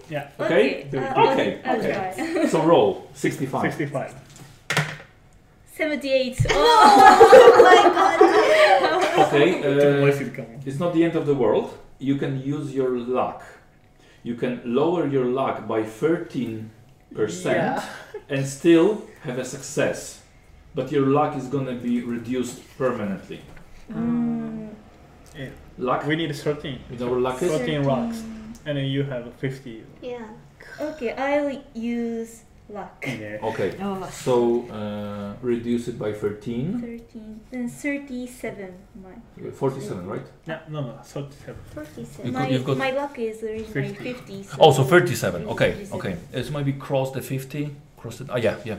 Speaker 5: Yeah.
Speaker 2: Okay?
Speaker 7: uh, I'll-
Speaker 2: Okay,
Speaker 7: I'll
Speaker 2: okay.
Speaker 7: try.
Speaker 2: So roll 65.
Speaker 5: 65.
Speaker 2: Uh, *laughs*
Speaker 7: 78. Oh,
Speaker 2: Okay.
Speaker 5: Didn't
Speaker 2: Uh,
Speaker 5: voice it coming.
Speaker 2: It's not the end of the world. You can use your luck. You can lower your luck by 13%
Speaker 10: Yeah.
Speaker 2: and still have a success. But your luck is gonna be reduced permanently.
Speaker 7: Mm,
Speaker 2: Luck?
Speaker 5: We need 13.
Speaker 2: With our luck is?
Speaker 5: 13 rocks. And then you have 50
Speaker 4: Yeah.
Speaker 7: okay, I'll use luck.
Speaker 5: in there.
Speaker 2: Okay.
Speaker 6: Oh,
Speaker 2: So uh, reduce it by 13.
Speaker 7: 13, then 37. My,
Speaker 2: 47, right?
Speaker 5: No, no, no, 37.
Speaker 4: 47.
Speaker 10: You
Speaker 7: my,
Speaker 10: got- you've got-
Speaker 7: my luck is already my
Speaker 5: 50.
Speaker 7: 50. So
Speaker 10: Oh, so 37. Okay,
Speaker 7: 37.
Speaker 10: okay. It's maybe cross the 50. Cross it. Ah, yeah, yeah.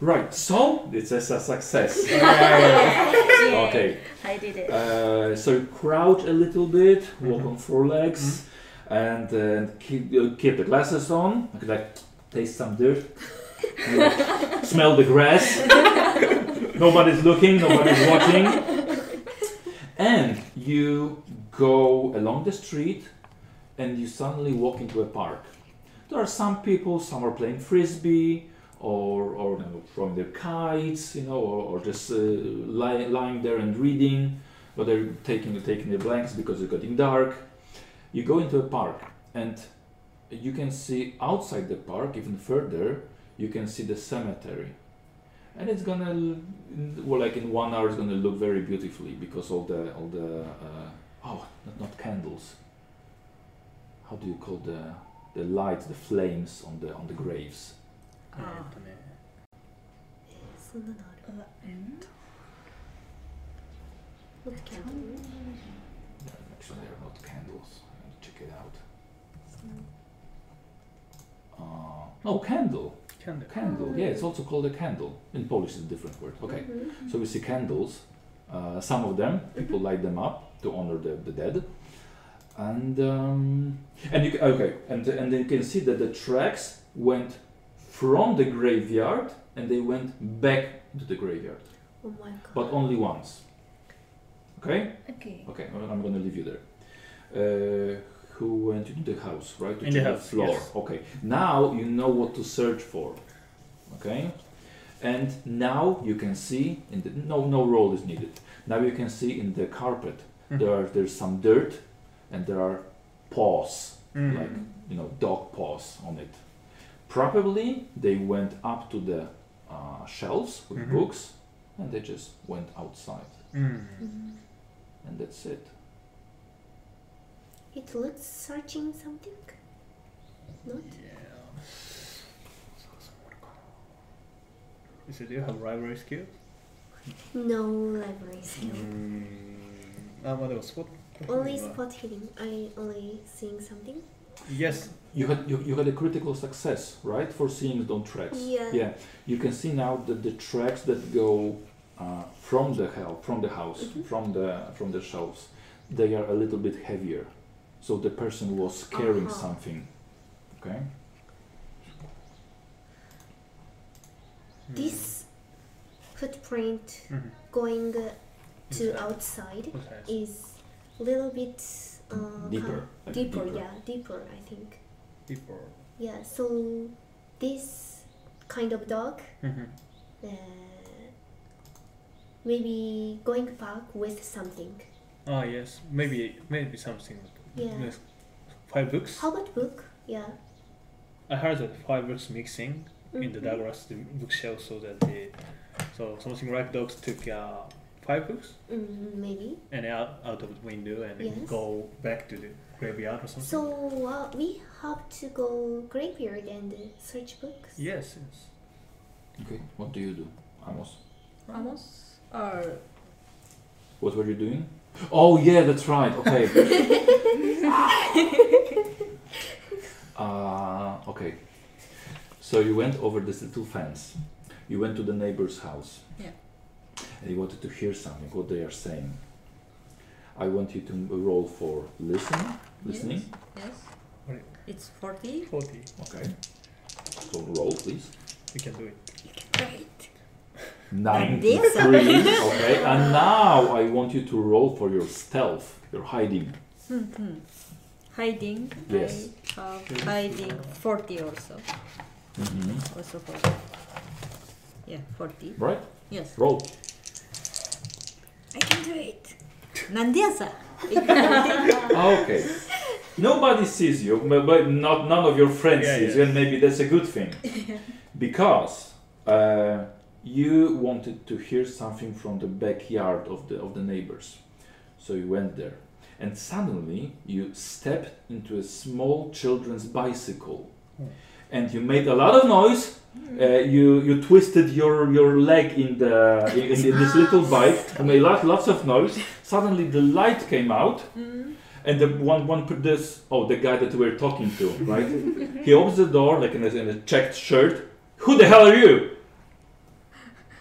Speaker 2: Right. So it's a su- success.
Speaker 7: Yay,
Speaker 2: *laughs* okay.
Speaker 7: I did it.
Speaker 2: Uh, so you crouch a little bit, walk on four legs, and, uh, and keep, uh, keep the glasses on. You can, like taste some dirt, You, like, smell the grass. nobody's looking, nobody's watching. And you go along the street, and you suddenly walk into a park. There are some people. Some are playing frisbee. Or, or you know, from their kites, you know, or, or just uh, lie, lying there and reading but they're taking taking the blanks because it's getting dark. You go into a park and you can see outside the park even further. You can see the cemetery, and it's gonna l- well like in one hour it's gonna look very beautifully because all the all the uh, oh not, not candles. How do you call the the lights the flames on the on the graves?
Speaker 6: Ah.
Speaker 4: So not
Speaker 7: Uh, mm,
Speaker 4: not candles.
Speaker 2: Actually, they're not candles. I need to check it out. Uh, oh, candle.
Speaker 5: Can do.
Speaker 2: Candle, yeah, it's also called a candle. In Polish, it's a different word. Okay, so we see candles. Uh, some of them, people light them up to honor the, the dead. And um, and you ca- okay, and and then you can see that the tracks went from the graveyard and they went back to the graveyard,
Speaker 4: Oh my god.
Speaker 2: but only once. Okay,
Speaker 7: okay.
Speaker 2: okay, I'm I'm gonna leave you there. Uh, who went into the house, right? To
Speaker 5: In the
Speaker 2: check
Speaker 5: house,
Speaker 2: floor.
Speaker 5: yes.
Speaker 2: Okay, now you know what to search for. Okay, and now you can see in the no no roll is needed. Now you can see in the carpet
Speaker 5: Mm-hmm. Mm.
Speaker 2: there are there's some dirt, and there are paws
Speaker 5: Mm.
Speaker 2: like you know dog paws on it. Probably they went up to the uh, shelves with
Speaker 5: Mhm.
Speaker 2: books, and they just went outside,
Speaker 5: Mm.
Speaker 4: Mm-hmm.
Speaker 2: and that's it.
Speaker 4: It looks searching something. Not.
Speaker 5: So do you have rivalry skills?
Speaker 4: No library skill.
Speaker 2: Mm.
Speaker 5: Ah, what was spot?
Speaker 4: Only spot hidden. I only seeing something.
Speaker 5: Yes.
Speaker 2: You had you, you had a critical success, right, for seeing those tracks.
Speaker 4: Yeah.
Speaker 2: Yeah. You can see now that the tracks that go uh, from the hell, from the house,
Speaker 4: Mm-hmm.
Speaker 2: from the from the shelves, they are a little bit heavier. So the person was carrying
Speaker 4: Aha.
Speaker 2: something. Okay.
Speaker 4: This footprint
Speaker 5: Mhm.
Speaker 4: going uh, to
Speaker 5: Inside.
Speaker 4: outside
Speaker 5: Okay.
Speaker 4: is little bit uh,
Speaker 2: Deeper.
Speaker 4: kind-
Speaker 2: like
Speaker 4: deeper, yeah, deeper. I think.
Speaker 5: People.
Speaker 4: Yeah. So this kind of dog,
Speaker 5: Mhm.
Speaker 4: uh, maybe going back with something.
Speaker 5: Ah yes, maybe maybe something.
Speaker 4: Yeah.
Speaker 5: Yes. Five books.
Speaker 4: How about book? Yeah.
Speaker 5: I heard that five books mixing in
Speaker 4: Mm-hmm.
Speaker 5: the Douglas the bookshelf, so that they, so something like dogs took uh, five books
Speaker 4: Mm, maybe.
Speaker 5: and out, out of the window and then
Speaker 4: Yes.
Speaker 5: go back to the graveyard or something.
Speaker 4: So uh, we have to go graveyard and search books.
Speaker 5: yes, yes.
Speaker 2: Okay. What do you do, Amos?
Speaker 6: Vamos? Or *laughs*
Speaker 2: What were you doing? Oh yeah, that's right. Okay. Uh, okay. So you went over this little fence. You went to the neighbor's house.
Speaker 6: Yeah.
Speaker 2: And you wanted to hear something, what they are saying. I want you to roll for listen, listening.
Speaker 6: Yes.
Speaker 5: Right.
Speaker 6: It's 40.
Speaker 5: 40.
Speaker 2: Okay. So roll, please.
Speaker 5: You can do it.
Speaker 6: Great. Like
Speaker 2: Ninety-three.
Speaker 6: this? *laughs*
Speaker 2: okay. And now I want you to roll for your stealth, your hiding.
Speaker 6: Hiding.
Speaker 2: Yes.
Speaker 6: I have hiding 40 also. Also 40. Yeah, 40.
Speaker 2: Right?
Speaker 6: Yes.
Speaker 2: Roll.
Speaker 6: I can do it. Nandiasa.
Speaker 2: Ah, Okay. Nobody sees you, but but not none of your friends
Speaker 5: Yeah,
Speaker 2: sees
Speaker 5: yeah.
Speaker 2: you, and maybe that's a good thing, because uh, you wanted to hear something from the backyard of the of the neighbors, so you went there, and suddenly you stepped into a small children's bicycle,
Speaker 5: Hmm.
Speaker 2: and you made a lot of noise. Uh, you you twisted your, your leg in the in, in this little bike. You made lot, lots of noise. Suddenly the light came out, and the one one put this oh the guy that we're talking to, right? he opens the door like in a, in a checked shirt. Who the hell are you?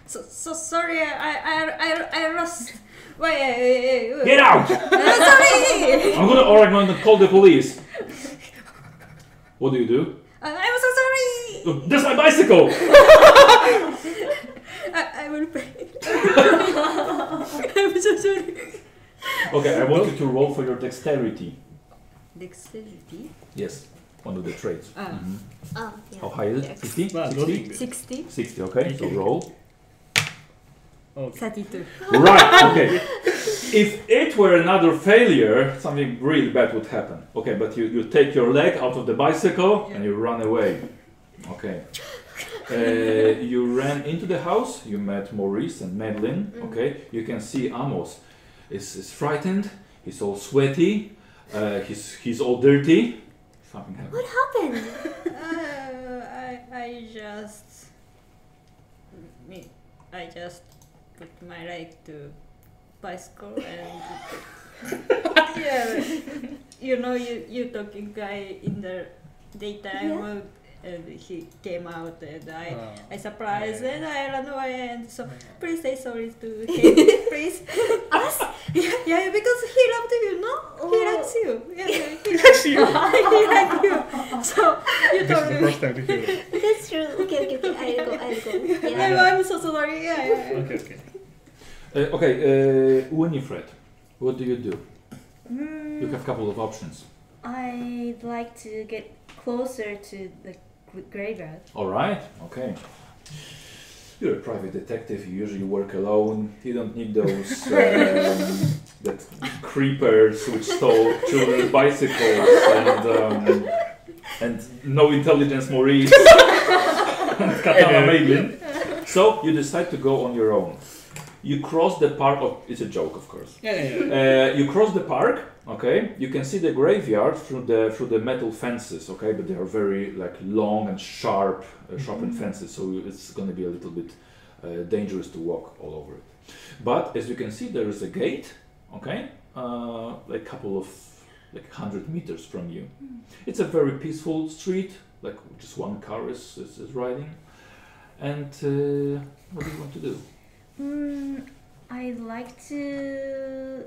Speaker 6: So, so sorry, I, I, I, I lost. Wait, wait, wait, wait.
Speaker 2: Get out!
Speaker 6: sorry!
Speaker 2: I'm gonna or I'm gonna call the police. What do you do?
Speaker 6: I, Uh, I'm so sorry!
Speaker 2: "Oh, That's my bicycle!
Speaker 6: I, I will pay. *laughs* I'm so sorry.
Speaker 2: Okay, I want you to roll for your dexterity.
Speaker 6: Dexterity?
Speaker 2: Yes, one of the traits. Mm-hmm.
Speaker 6: Ah,
Speaker 4: Oh, yeah.
Speaker 2: How high is it?
Speaker 6: Dex.
Speaker 2: 50?
Speaker 5: Well,
Speaker 2: 60?
Speaker 6: 60?
Speaker 2: 60, okay, so roll.
Speaker 6: 32.
Speaker 2: Right, okay. If it were another failure, something really bad would happen. Okay, but you, you take your leg out of the bicycle and you run away. Okay. Uh, you ran into the house, you met Maurice and Madeline. Okay, you can see Amos is, is frightened, he's all sweaty, uh, he's, he's all dirty. Something happened.
Speaker 4: What happened?
Speaker 6: Uh, I, I just. Me, I just put my leg to bicycle
Speaker 4: *laughs*
Speaker 6: and. yeah, you know, you you talking guy in the daytime
Speaker 4: Yeah.
Speaker 6: mode, and he came out and I.
Speaker 5: Uh,
Speaker 6: I surprised
Speaker 5: yeah.
Speaker 6: and I ran away and so
Speaker 5: Yeah.
Speaker 6: please say sorry
Speaker 4: *laughs*
Speaker 6: to him please
Speaker 4: Us?
Speaker 6: yeah, yeah because he loved you no he
Speaker 4: Oh.
Speaker 6: likes you yeah, yeah, he likes you he
Speaker 4: *laughs*
Speaker 6: likes you so you
Speaker 5: This is
Speaker 6: told
Speaker 5: the
Speaker 6: me
Speaker 5: first time to hear it.
Speaker 4: *laughs* That's true. Okay, okay, okay. I'll go. I'll go.
Speaker 6: I'm,
Speaker 4: Yeah.
Speaker 6: I'm so sorry yeah, yeah, yeah.
Speaker 5: Okay, okay.
Speaker 2: Uh, okay, uh, Winifred, what do you do?
Speaker 7: Mm,
Speaker 2: You have a couple of options.
Speaker 7: I'd like to get closer to the gr- graveyard.
Speaker 2: All right. Okay. You're a private detective. You usually work alone. You don't need those um, that creepers which stole children's bicycles and um, and no intelligence Maurice and Katana Maidlin. So you decide to go on your own. You cross the park. Oh, it's a joke, of course.
Speaker 5: Yeah,
Speaker 2: *laughs*
Speaker 5: yeah, yeah.
Speaker 2: Uh, you cross the park, okay? You can see the graveyard through the through the metal fences, okay? But they are very like long and sharp, uh, sharpened fences, so it's going to be a little bit uh, dangerous to walk all over it. But as you can see, there is a gate, okay? Uh, like couple of like hundred meters from you. It's a very peaceful street, like just one car is is, is riding. And uh, what do you want to do?
Speaker 7: Mm, I'd like to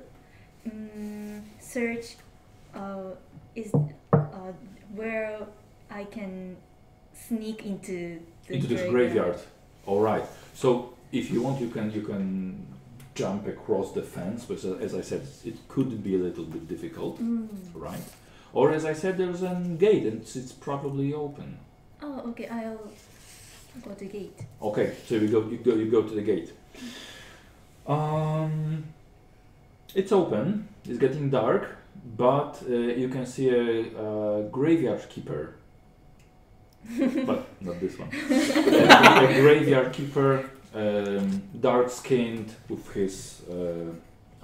Speaker 7: mm, search uh, is uh, where I can sneak into the
Speaker 2: into this graveyard. All right. So if you want, you can you can jump across the fence, but uh, as I said, it could be a little bit difficult,
Speaker 7: Mm.
Speaker 2: right? Or as I said, there's a gate and it's, it's probably open.
Speaker 7: Oh, okay. I'll go to gate.
Speaker 2: *laughs* Okay, so you go you go you go to the gate. Um, it's open. It's getting dark, but uh, you can see a, uh graveyard keeper. but not this one. a, a graveyard keeper, um, dark skinned, with his uh,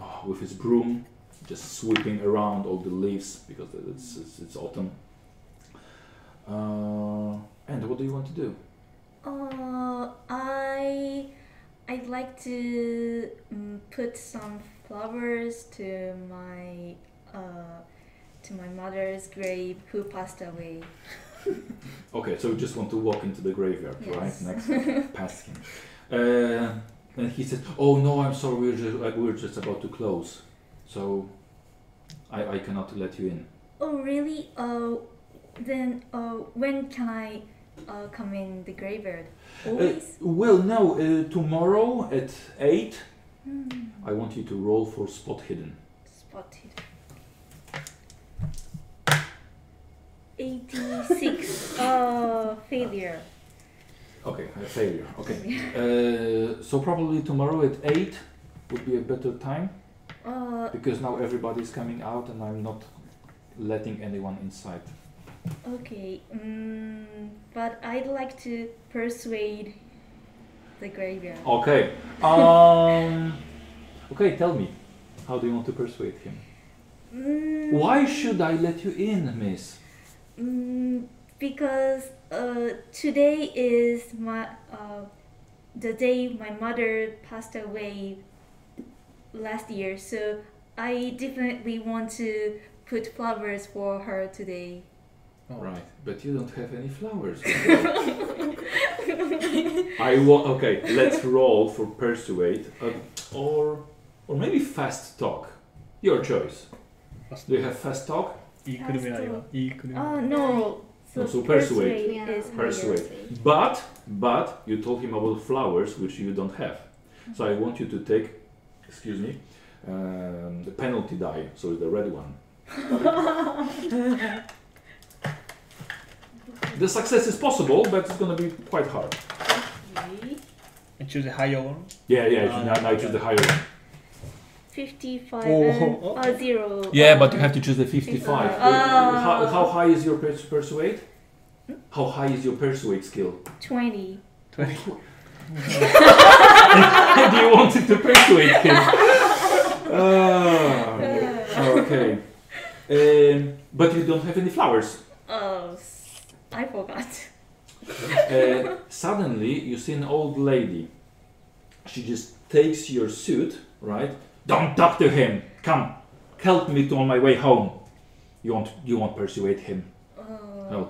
Speaker 2: oh, with his broom, just sweeping around all the leaves because it's it's, it's autumn. Uh, and what do you want to do?
Speaker 7: Uh, I I'd like to mm, put some flowers to my uh, to my mother's grave who passed away.
Speaker 2: Okay, so you just want to walk into the graveyard,
Speaker 7: Yes.
Speaker 2: right? Next, past him. Uh, and he says, "Oh no, I'm sorry. We're just, uh, we're just about to close, so I, I cannot let you in."
Speaker 7: Oh, really? Oh, then oh, when can I uh, come in the graveyard?
Speaker 2: Uh,
Speaker 7: Always?
Speaker 2: well, no. Uh, tomorrow at eight,
Speaker 7: Hmm,
Speaker 2: I want you to roll for spot hidden.
Speaker 7: spotted. 86. oh, failure.
Speaker 2: Okay, a failure. Okay. Uh, so probably tomorrow at eight would be a better time
Speaker 7: Uh,
Speaker 2: because now everybody's coming out, and I'm not letting anyone inside.
Speaker 7: okay. Mm, but I'd like to persuade the graveyard.
Speaker 2: Okay. *laughs* Um. okay, tell me, how do you want to persuade him?
Speaker 7: Mm,
Speaker 2: Why should I let you in, Miss?
Speaker 7: Mm, because uh, today is my uh, the day my mother passed away last year, so I definitely want to put flowers for her today.
Speaker 5: Oh,
Speaker 2: Right, but you don't have any flowers. *laughs* I want. Okay, let's roll for persuade, uh, or or maybe fast talk. Your choice. Do you have fast talk?
Speaker 5: いいくるみありは。いいくるみ。
Speaker 7: Oh no! So,
Speaker 2: Also
Speaker 7: persuade,
Speaker 2: persuade.
Speaker 4: Yeah.
Speaker 7: is higher.
Speaker 2: Persuade. But but you told him about flowers, which you don't have. So I want you to take, excuse me, um, the penalty die. So the red one. the success is possible, but it's gonna be quite hard.
Speaker 4: Oh.
Speaker 5: And choose a higher one.
Speaker 2: Yeah, yeah. I- I, I choose the higher one.
Speaker 7: 55
Speaker 5: Oh,
Speaker 7: and
Speaker 5: oh.
Speaker 7: uh, 0.
Speaker 3: Yeah,
Speaker 7: uh,
Speaker 3: but you have to choose the 50.
Speaker 2: Fifty-five.
Speaker 7: Ah.
Speaker 2: How, how high is your pers- persuade? How high is your persuade skill?
Speaker 7: 20.
Speaker 2: Do you want it to persuade him? Ah, okay. Um, but you don't have any flowers.
Speaker 7: Oh, s- I forgot.
Speaker 2: Uh, suddenly, you see an old lady. She just takes your suit, right? Don't talk to him. Come, help me to on my way home. You won't. You won't persuade him.
Speaker 7: Oh,
Speaker 2: No.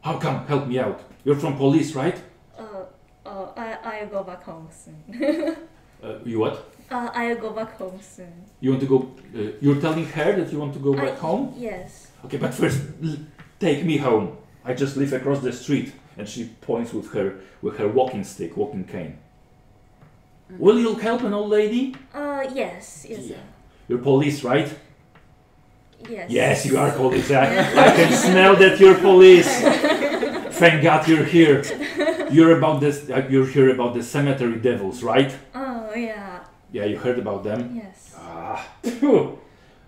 Speaker 2: How come? Help me out. You're from police, right?
Speaker 7: uh, oh, I, I'll go back home soon. *laughs*
Speaker 2: Uh, you what?
Speaker 7: Uh, I'll go back home soon.
Speaker 2: You want to go? Uh, you're telling her that you want to go back
Speaker 7: I-
Speaker 2: home?
Speaker 7: Yes.
Speaker 2: Okay, but first, l- take me home. I just live across the street, and she points with her with her walking stick, walking cane. Will you help an old lady?
Speaker 7: Uh, yes, yes,
Speaker 2: Yeah. You're police, right?
Speaker 7: yes.
Speaker 2: Yes, you are police. I, I can smell that you're police. Thank God you're here. You're about this. uh, You're here about the cemetery devils, right?
Speaker 7: Oh, yeah,
Speaker 2: Yeah, you heard about them.
Speaker 7: yes.
Speaker 2: Ah, phew.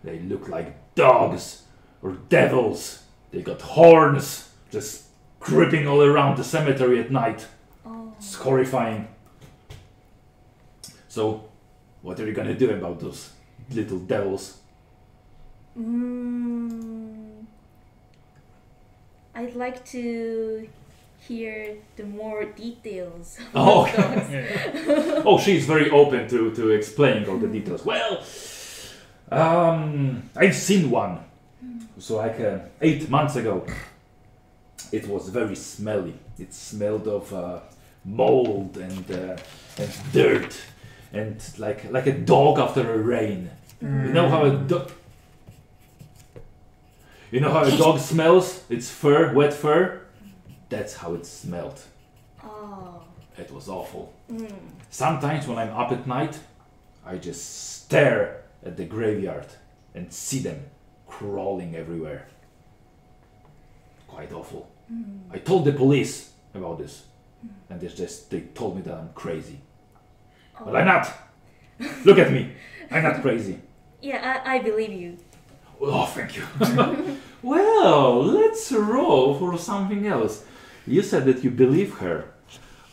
Speaker 2: they look like dogs or devils. They got horns, just creeping all around the cemetery at night.
Speaker 7: Oh,
Speaker 2: It's horrifying. So, what are you gonna do about those little devils? *laughs*
Speaker 7: mm, I'd like to hear the more details. *laughs*
Speaker 2: Oh, oh, she's very open to to explaining all the details. Well, um, I've seen one. So like uh, eight months ago, it was very smelly. It smelled of uh, mold and uh, and dirt, and like like a dog after a rain. You know how a dog. You know how a dog smells? It's fur, wet fur. That's how it smelled.
Speaker 7: Oh,
Speaker 2: It was awful.
Speaker 7: mm.
Speaker 2: Sometimes when I'm up at night, I just stare at the graveyard and see them crawling everywhere. Quite awful. I told the police about this, and they just they told me that I'm crazy. But I'm not. Look at me. I'm not crazy.
Speaker 7: yeah, I, I believe you.
Speaker 2: Oh, thank you. *laughs* well, let's roll for something else. You said that you believe her.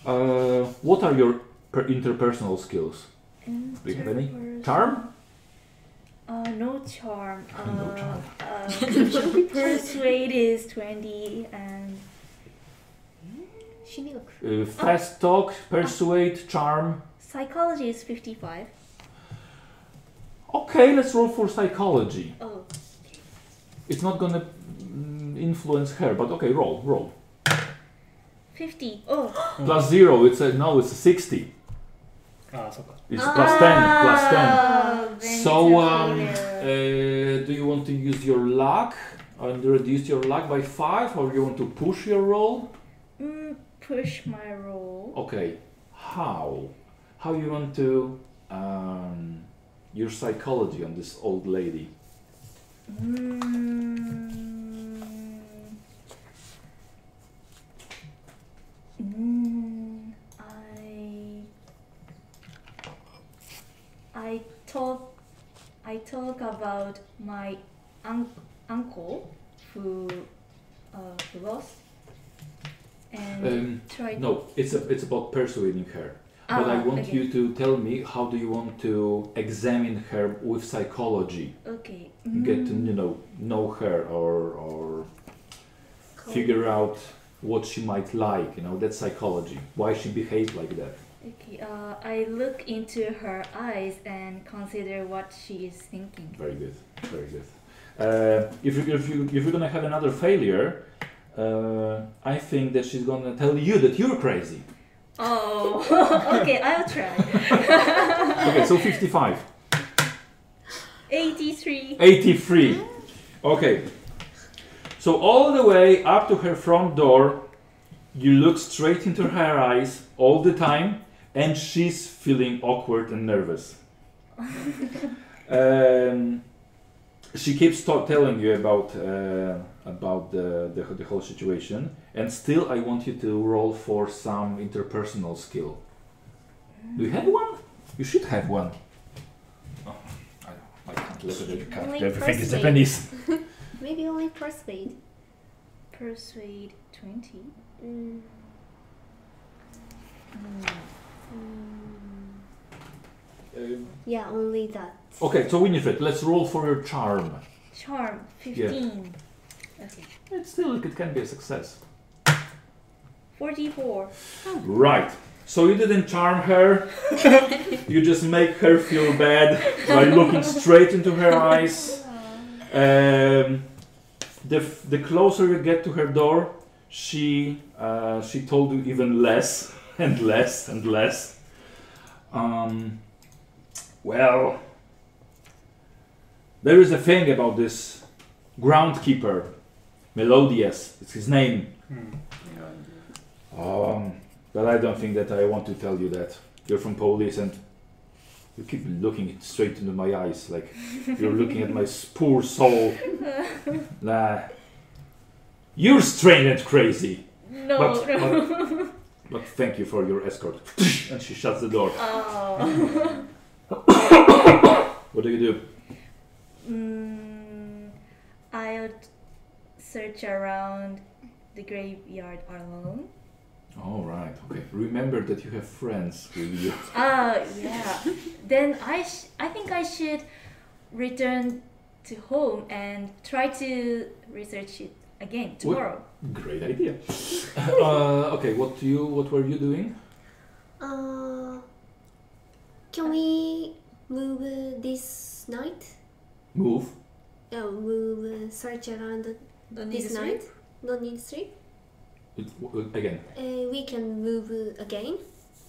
Speaker 2: Uh, what are your per- interpersonal skills? Do you have any? Charm?
Speaker 7: Uh, no charm. Uh,
Speaker 2: No charm. *laughs*
Speaker 7: Uh, persuade is 20 and
Speaker 2: Uh, fast talk, persuade, charm.
Speaker 7: psychology is 55.
Speaker 2: Okay, let's roll for psychology.
Speaker 7: Oh,
Speaker 2: Uh, It's not gonna mm, influence her, but okay, roll, roll.
Speaker 7: 50. Oh,
Speaker 2: Plus zero, it's a no, it's a sixty.
Speaker 5: ああ、そっか。
Speaker 2: It's plus ten, plus ten.
Speaker 7: oh, then
Speaker 2: So
Speaker 7: it's a
Speaker 2: um, uh,
Speaker 7: failure.
Speaker 2: do you want to use your luck and reduce your luck by five, or you want to push your roll?
Speaker 7: Mm, push my roll.
Speaker 2: Okay, how? How you want to um, your psychology on this old lady?
Speaker 7: Mm. Mm, I I talk I talk about my un- uncle who uh, who lost and
Speaker 2: Um,
Speaker 7: try
Speaker 2: No, it's a, it's about persuading her. But I
Speaker 7: Ah,
Speaker 2: want
Speaker 7: okay.
Speaker 2: you to tell me how do you want to examine her with psychology,
Speaker 7: okay
Speaker 2: get to
Speaker 7: mm,
Speaker 2: you know know her or or figure out what she might like. You know that's psychology. Why she behaved like that.
Speaker 7: okay uh, I look into her eyes and consider what she is thinking
Speaker 2: Very good. Very good. Uh, if you if you if you're gonna have another failure, uh, I think that she's gonna tell you that you're crazy.
Speaker 7: Oh, *laughs* okay, I'll try.
Speaker 2: Okay, so 55,
Speaker 7: 83.
Speaker 2: 83. Okay. So all the way up to her front door, you look straight into her eyes all the time, and she's feeling awkward and nervous. um, she keeps to- telling you about uh, about the, the the whole situation, and still I want you to roll for some interpersonal skill. Do you have one? You should have one. Oh, I, I can't look at it. I can't.
Speaker 4: Only
Speaker 2: Everything is
Speaker 4: persuade.
Speaker 2: Japanese.
Speaker 4: Maybe only persuade.
Speaker 7: Persuade 20.
Speaker 4: Mm.
Speaker 7: Hmm.
Speaker 2: Um,
Speaker 4: Yeah, only that.
Speaker 2: okay, so Winifred, let's roll for your charm.
Speaker 7: Charm 15. Okay.
Speaker 2: It still it can be a success.
Speaker 7: 44.
Speaker 2: Right. So you didn't charm her. you just make her feel bad by looking straight into her eyes. Um, the, f- the closer you get to her door, she uh, she told you even less *laughs* and less and less. Um, well, there is a thing about this groundkeeper, Melodius. It's his name.
Speaker 5: Hmm.
Speaker 7: Mm.
Speaker 2: Um, but I don't think that I want to tell you that. You're from police and you keep looking it straight into my eyes like you're looking at my s- poor
Speaker 7: *laughs*
Speaker 2: soul. nah. You're strange and crazy.
Speaker 7: No,
Speaker 2: But-
Speaker 7: no.
Speaker 2: But thank you for your
Speaker 7: *laughs*
Speaker 2: escort. and she shuts the door.
Speaker 7: Oh. *laughs*
Speaker 2: What do you do?
Speaker 7: Mm, I'll t- search around the graveyard alone.
Speaker 2: All right. Okay. Remember that you have friends with you.
Speaker 7: Oh, yeah. then I, sh- I think I should return to home and try to research it again tomorrow.
Speaker 2: Great idea. Uh, okay. What do you? What were you doing?
Speaker 4: Uh, can we move uh, this night?
Speaker 2: Move.
Speaker 4: Yeah, move uh, search around the-
Speaker 6: Don't need
Speaker 4: this
Speaker 6: to
Speaker 4: night. Don't need sleep.
Speaker 2: It, w- again.
Speaker 4: Uh, we can move uh, again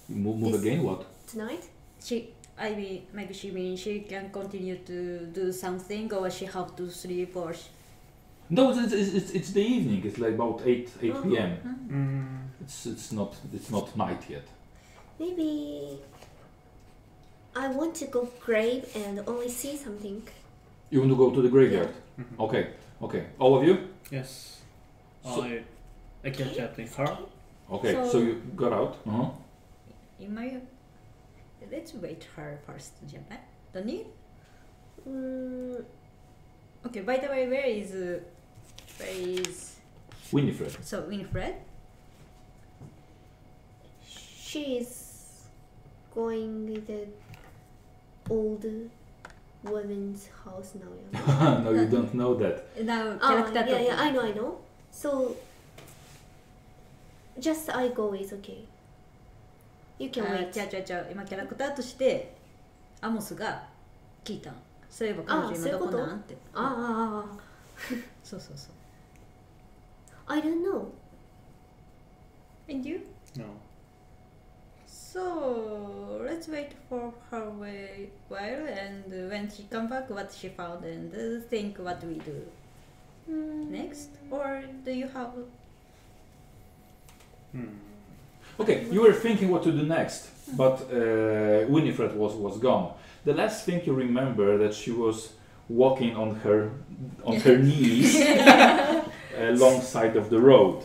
Speaker 2: Move. Move
Speaker 4: This-
Speaker 2: again. What?
Speaker 4: tonight.
Speaker 6: She, I mean, maybe she mean she can continue to do something, or she have to sleep, or she,
Speaker 2: No, it's, it's, it's, it's the evening. It's like about eight eight
Speaker 4: Oh.
Speaker 2: p.m.
Speaker 5: うん。
Speaker 2: It's it's not it's not night yet.
Speaker 4: Maybe I want to go grave and only see something.
Speaker 2: You want to go to the graveyard? Okay, okay. All of you?
Speaker 5: Yes.
Speaker 2: Oh. So-
Speaker 5: I, I can chat with her.
Speaker 2: Okay. So,
Speaker 6: So-
Speaker 2: you got out. Uh-huh.
Speaker 6: in my, let's wait her first, right? Don't need.
Speaker 4: Mm,
Speaker 6: Okay. By the way, where is, uh, where is
Speaker 2: Winifred. *laughs*
Speaker 6: so Winfred?
Speaker 4: she is going with the old woman's house now. yeah.
Speaker 6: Mm-hmm.
Speaker 2: no, you don't know that.
Speaker 6: Now
Speaker 4: Oh,
Speaker 6: character
Speaker 4: yeah, yeah,
Speaker 6: talking.
Speaker 4: I know, I know. So, just I go is okay. You can
Speaker 6: あ
Speaker 4: wait.
Speaker 6: 違う違う違う今キャラクターとしてアモスが聞いたのそういえば彼
Speaker 4: あ
Speaker 6: 女
Speaker 4: そう
Speaker 6: 今
Speaker 4: いう
Speaker 6: ど
Speaker 4: こ
Speaker 6: ことなんって
Speaker 4: Ah, ah, ah, ah.
Speaker 6: そうそうそう。
Speaker 4: I don't know.
Speaker 6: And you?
Speaker 2: No.
Speaker 6: So let's wait for her way while and when she come back what she found and uh, think what we do
Speaker 4: Mm.
Speaker 6: next or do you have
Speaker 2: Hmm. Okay, you were thinking what to do next, but uh, Winifred was, was gone. The last thing you remember that she was walking on her on her knees alongside of the road,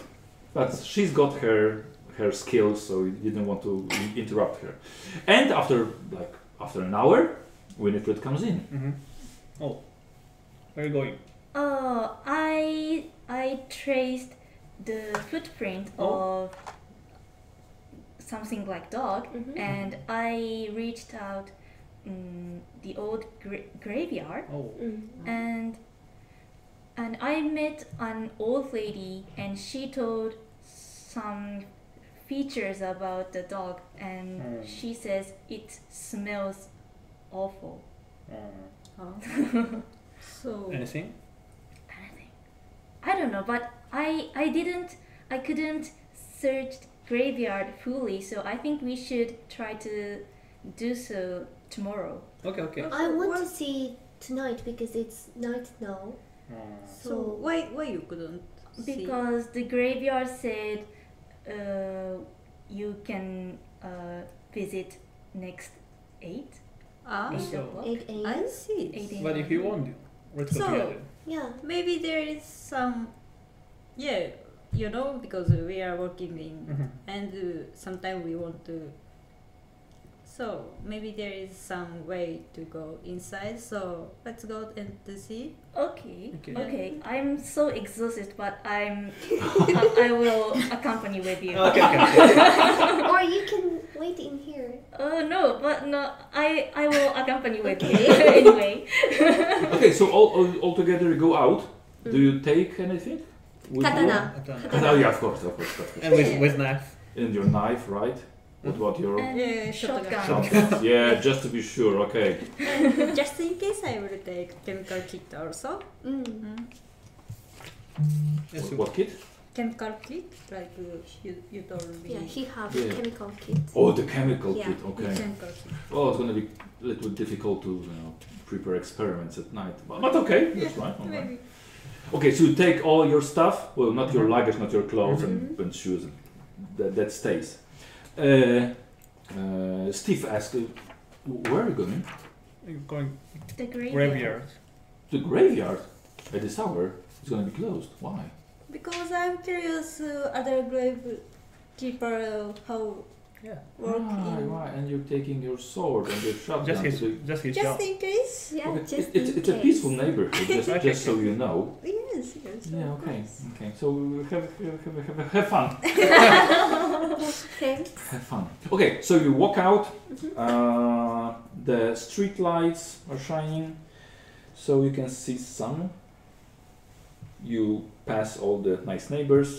Speaker 2: but she's got her her skills, so you didn't want to interrupt her. And after like after an hour, Winifred comes in.
Speaker 5: Mm-hmm. Oh, where are you going?
Speaker 7: Oh, I I traced the footprint of something like dog,
Speaker 4: Mhm.
Speaker 7: and I reached out mm the old gra- graveyard,
Speaker 5: Oh,
Speaker 4: Mm.
Speaker 7: and and I met an old lady, and she told some features about the dog, and
Speaker 5: Mm.
Speaker 7: she says it smells awful.
Speaker 5: uh,
Speaker 6: so
Speaker 5: anything?
Speaker 7: anything. I don't know, but I I didn't I couldn't search graveyard fully, so I think we should try to do so tomorrow.
Speaker 5: Okay, okay.
Speaker 4: I want to
Speaker 6: what-
Speaker 4: see tonight because it's night now.
Speaker 5: Uh,
Speaker 6: so why why you couldn't see?
Speaker 7: Because the graveyard said uh, you can uh, visit next eight.
Speaker 6: ah
Speaker 5: So-
Speaker 6: okay.
Speaker 4: Eight a.m.
Speaker 6: I see
Speaker 7: Eight
Speaker 5: but if you want, let's go
Speaker 6: So-
Speaker 5: together.
Speaker 6: *laughs*
Speaker 4: Yeah.
Speaker 6: maybe there is some yeah you know because we are working in
Speaker 5: Mhm.
Speaker 6: and uh, sometimes we want to so maybe there is some way to go inside so let's go and to see *laughs*
Speaker 7: Okay.
Speaker 5: Okay.
Speaker 7: Okay. I'm so exhausted, but I'm
Speaker 5: *laughs*
Speaker 7: I, I will accompany with you.
Speaker 5: Okay, okay, okay.
Speaker 4: or you can wait in here.
Speaker 7: Oh no, but no, I I will accompany with you *laughs*
Speaker 5: *laughs*
Speaker 7: anyway.
Speaker 2: Okay, so all, all, all together you go out. Do you take anything? with you?
Speaker 4: Katana.
Speaker 5: I'm done.
Speaker 2: Katana, yeah, of course, of course, of course.
Speaker 5: and with, with knife.
Speaker 2: And your knife, right? What about your
Speaker 7: And
Speaker 6: Yeah, shotgun.
Speaker 2: Trumpets. yeah, just to be sure, okay.
Speaker 6: and just in case i will take chemical kit also
Speaker 4: Mm.
Speaker 5: Yes,
Speaker 2: What kit?
Speaker 6: chemical kit like uh, you, you told me
Speaker 4: Yeah, he have
Speaker 2: Yeah.
Speaker 4: chemical kit.
Speaker 2: Oh, the chemical
Speaker 4: Yeah.
Speaker 2: kit, okay.
Speaker 6: chemical kit.
Speaker 2: Oh, it's gonna be a little difficult to you know, prepare experiments at night, but, but okay, that's right. all right.
Speaker 6: maybe
Speaker 2: Okay, so you take all your stuff, well, not your luggage, not your clothes and, and shoes, and that, that stays. Uh, uh, Steve asked, uh, where are you going?
Speaker 5: You're going
Speaker 7: *laughs* the graveyard.
Speaker 5: graveyard.
Speaker 2: The graveyard at this hour is gonna be closed. Why?
Speaker 6: because i'm curious uh, other grave keeper uh, how
Speaker 5: Yeah.
Speaker 6: work
Speaker 5: Ah,
Speaker 2: Why,
Speaker 6: in
Speaker 2: why? And you're taking your sword and your shotgun.
Speaker 5: Just
Speaker 2: to
Speaker 5: his,
Speaker 2: the-
Speaker 5: just his
Speaker 6: just
Speaker 5: job.
Speaker 6: in case
Speaker 4: Yeah,
Speaker 2: Okay,
Speaker 4: just
Speaker 2: it- it's,
Speaker 4: in
Speaker 2: it's a
Speaker 4: case.
Speaker 2: peaceful neighborhood,
Speaker 4: *laughs*
Speaker 2: just,
Speaker 5: Okay,
Speaker 2: just so you know.
Speaker 6: yes yes of
Speaker 2: Yeah, okay, *laughs*
Speaker 6: course.
Speaker 2: okay. So have, have, have, have, have fun.
Speaker 4: Okay.
Speaker 2: Have fun. Okay, so you walk out. Uh, the street lights are shining, so you can see some. You pass all the nice neighbors.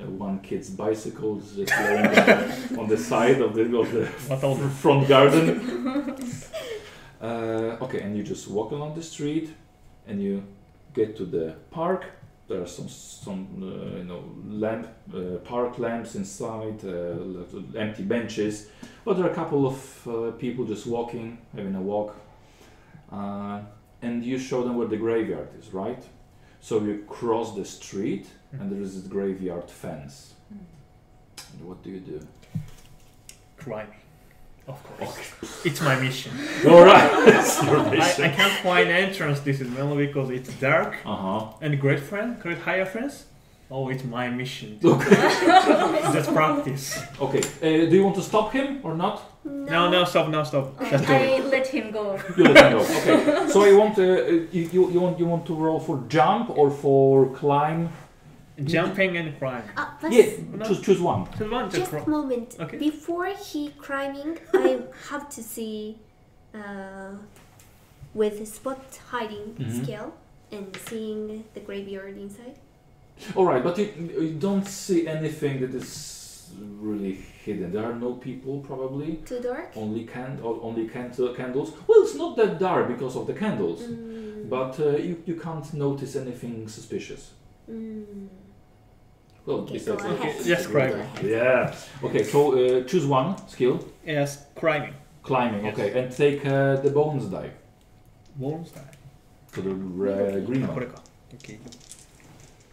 Speaker 2: Uh, one kid's bicycle is just lying on the- on the side of the, of the
Speaker 5: What all the
Speaker 2: *laughs* front garden. uh, okay, and you just walk along the street, and you get to the park. There are some some uh, you know lamp uh, park lamps inside, uh, little empty benches, but there are a couple of uh, people just walking, having a walk. Uh, and you show them where the graveyard is, right? So you cross the street, and there is this graveyard fence. Mm-hmm. And what do you do?
Speaker 5: climbing? Of course. It's my mission.
Speaker 2: *laughs* All *laughs* right, it's your
Speaker 5: I, I can't find entrance. This is mainly because it's dark
Speaker 2: Uh huh.
Speaker 5: and great friend, great higher friends. Oh, it's my mission.
Speaker 2: Okay.
Speaker 5: Just practice.
Speaker 2: Okay. Uh, do you want to stop him or not?
Speaker 5: No, no, stop, no, stop. Just do it.
Speaker 7: I let him go.
Speaker 2: You let me *laughs* know. Okay. So you want uh, uh, you, you, you want you want to roll for jump or for climb?
Speaker 5: Jumping and climb.
Speaker 4: Uh, but
Speaker 2: Yeah. Choose choose one.
Speaker 5: So one to
Speaker 4: just
Speaker 5: cro-
Speaker 4: a moment.
Speaker 5: Okay.
Speaker 4: Before he climbing, I
Speaker 2: *laughs*
Speaker 4: have to see uh, with spot hiding
Speaker 2: Mhm.
Speaker 4: skill and seeing the graveyard inside.
Speaker 2: All right, but you, you don't see anything that is really hidden. There are no people probably.
Speaker 4: Too dark.
Speaker 2: Oh. uh,
Speaker 4: Mm-hmm.
Speaker 2: Only can only can- candles. Well, it's not that dark because of the candles. but uh, you, you can't notice anything suspicious.
Speaker 4: Mm.
Speaker 2: Well,
Speaker 4: Okay,
Speaker 2: besides-
Speaker 4: go ahead.
Speaker 5: yes, crime.
Speaker 4: Go ahead.
Speaker 2: yeah. Okay, so uh, choose one skill,
Speaker 5: Yes, climbing.
Speaker 2: climbing. Okay, and take uh, the bones die.
Speaker 5: Bones die.
Speaker 2: So the uh,
Speaker 4: Mm-hmm.
Speaker 2: green one.
Speaker 5: これか。Okay.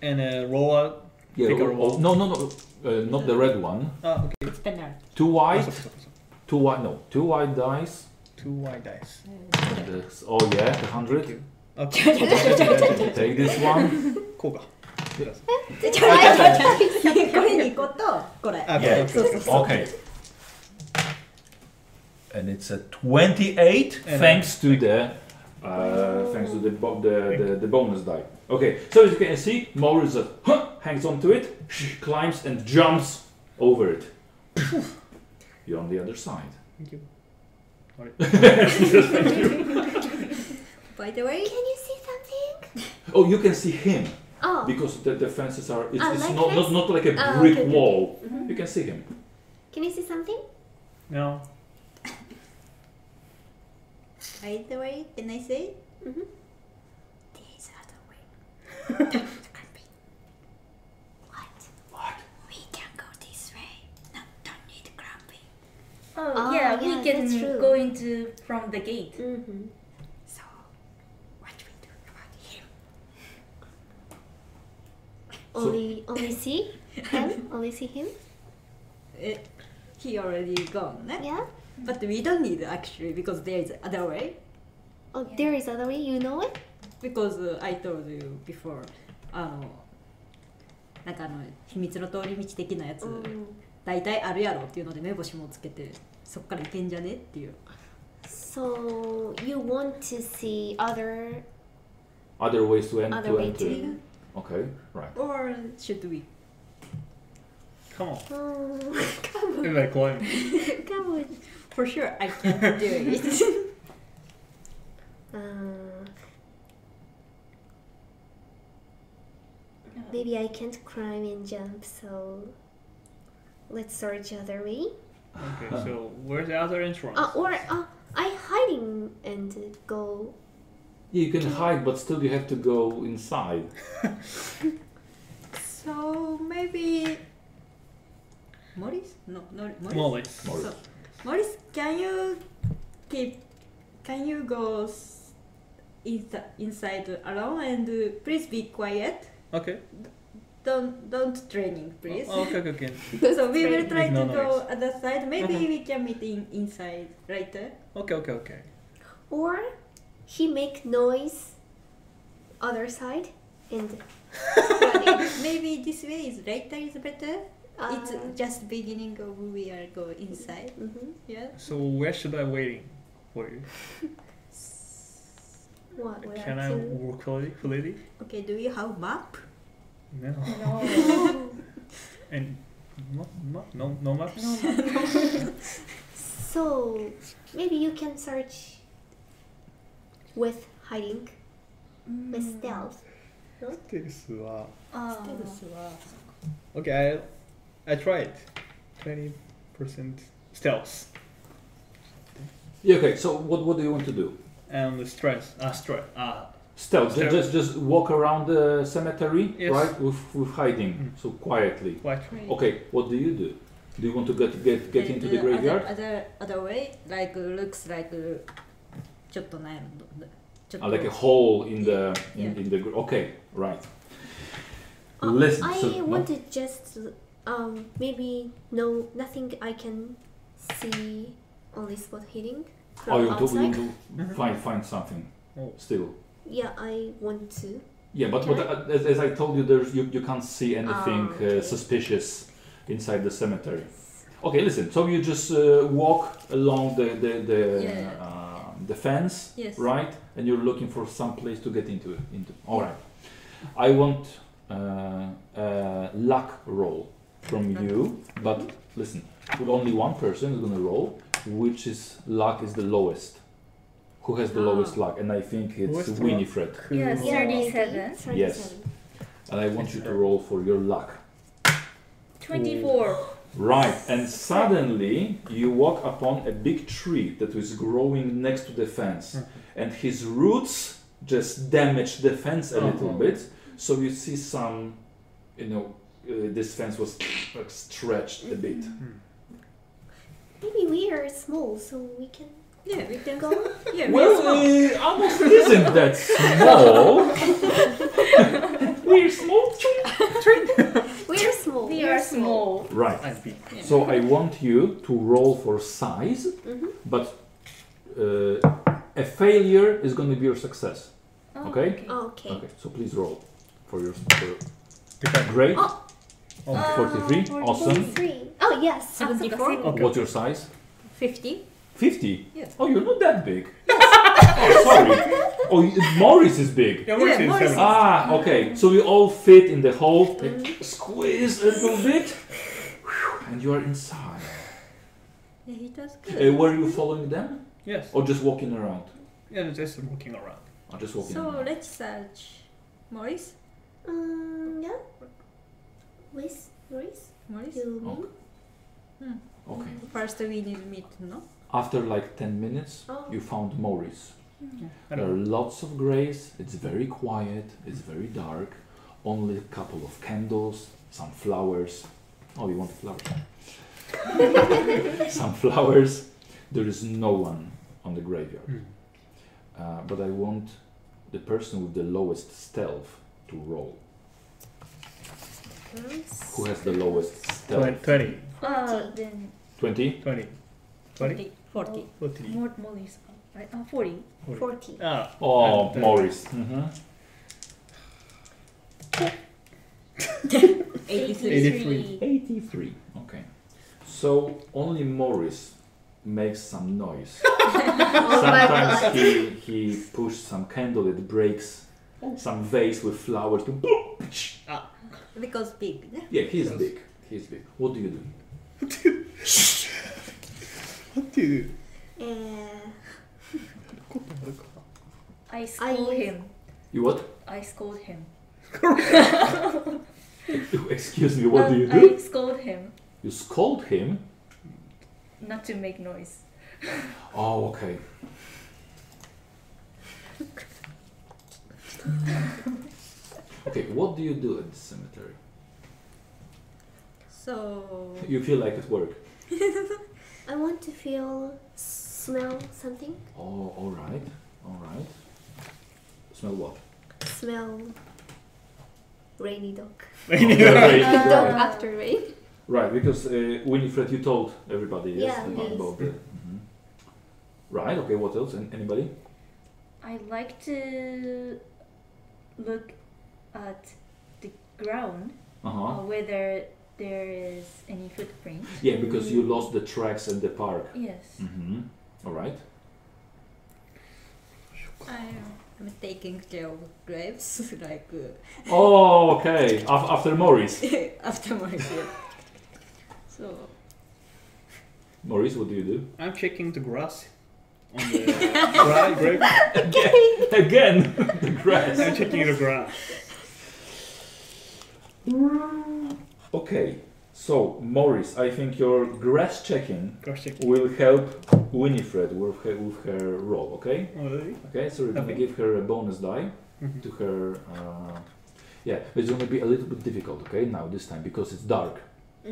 Speaker 5: And uh, roll out.
Speaker 2: Yeah,
Speaker 5: Take a
Speaker 2: oh,
Speaker 5: roll.
Speaker 2: oh, no, no, no, uh, not the red one.
Speaker 5: あ、okay. Ah,
Speaker 6: *laughs* Penalty.
Speaker 2: Two
Speaker 5: あ
Speaker 2: white,
Speaker 5: そうそうそうそう
Speaker 2: two white, no, two white dice.
Speaker 5: Two white dice.
Speaker 2: and the- oh yeah, the hundred.
Speaker 4: *laughs*
Speaker 5: Okay.
Speaker 2: Take this one.
Speaker 5: こうか。
Speaker 4: *laughs*
Speaker 6: これ2個とこれ。
Speaker 5: あ、こ
Speaker 9: Yeah.
Speaker 5: うそうそう
Speaker 9: Okay. And it's a 28
Speaker 5: And-
Speaker 9: thanks
Speaker 2: thanks to the uh, thanks to the, bo- the, the the bonus die. Okay, so as you can see, Maurice uh, huh, hangs onto it, climbs and jumps over it. You're on the other side.
Speaker 5: Thank you.
Speaker 6: By the way,
Speaker 4: Can you see something?
Speaker 2: Oh, you can see him
Speaker 4: Oh,
Speaker 2: because the, the fences are. It's,
Speaker 4: Ah,
Speaker 2: it's
Speaker 4: like
Speaker 2: not, not
Speaker 4: this?
Speaker 2: not like a
Speaker 4: Ah,
Speaker 2: brick
Speaker 4: okay, okay.
Speaker 2: wall. You can see him.
Speaker 4: can you see something?
Speaker 5: No.
Speaker 6: *laughs* by the way, can I say?
Speaker 4: There's other way. *laughs* What?
Speaker 2: What?
Speaker 4: We can go this way. No, don't need grumpy. Oh,
Speaker 7: Oh, yeah, we
Speaker 4: yeah,
Speaker 7: can
Speaker 4: that's true.
Speaker 7: go into from the gate.
Speaker 4: Mm-hmm. So, what do we do about him? *laughs* Only, only see him. Only see him.
Speaker 6: Eh, He already gone. ne?
Speaker 4: Yeah.
Speaker 6: But we don't need actually because there is other way.
Speaker 4: Oh, there is other way. You know it.
Speaker 6: Because uh, I told you before あのなんかあの秘密の通り道的なやつ、大体あるやろっていうので目星もつけてそっから行けんじゃねっていう
Speaker 4: So you want to see other
Speaker 2: Other ways to, en-
Speaker 4: other
Speaker 2: to
Speaker 4: way
Speaker 2: enter.
Speaker 4: too?
Speaker 2: Okay, right.
Speaker 6: Or should we?
Speaker 5: Come on.
Speaker 4: Oh, *laughs* come on, *laughs*
Speaker 5: Everybody *laughs* climbing.
Speaker 4: come on.
Speaker 6: For sure I can do it
Speaker 4: Uh, maybe I can't climb and jump, so let's search other way.
Speaker 5: Okay, so where's the other entrance?
Speaker 4: Uh, or uh, I hiding and go.
Speaker 2: Yeah, you can hide, but still you have to go inside.
Speaker 6: *laughs* So maybe Morris? No, no Morris?
Speaker 5: Molly.
Speaker 2: Morris.
Speaker 6: So, Morris, can you keep can you go s- insi- inside alone and uh, please be quiet?
Speaker 5: Okay.
Speaker 6: Don't don't training please.
Speaker 5: Oh, okay, okay, okay.
Speaker 4: *laughs*
Speaker 6: *laughs* so we will try
Speaker 5: No
Speaker 6: to go
Speaker 5: noise.
Speaker 6: other side. Maybe
Speaker 2: Uh-huh.
Speaker 5: Mhm.
Speaker 6: we can meet in inside
Speaker 5: *laughs*
Speaker 6: later.
Speaker 5: Okay, okay, okay.
Speaker 4: Or he make noise. Other side and
Speaker 6: Running. Maybe this way is later is better.
Speaker 4: uh,
Speaker 6: it's just beginning of we are go inside.
Speaker 4: mhm.
Speaker 6: Yeah.
Speaker 5: So where should I waiting for you?
Speaker 4: What? what
Speaker 5: Can
Speaker 4: I
Speaker 5: I
Speaker 4: do?
Speaker 5: walk fully? fully?
Speaker 6: Okay. Do you have map?
Speaker 5: No. *laughs* And no, no, no, no maps.
Speaker 4: *laughs*
Speaker 5: *laughs*
Speaker 4: So maybe you can search with hiding, with
Speaker 7: Mm.
Speaker 4: stealth.
Speaker 5: ですわ。
Speaker 7: Oh.
Speaker 5: uh, Okay, I, I tried. Twenty percent stealth
Speaker 2: Yeah, okay, so what, what do you want to do?
Speaker 5: and the stress. Ah, stress. Ah,
Speaker 2: Stealth, ju-
Speaker 5: Stealth.
Speaker 2: Just, just walk around the cemetery,
Speaker 5: Yes. Mm.
Speaker 2: right? With, with hiding, so quietly.
Speaker 5: what?
Speaker 2: Okay, what do you do? Do you want to get get, get into the
Speaker 6: And, uh,
Speaker 2: graveyard?
Speaker 6: Other, other, other way, like uh, looks like uh, ちょっとなんやろどどちょっと。
Speaker 2: Ah, like a hole in the in,
Speaker 6: Yeah.
Speaker 2: in the gra- okay, right.
Speaker 4: Uh,
Speaker 2: Listen,
Speaker 4: I
Speaker 2: so-
Speaker 4: want to just um maybe no nothing I can see only spot hiding from
Speaker 2: Oh, you want to, you
Speaker 4: outside.
Speaker 2: want to find find something
Speaker 5: Mm-hmm. Oh.
Speaker 2: still.
Speaker 4: Yeah, I want to.
Speaker 2: Yeah, but,
Speaker 4: Can
Speaker 2: but uh, as, as I told you, there's you, you can't see anything
Speaker 4: Ah, okay.
Speaker 2: uh, suspicious inside the cemetery. Okay, listen. So you just uh, walk along the the the,
Speaker 6: Yeah.
Speaker 2: uh, the fence,
Speaker 6: Yes.
Speaker 2: right? And you're looking for some place to get into. Into all right. I want uh, a luck roll from you, but listen, with only one person is gonna roll, which is luck is the lowest. Who has the
Speaker 6: Ah.
Speaker 2: lowest luck? And I think it's
Speaker 5: Lowest luck.
Speaker 2: Winifred.
Speaker 7: Yeah,
Speaker 5: Cool.
Speaker 4: Yeah, maybe.
Speaker 7: 37.
Speaker 2: Yes. And I want you to roll for your luck.
Speaker 7: 24.
Speaker 2: Right, and suddenly you walk Mm-hmm. upon a big tree that is growing next to the fence, and his roots just damaged the fence a little
Speaker 5: Uh-huh.
Speaker 2: bit. So you see some, you know, uh, this fence was like stretched a bit.
Speaker 4: Maybe we are small, so we can
Speaker 6: Yeah, we can
Speaker 4: go.
Speaker 6: Yeah, we
Speaker 2: Well,
Speaker 6: smoke.
Speaker 2: uh, almost isn't that small. *laughs* We're small.
Speaker 4: we are
Speaker 2: Oh.
Speaker 4: small.
Speaker 7: We are small.
Speaker 2: Right.
Speaker 5: I'm big.
Speaker 2: So I want you to roll for size,
Speaker 4: Mhm.
Speaker 2: but uh, a failure is going to be your success.
Speaker 7: Oh,
Speaker 2: Okay.
Speaker 4: Okay.
Speaker 2: Okay, so please roll for your for grade.
Speaker 4: Oh.
Speaker 7: Uh,
Speaker 2: 43, awesome.
Speaker 4: Three. Oh yes.
Speaker 7: Ah, so the
Speaker 6: 74?
Speaker 7: same.
Speaker 5: Okay.
Speaker 2: What's your size?
Speaker 6: 50?
Speaker 2: 50?
Speaker 6: Yes.
Speaker 2: Oh, you're not that big. *laughs* oh, sorry. Oh, y- Morris is big.
Speaker 5: Yeah, we're
Speaker 6: Yeah,
Speaker 5: in
Speaker 6: more
Speaker 5: seven.
Speaker 6: is-
Speaker 2: Ah, okay. So we all fit in the hole. Like, squeeze a little bit. Whew, And you are inside.
Speaker 6: Yeah, it was good.
Speaker 2: Uh, were you following them?
Speaker 5: Yes.
Speaker 2: Or just walking around?
Speaker 5: Yeah, just walking around.
Speaker 2: Or just walking
Speaker 6: So
Speaker 2: around.
Speaker 6: let's search. Morris?
Speaker 4: Um. Yeah. With Maurice,
Speaker 6: Morris?
Speaker 4: you mean?
Speaker 2: Okay. Oh, Okay.
Speaker 6: First we need meat, no?
Speaker 2: After like 10 minutes,
Speaker 4: Oh.
Speaker 2: you found Morris.
Speaker 5: I
Speaker 2: There
Speaker 5: don't
Speaker 2: are lots of grays. It's very quiet. It's very dark. Only a couple of candles, some flowers. Oh, you want flowers? *laughs* some flowers. There is no one on the graveyard. Uh, but I want the person with the lowest stealth to roll. Who has the lowest
Speaker 5: Twen-
Speaker 2: stealth?
Speaker 5: 20,
Speaker 7: Oh, then
Speaker 2: 20?
Speaker 5: 20, 20,
Speaker 6: 40.
Speaker 5: 40.
Speaker 7: more more is right. Oh, 40.
Speaker 4: Forty.
Speaker 5: *laughs* Ah,
Speaker 2: Oh,
Speaker 5: And, uh,
Speaker 2: Morris. Mhm.
Speaker 6: 83.
Speaker 5: 83.
Speaker 2: 83. Okay. So only Morris makes some noise.
Speaker 4: Oh my
Speaker 2: Sometimes
Speaker 7: *laughs*
Speaker 4: god.
Speaker 2: he, he pushes some candle, it breaks. Some vase with flowers. To *laughs*
Speaker 6: Oh. Because big, yeah?
Speaker 2: yeah, he's big. He's big. What do you do?
Speaker 5: what do you do?
Speaker 4: Uh,
Speaker 7: *laughs* I scold
Speaker 4: I-
Speaker 7: him.
Speaker 2: You what? *laughs*
Speaker 7: I scold him.
Speaker 2: Excuse me, what do you
Speaker 7: Um,
Speaker 2: do?
Speaker 7: I scold him
Speaker 2: You scold him.
Speaker 7: not to make noise.
Speaker 2: Oh, okay. Okay, what do you do at the cemetery?
Speaker 6: So.
Speaker 2: You feel like at work.
Speaker 4: I want to feel, smell something.
Speaker 2: Oh, all right, all right. Smell what?
Speaker 4: Smell. Rainy dog.
Speaker 2: Oh,
Speaker 7: *laughs*
Speaker 2: Right,
Speaker 4: Dog
Speaker 2: right.
Speaker 4: after rain.
Speaker 2: Right, because uh, Winifred, you told everybody yes
Speaker 4: Yeah,
Speaker 2: about,
Speaker 4: yes.
Speaker 2: about *laughs* the. Mhm. Right. Okay. What else? An- Anybody?
Speaker 7: I like to look at the ground
Speaker 2: Uh
Speaker 7: or
Speaker 2: huh.
Speaker 7: whether there is any footprint.
Speaker 2: Yeah, because you lost the tracks at the park.
Speaker 7: Yes.
Speaker 2: Mm-hmm. All right.
Speaker 6: I'm, I'm taking care of grapes, *laughs* like uh,
Speaker 2: Oh, okay. Af- after Maurice.
Speaker 6: after my shift. So
Speaker 2: Maurice, what do you do?
Speaker 5: I'm checking the grass on the dry grape.
Speaker 2: *laughs* Again, the grass.
Speaker 5: I'm checking the grass.
Speaker 2: Okay. So Maurice, I think your grass checking
Speaker 5: Grass checking.
Speaker 2: will help Winifred with her, with her role. Okay.
Speaker 5: Oh, really?
Speaker 2: Okay, so we're gonna
Speaker 5: Okay.
Speaker 2: give her a bonus die
Speaker 5: Mhm.
Speaker 2: to her. Uh, yeah, it's gonna be a little bit difficult, okay, now this time because it's dark.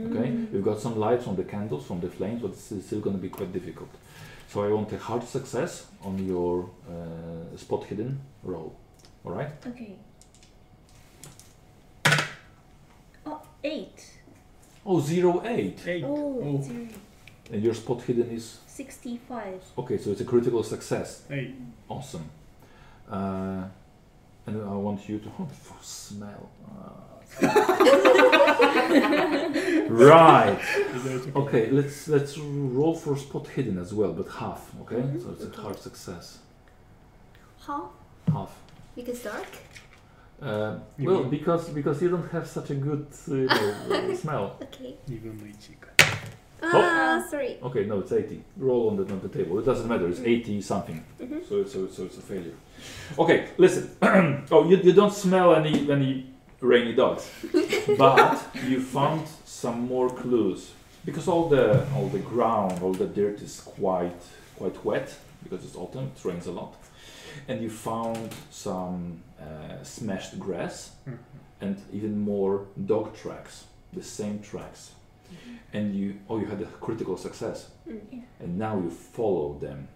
Speaker 2: Okay, we've got some lights on the candles from the flames, but it's still gonna be quite difficult. So I want a hard success on your uh, spot hidden roll. All right,
Speaker 5: Hmm.
Speaker 7: Okay. Oh, eight.
Speaker 2: oh, zero eight,
Speaker 5: Eight.
Speaker 7: Oh,
Speaker 5: Oh.
Speaker 7: zero.
Speaker 2: and your spot hidden is
Speaker 7: 65.
Speaker 2: okay, so it's a critical success.
Speaker 5: Eight.
Speaker 2: Awesome. Uh, and I want you to hunt for smell. Ah. *laughs* right. Okay, let's let's roll for spot hidden as well, but half. Okay, so it's a hard success.
Speaker 4: How?
Speaker 2: Half.
Speaker 4: Because dark.
Speaker 2: Uh,
Speaker 5: You
Speaker 2: well,
Speaker 5: mean-
Speaker 2: because because you don't have such a good uh, you know, uh, *laughs* smell.
Speaker 4: Okay.
Speaker 5: Even my cheek.
Speaker 2: Oh.
Speaker 4: Ah, sorry.
Speaker 2: Okay, no, it's 80. Roll on the on the table. It doesn't matter. It's 80 something.
Speaker 4: Mhm.
Speaker 2: So it's so, it's- so it's a failure. Okay, listen. *clears throat* oh, you, you don't smell any any rainy dogs, but you found some more clues because all the all the ground, all the dirt is quite quite wet because it's autumn. It rains a lot. and you found some uh, smashed grass and even more dog tracks, the same tracks. And you, oh, you had a critical success, and now you follow them,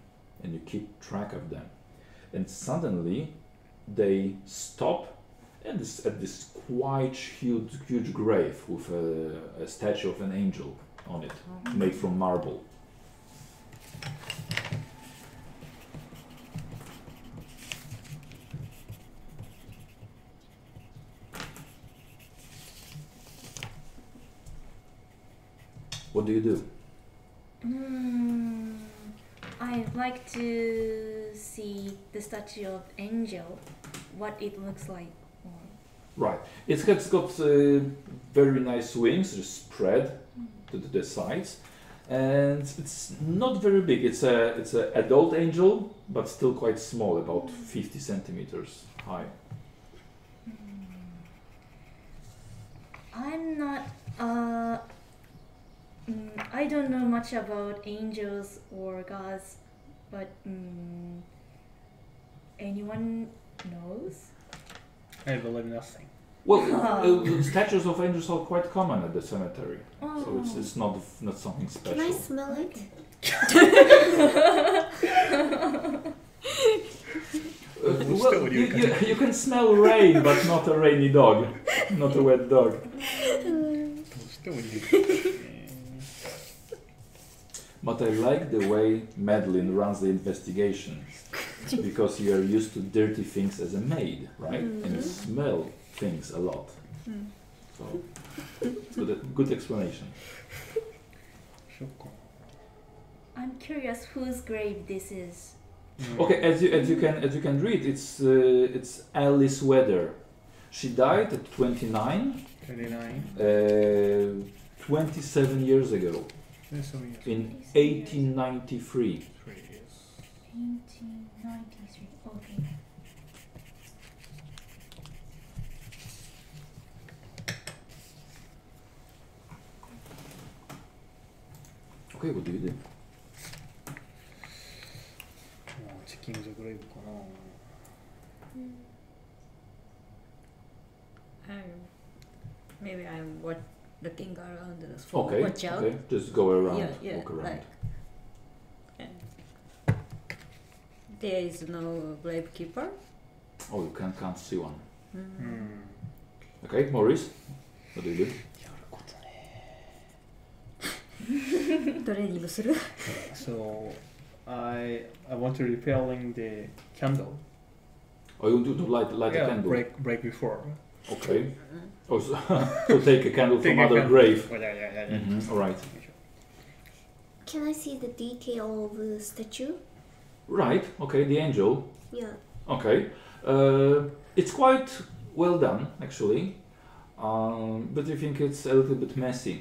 Speaker 2: and you keep track of them, and suddenly they stop and this, at this quite huge, huge grave with a, a statue of an angel on it, made from marble. What do you do?
Speaker 7: Hmm. I'd like to see the statue of angel, what it looks like. or-
Speaker 2: Right. It has got uh, very nice wings, just spread
Speaker 7: Hmm.
Speaker 2: to the, the sides, and it's not very big. It's a it's an adult angel, but still quite small, about fifty centimeters high.
Speaker 7: I'm not. Uh, mm, I don't know much about angels or gods, but mm, anyone knows?
Speaker 5: I believe nothing.
Speaker 4: *laughs*
Speaker 2: Well, uh, statues of angels are quite common at the cemetery, so
Speaker 7: Oh.
Speaker 2: it's, it's not not something
Speaker 4: Oh. Can I
Speaker 2: special.
Speaker 4: smell it?
Speaker 2: Uh, well,
Speaker 5: what
Speaker 2: you,
Speaker 5: you
Speaker 2: you, *laughs* you can smell rain, but not a rainy dog, not a wet dog.
Speaker 4: Um,
Speaker 5: *laughs*
Speaker 2: But I like the way Madeline runs the
Speaker 6: *laughs*
Speaker 2: investigation because you are used to dirty things as a maid, right?
Speaker 6: Mm-hmm.
Speaker 2: And you smell things a lot.
Speaker 6: hmm,
Speaker 2: So, it's good, good explanation.
Speaker 7: *laughs* I'm curious whose grave this is.
Speaker 2: Okay, as you as you can as you can read, it's uh, it's Alice Weather. She died at 29,
Speaker 5: 29.
Speaker 2: uh, 27 years ago
Speaker 5: That's so many years.
Speaker 2: in 1893.
Speaker 5: Three years.
Speaker 7: 1893. Okay.
Speaker 2: Okay, what do you do?
Speaker 5: もうチキンズグレープかな
Speaker 6: I'm, maybe I'm what, looking around the for
Speaker 2: Okay,
Speaker 6: watch out.
Speaker 2: okay, just go around,
Speaker 6: Yeah, yeah,
Speaker 2: walk around.
Speaker 6: like. and There is no gravekeeper.
Speaker 2: Oh, you can, can't see one. Hmm.
Speaker 6: *laughs*
Speaker 5: うん。
Speaker 2: Okay, Maurice, what do you do?
Speaker 6: トレーニングする
Speaker 5: So I I want to repelling the candle.
Speaker 2: Oh, you want to to light, light a
Speaker 5: yeah,
Speaker 2: candle?
Speaker 5: break break before.
Speaker 2: Okay.
Speaker 6: Hmm.
Speaker 2: Oh, so, *laughs* so take a candle
Speaker 5: Take
Speaker 2: from
Speaker 5: a
Speaker 2: other
Speaker 5: candle.
Speaker 2: grave.
Speaker 5: Oh, yeah, yeah, yeah, yeah.
Speaker 2: Mhm, All right.
Speaker 4: Can I see the detail of the statue?
Speaker 2: Right. Okay. The angel.
Speaker 4: Yeah.
Speaker 2: Okay. Uh, it's quite well done, actually. Um, but I think it's a little bit messy.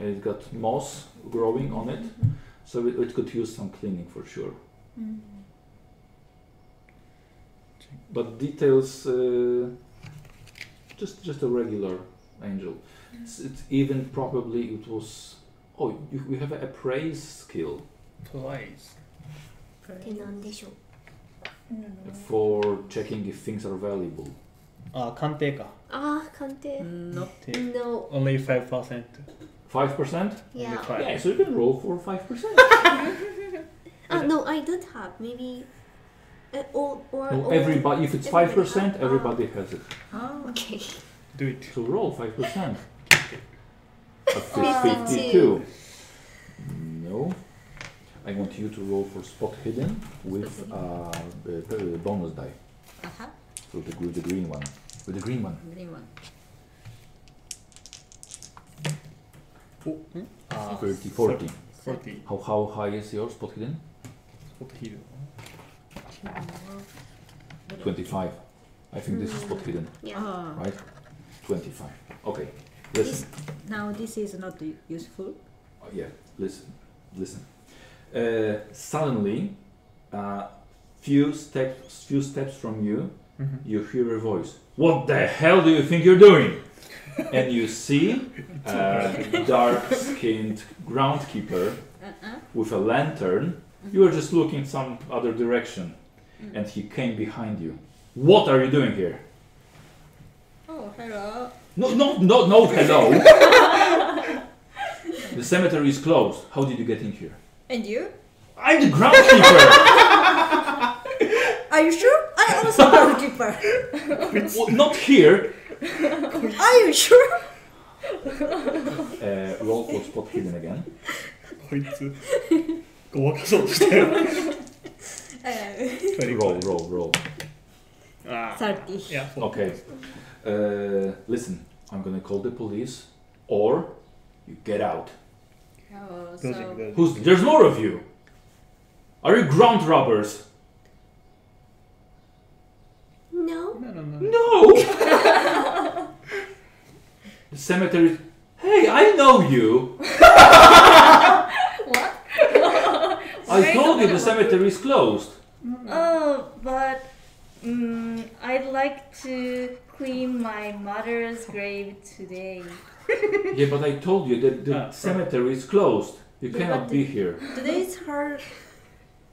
Speaker 2: It got moss growing on it, so it, it could use some cleaning for sure.
Speaker 6: Hmm,
Speaker 2: But details, uh, just just a regular angel. It's, it's even probably it was. Oh, you, we have a appraise skill
Speaker 5: Twice.
Speaker 4: ってなんでしょう
Speaker 7: No, no.
Speaker 2: for checking if things are valuable.
Speaker 5: Ah, can't take.
Speaker 4: ああ、鑑定。
Speaker 6: No.
Speaker 4: No.
Speaker 5: Only five percent.
Speaker 2: Five percent.
Speaker 4: Yeah.
Speaker 5: Only five.
Speaker 2: Yeah, so you can roll for five percent.
Speaker 4: Ah, no, I don't have. Maybe. Uh, or, or,
Speaker 2: No,
Speaker 4: or
Speaker 2: everybody, if it's five
Speaker 4: everybody
Speaker 2: percent,
Speaker 4: have-
Speaker 2: everybody has it.
Speaker 6: Oh,
Speaker 4: Okay.
Speaker 5: Do it.
Speaker 2: So roll five percent.
Speaker 4: Oh.
Speaker 2: Fifty-two. No, I want you to roll for spot hidden with uh, the the bonus die.
Speaker 6: aha,
Speaker 2: So the, gr- the green one, with the green one.
Speaker 6: green one.
Speaker 5: Oh, hmm? Ah,
Speaker 2: 30, 40.
Speaker 5: forty.
Speaker 2: How how high is your spot hidden?
Speaker 5: Forty.
Speaker 2: Twenty-five. I think this is spot hidden,
Speaker 4: Yeah.
Speaker 6: Oh,
Speaker 2: right? Twenty-five. Okay. Listen.
Speaker 6: now this is not u- useful.
Speaker 2: Oh, yeah, listen, listen. Uh, suddenly, uh, few steps, few steps from you, you hear a voice. What the hell do you think you're doing? and you see a dark-skinned groundkeeper with a lantern. You are just looking some other direction, and he came behind you. What are you doing here?
Speaker 6: Oh, hello.
Speaker 2: No, no, no, no, hello. the cemetery is closed. How did you get in here?
Speaker 6: And you?
Speaker 2: I'm the groundkeeper! *laughs*
Speaker 6: Are you sure? I also *laughs* housekeeper.
Speaker 2: Well, not here!
Speaker 6: Are you sure?
Speaker 2: Uh, roll for spot hidden again.
Speaker 5: こい *laughs* つごまかそうと *laughs* したよ
Speaker 2: Roll, roll, roll.
Speaker 5: ああ
Speaker 6: Thirty.
Speaker 5: いやそう
Speaker 2: Okay. Uh, listen, I'm gonna call the police or you get out.
Speaker 6: Oh,
Speaker 5: どうしよう
Speaker 6: so
Speaker 5: どうし
Speaker 2: Who's
Speaker 5: よ
Speaker 2: there's more of you? Are you ground robbers?
Speaker 4: No.
Speaker 5: うななな *laughs*
Speaker 2: No! *laughs* the cemetery. Hey, I know you!
Speaker 6: what?
Speaker 2: I told you the cemetery is closed.
Speaker 7: Oh, but mm, I'd like to clean my mother's grave today.
Speaker 2: Yeah, but I told you that the
Speaker 5: Ah,
Speaker 2: cemetery is closed. You
Speaker 6: Yeah,
Speaker 2: cannot
Speaker 6: but
Speaker 2: be here.
Speaker 6: Today's her.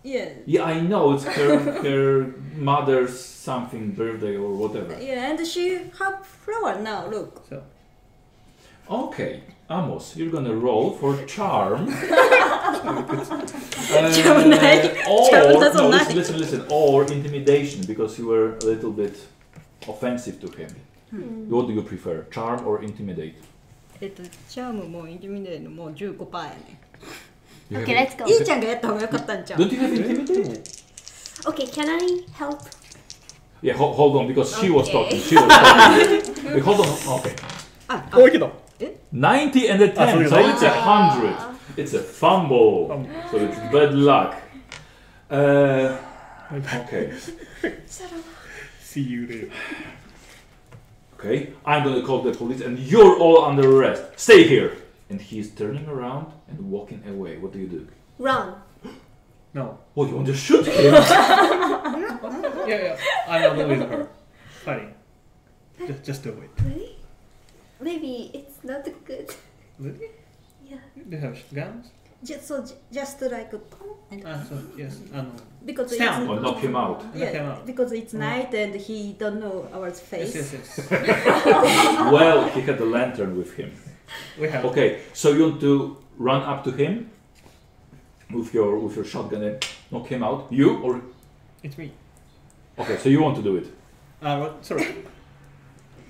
Speaker 6: Yeah.
Speaker 2: Yeah, I know it's
Speaker 6: *laughs*
Speaker 2: her, her mother's something birthday or whatever.
Speaker 6: Yeah, and she have flower now. Look.
Speaker 2: Okay, Amos, you're gonna roll for
Speaker 6: *laughs*
Speaker 2: charm. Uh,
Speaker 6: Charm nine.
Speaker 2: Or,
Speaker 6: *laughs* Charm doesn't
Speaker 2: no, listen,
Speaker 6: nine.
Speaker 2: listen, listen. Or intimidation, because you were a little bit offensive to him.
Speaker 4: Hmm.
Speaker 2: What do you prefer, charm or intimidate?
Speaker 6: えっと、チャームもイルミネーのもう15パーやね。
Speaker 4: Okay, let's go.
Speaker 6: いいちゃんがやった方が良かったんちゃう
Speaker 2: Don't you have intimidate?
Speaker 4: Okay, can I help?
Speaker 2: Yeah, ho- hold on, because she was talking. She was
Speaker 6: *laughs*
Speaker 2: talking. Wait, hold on. Okay.
Speaker 6: あ、あ
Speaker 5: こういうけど
Speaker 2: 90 and a 10,
Speaker 5: sorry,
Speaker 2: so
Speaker 5: sorry.
Speaker 2: it's a 100. It's a Ah. fumble. So it's bad luck. Uh, okay.
Speaker 5: See you later
Speaker 2: Okay, I'm gonna call the police and you're all under arrest. Stay here! And he's turning around and walking away. What do you do?
Speaker 4: Run.
Speaker 5: No
Speaker 2: What, you want to shoot him? *laughs*
Speaker 5: いやいや I'm not with her Funny Just, just do it
Speaker 4: Really? Maybe it's not good.
Speaker 5: Really?
Speaker 4: Yeah.
Speaker 5: They have guns?
Speaker 6: just, so ju- just like pom and
Speaker 5: あ、そう、yes Ah, あの
Speaker 6: because it's
Speaker 5: Stamp.
Speaker 2: or knock him out?
Speaker 5: Knock him
Speaker 6: yeah
Speaker 5: out.
Speaker 6: because it's night and he don't know our
Speaker 5: Yes,
Speaker 6: face.
Speaker 5: yes, yes
Speaker 2: Well, he had a lantern with him.
Speaker 5: We have
Speaker 2: Okay, so you want to run up to him with your with your shotgun and knock him out? You or
Speaker 5: It's me
Speaker 2: okay, so you want to do it.
Speaker 5: Ah, what? Sorry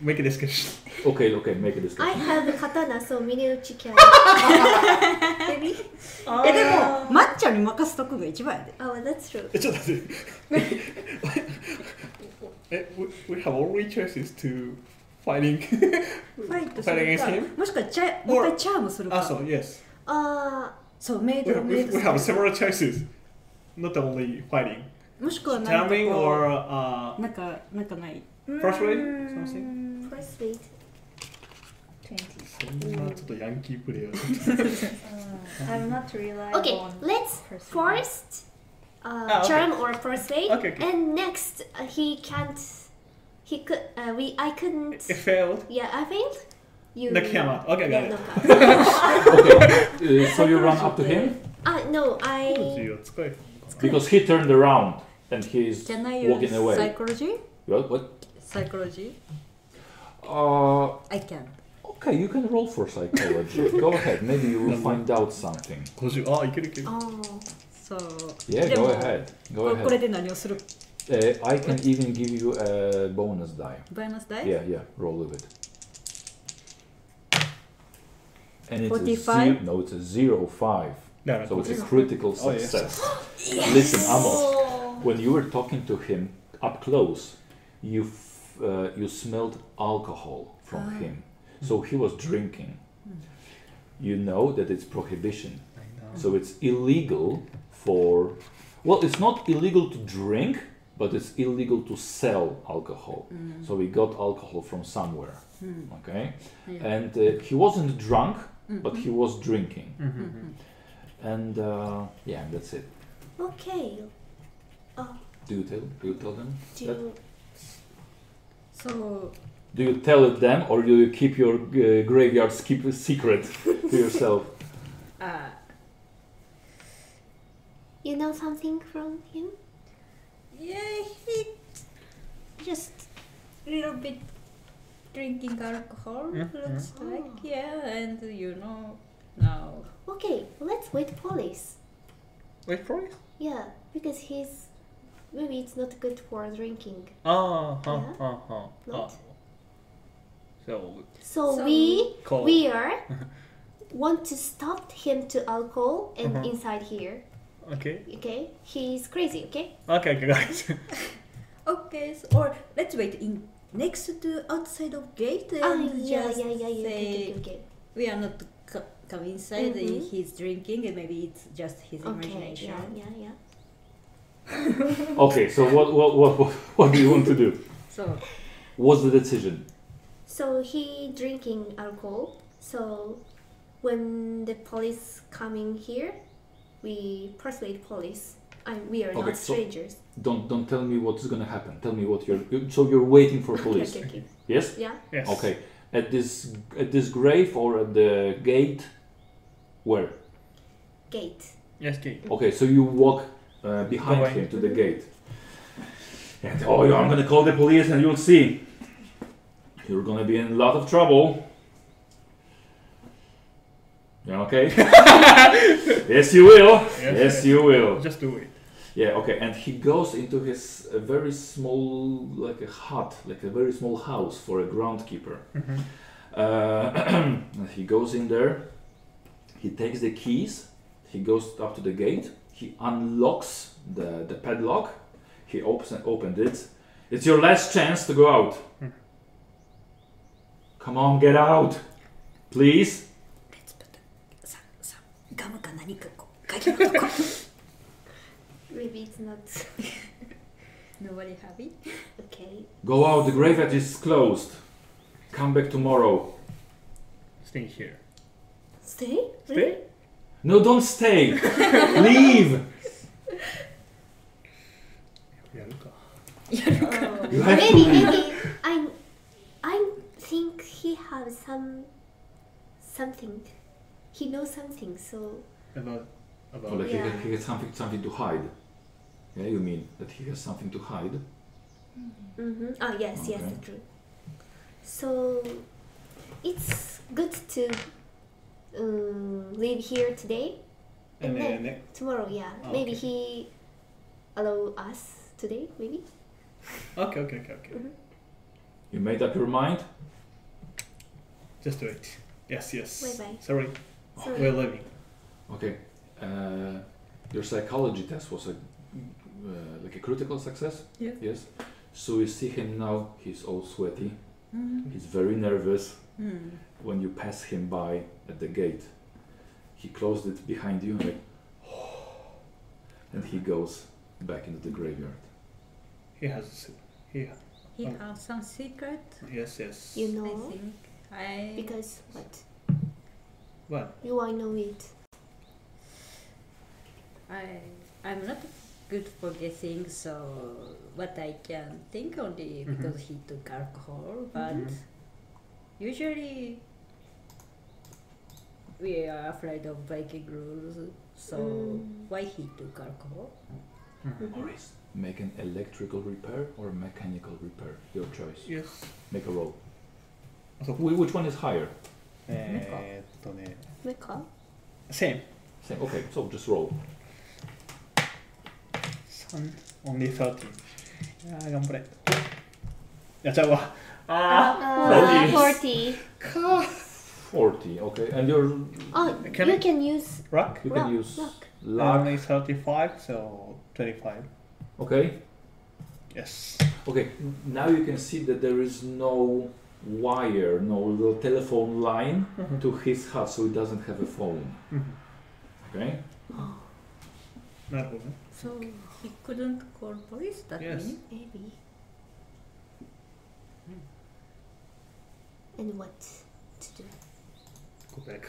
Speaker 5: Make a discussion *laughs*
Speaker 2: Okay, okay, make a discussion.
Speaker 4: I have a katana, so Mineuchi
Speaker 2: *laughs*
Speaker 4: can. Maybe?
Speaker 6: えでもまっちゃんに任せとくのが一番やで。
Speaker 4: Oh, that's true.
Speaker 5: え、ちょっと待ってえ、we, Eh, we have only choices to fighting *laughs*
Speaker 6: ファイト
Speaker 5: Fight
Speaker 6: する
Speaker 5: against
Speaker 6: か
Speaker 5: him?
Speaker 6: もしくはチャ
Speaker 5: Or-
Speaker 6: もう一回チャームする
Speaker 5: あ、
Speaker 6: か。
Speaker 5: そう、yes Ah,
Speaker 4: あ
Speaker 6: そうメイ
Speaker 5: We
Speaker 6: ド
Speaker 5: have,
Speaker 6: メイ
Speaker 5: we,
Speaker 6: ド
Speaker 5: we
Speaker 6: する
Speaker 5: have several choices. Not only fighting.
Speaker 6: もしくはなんかこ
Speaker 5: Charming
Speaker 6: う
Speaker 5: or uh, *laughs*
Speaker 6: なんかなんかない。
Speaker 5: persuade? Something?
Speaker 4: uh, first wait.
Speaker 7: 20.
Speaker 5: そんなちょっとヤンキープレイヤーだ。
Speaker 7: Uh, I'm not reliable
Speaker 4: Okay,
Speaker 7: on
Speaker 4: let's
Speaker 7: person.
Speaker 4: first uh,
Speaker 5: Ah, okay.
Speaker 4: charm or first aid,
Speaker 5: Okay, okay.
Speaker 4: and next uh, he can't. He could. Uh, we. I couldn't.
Speaker 5: *laughs* It
Speaker 4: *laughs*
Speaker 5: failed.
Speaker 4: Yeah, I failed. You.
Speaker 5: Knock him out. Okay, got
Speaker 4: yeah,
Speaker 5: it.
Speaker 4: knock out.
Speaker 2: Okay, uh, so you run up to him
Speaker 4: Ah, no, I.
Speaker 5: 14使え
Speaker 2: because he turned around and he's
Speaker 6: Can I use
Speaker 2: walking away.
Speaker 6: psychology?
Speaker 2: Well, what?
Speaker 6: Psychology?
Speaker 2: Uh,
Speaker 6: I can.
Speaker 2: Okay, you can roll for psychology. *laughs* Go ahead, maybe you will find out something.
Speaker 5: 50あ、いけるいける。
Speaker 4: Oh.
Speaker 6: So.
Speaker 2: Yeah,
Speaker 6: で
Speaker 2: go
Speaker 6: も
Speaker 2: ahead. Go
Speaker 6: ここれ
Speaker 2: ahead.
Speaker 6: で何をする？
Speaker 2: Uh, I can even give you a bonus die.
Speaker 6: バイナスダイ？
Speaker 2: Yeah, yeah, roll with it. And it's a
Speaker 6: 45?
Speaker 2: zero, no, it's a zero five.
Speaker 5: だから、
Speaker 2: So
Speaker 5: こ
Speaker 2: it's a critical
Speaker 5: Oh,
Speaker 2: *gasps*
Speaker 5: yes.
Speaker 2: success. Listen, Amos, when you were talking to him up close, you f- uh, you smelled alcohol from him. So he was drinking. You know that it's prohibition. So it's illegal for well, it's not illegal to drink, but it's illegal to sell alcohol. So we got alcohol from somewhere. Okay? And uh, he wasn't drunk, but he was drinking.
Speaker 5: Mm-hmm.
Speaker 2: And uh, yeah, that's it.
Speaker 4: Okay.
Speaker 2: Do you tell? Do you tell them?
Speaker 4: Do
Speaker 2: That-
Speaker 4: you,
Speaker 6: So
Speaker 2: Do you tell it them, or do you keep your uh, graveyard skip secret to yourself?
Speaker 6: uh,
Speaker 4: you know something from him?
Speaker 6: Yeah, he just little bit drinking alcohol
Speaker 5: Mhm.
Speaker 6: looks like. Yeah, and you know now.
Speaker 4: Okay, let's wait police.
Speaker 5: Wait for it?
Speaker 4: Yeah, because he's maybe it's not good for drinking.
Speaker 5: Ah, huh,
Speaker 4: Yeah.
Speaker 5: huh, huh.
Speaker 4: Not.
Speaker 5: Oh. So,
Speaker 4: So,
Speaker 6: So
Speaker 4: we
Speaker 5: call.
Speaker 4: we are want to stop him to alcohol and
Speaker 5: Mhm.
Speaker 4: inside here.
Speaker 5: Okay.
Speaker 4: Okay, he's crazy. Okay,
Speaker 6: Uh,
Speaker 5: Okay, okay, guys. *laughs*
Speaker 6: Okay, so, or let's wait in next to outside of gate and
Speaker 4: ah yeah
Speaker 6: just
Speaker 4: yeah yeah yeah. Okay, okay,
Speaker 6: say
Speaker 4: okay.
Speaker 6: we are not co- come inside.
Speaker 4: Mhm.
Speaker 6: He's drinking, and maybe it's just his
Speaker 4: Okay,
Speaker 6: imagination.
Speaker 4: yeah yeah yeah.
Speaker 2: Okay, so what, what, what, what, what do you want to do?
Speaker 6: So
Speaker 2: What's the decision?
Speaker 4: So he drinking alcohol. So when the police coming here, we persuade police. And we are
Speaker 2: Okay,
Speaker 4: not
Speaker 2: so-
Speaker 4: strangers.
Speaker 2: Don't don't tell me what's gonna happen. Tell me what you're. So you're waiting for
Speaker 4: Okay,
Speaker 2: police.
Speaker 4: *laughs* okay, okay.
Speaker 2: Yes.
Speaker 4: Yeah.
Speaker 5: yes.
Speaker 2: Okay. At this at this grave or at the gate, where?
Speaker 4: Gate.
Speaker 5: Yes, okay.
Speaker 2: Okay, so you walk uh, behind
Speaker 5: Going.
Speaker 2: him to the gate. And oh, I'm gonna call the police, and you'll see. You're gonna be in a lot of trouble. Yeah, okay. *laughs* yes, you will. Yes,
Speaker 5: yes.
Speaker 2: you will.
Speaker 5: Just do it.
Speaker 2: Yeah, okay. And he goes into his uh, very small, like a hut, like a very small house for a groundkeeper.
Speaker 5: Mhm.
Speaker 2: Uh, *clears throat* and he goes in there. He takes the keys. He goes up to the gate. He unlocks the, the padlock. He opens opened it. It's your last chance to go out. Come on, get out, please.
Speaker 6: let's put some some gum か何かこう鍵のとこ
Speaker 4: Maybe it's not
Speaker 6: *laughs*
Speaker 4: *laughs*
Speaker 6: Nobody happy.
Speaker 4: okay.
Speaker 2: Go out. The grave at is closed. Come back tomorrow.
Speaker 5: Stay here.
Speaker 4: Stay.
Speaker 5: Stay?
Speaker 2: No, don't stay. Leave.
Speaker 5: Yeah, look.
Speaker 4: Oh.
Speaker 2: You have to
Speaker 4: maybe
Speaker 2: leave.
Speaker 4: maybe I I think he has some something. He knows something. So
Speaker 5: About,
Speaker 2: Or
Speaker 5: about.
Speaker 2: like
Speaker 4: Yeah.
Speaker 2: he, he has something, something to hide. Yeah, you mean that he has something to hide?
Speaker 4: mm-hmm. oh yes yes
Speaker 2: Okay.
Speaker 4: true. So it's good to um, leave here today.
Speaker 5: And then,
Speaker 4: Tomorrow, yeah.
Speaker 5: Oh,
Speaker 4: maybe
Speaker 5: okay.
Speaker 4: he allow us today, maybe.
Speaker 5: okay, okay, okay, okay.
Speaker 2: You made up your mind?
Speaker 5: Just do it. Yes, yes.
Speaker 4: Bye-bye.
Speaker 5: Sorry,
Speaker 4: So
Speaker 5: we're leaving.
Speaker 2: Okay. Uh, your psychology test was a uh, like a critical success.
Speaker 6: Yeah.
Speaker 2: Yes. So you see him now. He's all sweaty.
Speaker 6: Mm-hmm.
Speaker 2: He's very nervous.
Speaker 6: Mm.
Speaker 2: When you pass him by at the gate, he closed it behind you, like, *sighs* and he goes back into the graveyard.
Speaker 5: He has. He,
Speaker 6: He
Speaker 5: Oh.
Speaker 6: has some secret.
Speaker 5: yes, yes.
Speaker 4: you
Speaker 6: I
Speaker 4: know
Speaker 6: think I
Speaker 4: because what
Speaker 5: What?
Speaker 4: you I know it.
Speaker 6: I I'm not good for guessing, so what I can think only
Speaker 5: Mhm.
Speaker 6: because he took alcohol, but
Speaker 5: Mm-hmm.
Speaker 6: usually we are afraid of breaking rules, so
Speaker 4: Mm.
Speaker 6: why he took alcohol?
Speaker 5: Mm-hmm.
Speaker 2: Maurice, make an electrical repair or a mechanical repair. Your choice.
Speaker 5: Yes.
Speaker 2: Make a roll.
Speaker 5: So-
Speaker 2: Wh- which one is higher?
Speaker 5: えーっとね。
Speaker 4: Mecca?
Speaker 5: Same.
Speaker 2: Same. Okay, so just roll.
Speaker 5: Sun, only Ah, 13. あー、頑張れ。やっちゃうわ。あ
Speaker 4: Uh,
Speaker 2: Forty.
Speaker 4: 40.
Speaker 5: ー、か
Speaker 2: Forty. Okay, and you're
Speaker 4: Oh,
Speaker 5: Can
Speaker 4: you
Speaker 5: I-
Speaker 4: can use
Speaker 5: Rock?
Speaker 2: you can
Speaker 4: Luck,
Speaker 2: use
Speaker 4: luck.
Speaker 2: luck.
Speaker 5: Only 35, so 25.
Speaker 2: Okay.
Speaker 5: Yes.
Speaker 2: Okay. n- Now you can see that there is no wire, no little telephone line
Speaker 5: Mm-hmm.
Speaker 2: to his hut, so he doesn't have a phone.
Speaker 5: Mhm.
Speaker 2: Okay.
Speaker 5: なるほどね。
Speaker 6: So he couldn't call police that
Speaker 5: Yes.
Speaker 6: means?
Speaker 4: maybe. And what to do?
Speaker 5: Go back.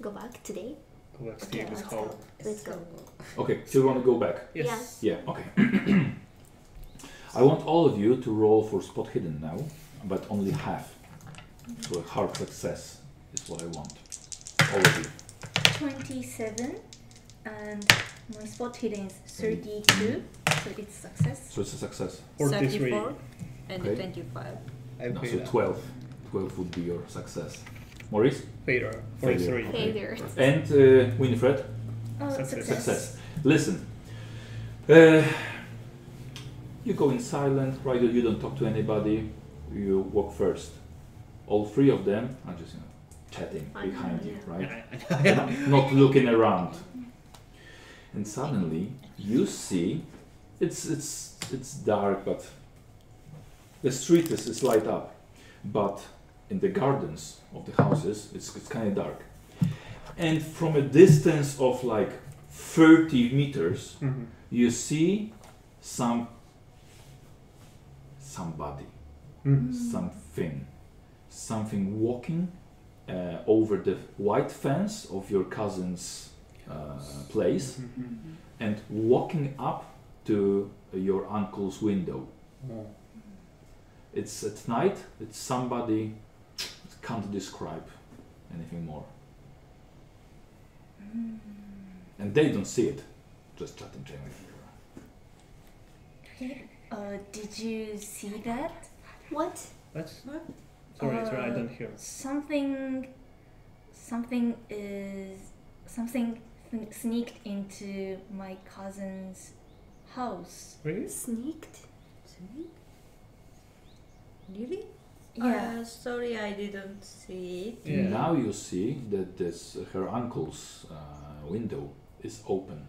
Speaker 4: Go back today?
Speaker 5: Go back to
Speaker 4: Okay,
Speaker 5: Steve's
Speaker 4: let's go.
Speaker 5: home.
Speaker 4: Let's go.
Speaker 2: Okay. So you want to go back?
Speaker 5: Yes.
Speaker 2: Yeah. Okay. *clears throat* I want all of you to roll for spot hidden now, but only half. So a hard success is what I want. All of you.
Speaker 7: 27 and my spot hidden is 32, so it's success.
Speaker 2: So it's a success.
Speaker 5: Or this way.
Speaker 6: 34 and
Speaker 2: Okay.
Speaker 6: 25.
Speaker 5: I
Speaker 2: No, so
Speaker 5: failed.
Speaker 2: 12. 12 would be your success. Maurice?
Speaker 5: Failure.
Speaker 2: Failure.
Speaker 5: 43. *laughs*
Speaker 4: Failure.
Speaker 2: And uh, Winifred?
Speaker 7: Oh,
Speaker 5: Success.
Speaker 2: Success. Listen. Uh, you go in silent, right? You don't talk to anybody. You walk first. All three of them are just you know, chatting
Speaker 4: I know,
Speaker 2: behind you,
Speaker 4: yeah.
Speaker 2: right?
Speaker 5: *laughs*
Speaker 2: not looking around. And suddenly you see it's it's it's dark but the street is, is light up. But in the gardens of the houses it's it's kinda dark. And from a distance of like thirty meters
Speaker 5: Mhm.
Speaker 2: you see some somebody
Speaker 5: Mhm.
Speaker 2: something something walking uh, over the white fence of your cousin's uh, place
Speaker 5: Mhm.
Speaker 7: Mm-hmm.
Speaker 2: and walking up to your uncle's window
Speaker 5: Oh.
Speaker 2: it's at night it's somebody can't describe anything more and they don't see it just chatting chatting
Speaker 7: Uh, did you see that?
Speaker 4: What?
Speaker 5: That's sorry, sorry, I
Speaker 7: Uh,
Speaker 5: don't hear.
Speaker 7: Something, something is, something sn- sneaked into my cousin's house.
Speaker 5: Really?
Speaker 4: Sneaked?
Speaker 6: Really?
Speaker 7: Yeah.
Speaker 6: Uh, sorry, I didn't see it.
Speaker 5: Yeah.
Speaker 2: Now you see that this her uncle's uh, window is open.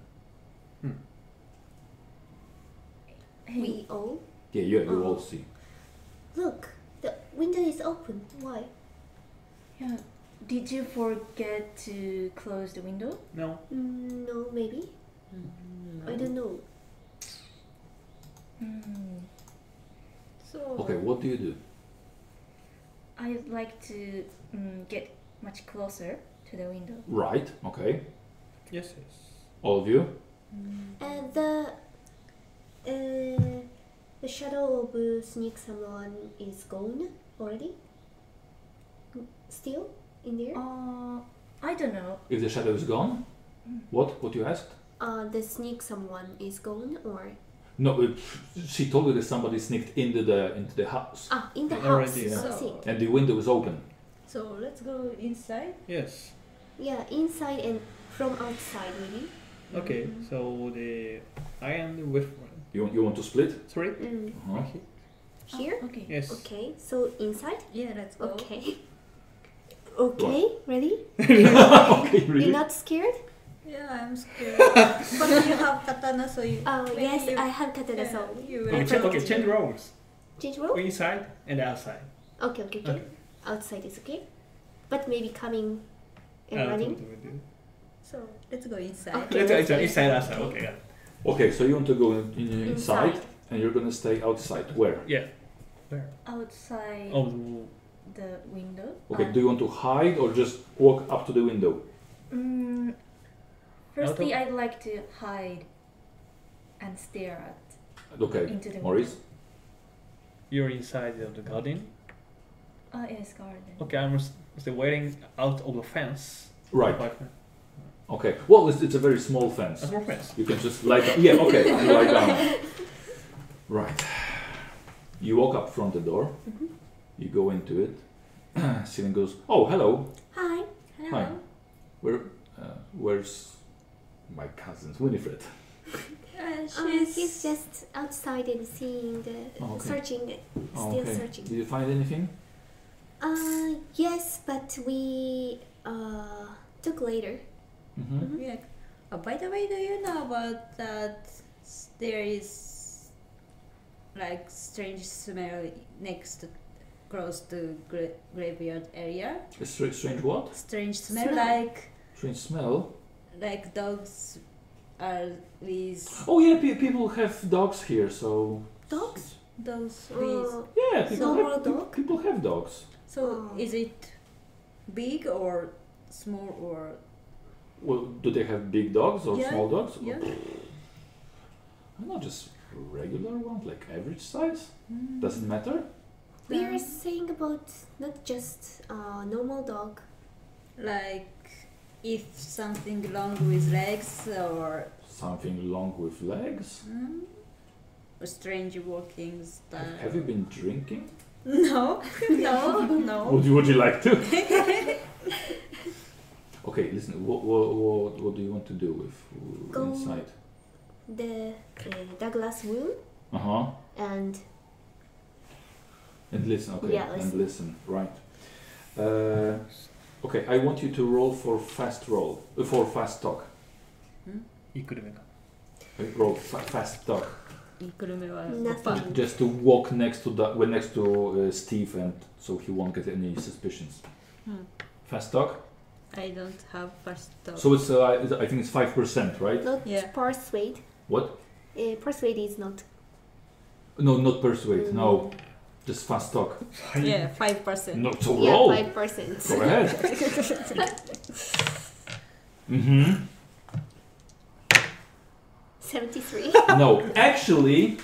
Speaker 7: Hey,
Speaker 4: We all?
Speaker 2: Yeah, you, you all
Speaker 4: Oh.
Speaker 2: see.
Speaker 4: Look, the window is open. Why?
Speaker 7: yeah. Did you forget to close the window?
Speaker 5: No.
Speaker 4: Mm, No, maybe? I don't know.
Speaker 7: Hmm.
Speaker 6: So,
Speaker 2: Okay, what do you do?
Speaker 7: I'd like to mm, get much closer to the window.
Speaker 2: Right. Okay,
Speaker 5: Yes, yes.
Speaker 2: all of you.
Speaker 4: And the uh, the shadow of uh, sneak someone is gone already. Still in there.
Speaker 7: Uh, I don't know.
Speaker 2: If the shadow is gone, what? What you asked?
Speaker 4: Uh, the sneak someone is gone or
Speaker 2: No, uh, she told you that somebody sneaked into the into the house,
Speaker 4: ah in the
Speaker 5: Already,
Speaker 4: house.
Speaker 5: yeah.
Speaker 4: I see.
Speaker 6: so,
Speaker 2: and the window is open.
Speaker 6: so let's go inside.
Speaker 5: Yes.
Speaker 4: Yeah, inside and from outside maybe.
Speaker 5: Okay.
Speaker 6: Mm-hmm.
Speaker 4: Mm-hmm.
Speaker 5: So the I am with
Speaker 2: You you want to split?
Speaker 5: sorry.
Speaker 4: Mm.
Speaker 2: Uh-huh.
Speaker 4: Here.
Speaker 7: Okay.
Speaker 5: Yes.
Speaker 4: Okay. So inside.
Speaker 6: Yeah, let's go.
Speaker 4: Okay. *laughs* Okay. Ready?
Speaker 2: *laughs* okay,
Speaker 4: You're
Speaker 2: really?
Speaker 4: not scared?
Speaker 6: Yeah,
Speaker 4: *laughs*
Speaker 6: I'm scared. but you have katana, so you.
Speaker 4: Oh
Speaker 6: maybe
Speaker 4: yes,
Speaker 6: you,
Speaker 4: I have katana.
Speaker 6: yeah,
Speaker 4: So
Speaker 6: you will
Speaker 5: Okay, cha- okay,
Speaker 6: protect
Speaker 5: change
Speaker 6: me.
Speaker 5: roles. Oh,
Speaker 4: change role.
Speaker 5: Inside and outside.
Speaker 4: Okay, okay, okay. Outside is okay, but maybe coming and
Speaker 5: Uh,
Speaker 4: running.
Speaker 5: don't do it.
Speaker 6: So let's go inside.
Speaker 4: Okay.
Speaker 5: Let's go inside, inside, outside. Okay. Yeah.
Speaker 2: Okay, so you want to go in, in- inside,
Speaker 4: Inside.
Speaker 2: and you're gonna stay outside. Where?
Speaker 5: Yeah.
Speaker 7: Outside
Speaker 5: Oh, the-
Speaker 7: the window.
Speaker 2: Okay,
Speaker 7: Uh,
Speaker 2: do you want to hide or just walk up to the window?
Speaker 7: Mm, firstly,
Speaker 5: Auto-
Speaker 7: I'd like to hide and stare
Speaker 2: Okay,
Speaker 7: into the
Speaker 2: Maurice.
Speaker 5: you're inside of the garden.
Speaker 7: window. Uh, yes, garden.
Speaker 5: Okay, I'm s- still waiting out of the fence.
Speaker 2: Right.
Speaker 5: Like,
Speaker 2: Okay. Well, it's, it's a very small fence.
Speaker 5: a small fence.
Speaker 2: You can just lie down. Yeah, okay, you lie
Speaker 4: *laughs*
Speaker 2: down. Right. You walk up from the door.
Speaker 4: Mm-hmm.
Speaker 2: You go into it. *clears throat* Celine goes, "Oh, hello.
Speaker 4: Hi.
Speaker 2: Hi. Where, uh, where's my cousin Winifred?
Speaker 6: Uh,
Speaker 4: Um,
Speaker 6: she's
Speaker 4: he's just outside and seeing the
Speaker 2: Oh, okay.
Speaker 4: searching. the-
Speaker 2: Oh,
Speaker 4: Still
Speaker 2: okay.
Speaker 4: searching.
Speaker 2: Did you find anything?
Speaker 4: Uh, yes, but we uh took later.
Speaker 2: Mm-hmm.
Speaker 6: Yeah. Uh, by the way, do you know about that? s- There is like strange smell next to, close to gra- graveyard area.
Speaker 2: A stra- strange what?
Speaker 6: Strange smell,
Speaker 4: Smell.
Speaker 6: like
Speaker 2: Strange smell.
Speaker 6: like dogs are with
Speaker 2: Oh yeah, pe- people have dogs here, so
Speaker 4: Dogs?
Speaker 6: dogs with.
Speaker 4: Uh,
Speaker 2: yeah, people
Speaker 4: *laughs* Normal
Speaker 2: have, pe-
Speaker 4: dog?
Speaker 2: people have dogs.
Speaker 6: So
Speaker 4: Oh.
Speaker 6: is it big or small or
Speaker 2: Well, do they have big dogs or
Speaker 6: Yeah,
Speaker 2: small dogs?
Speaker 6: yeah?
Speaker 2: Not just regular ones, like average size. Doesn't matter.
Speaker 4: we are saying about not just uh normal dog.
Speaker 6: Like if something wrong with legs or
Speaker 2: Something wrong with legs?
Speaker 6: hmm, strange walking style.
Speaker 2: Have you been drinking?
Speaker 6: No, *laughs* no,
Speaker 2: *laughs*
Speaker 6: no.
Speaker 2: Would you, would you like to? okay, listen. What, what, what, what do you want to do with
Speaker 4: Go.
Speaker 2: inside?
Speaker 4: The uh, Douglas room
Speaker 2: Uh huh.
Speaker 4: and
Speaker 2: And listen. Okay.
Speaker 4: Yeah,
Speaker 2: And listen. Right. Uh, okay. I want you to roll for fast roll uh, for fast talk.
Speaker 5: Ikurumeka.
Speaker 2: Uh, Roll fa- fast talk.
Speaker 6: Ikurumi wa
Speaker 4: Nothing.
Speaker 6: oppa.
Speaker 2: Just to walk next to the, well, next to uh, Steve, and so he won't get any suspicions.
Speaker 6: Hmm.
Speaker 2: Fast talk.
Speaker 6: I don't have first talk.
Speaker 2: So it's uh, I think it's five percent, right?
Speaker 4: not
Speaker 6: Yeah.
Speaker 4: persuade.
Speaker 2: What?
Speaker 4: Uh, persuade is not.
Speaker 2: No, not persuade. No, just fast talk.
Speaker 6: yeah, five percent.
Speaker 2: No, to
Speaker 4: Yeah,
Speaker 2: roll.
Speaker 4: five percent.
Speaker 2: Go ahead. mm-hmm.
Speaker 4: *laughs* Seventy-three.
Speaker 2: No, actually,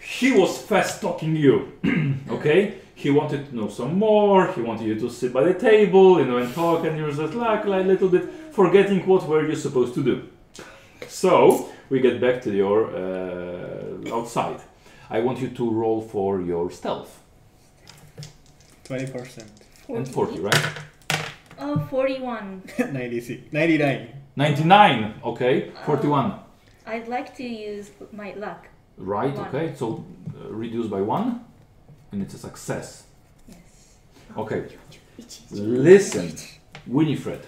Speaker 2: he was fast talking you. *clears throat* okay, he wanted to know some more. He wanted you to sit by the table, you know, and talk. And you were just like, like a little bit forgetting what were you supposed to do. So we get back to your uh, outside. I want you to roll for your stealth.
Speaker 5: 20%.
Speaker 2: And 40, right?
Speaker 7: Oh, 41.
Speaker 5: 96. 99.
Speaker 2: 99, okay. 41.
Speaker 7: I'd like to use my luck.
Speaker 2: Right,
Speaker 7: One.
Speaker 2: okay, so uh, reduce by one, and it's a success.
Speaker 7: Yes.
Speaker 2: Okay, listen, Winifred.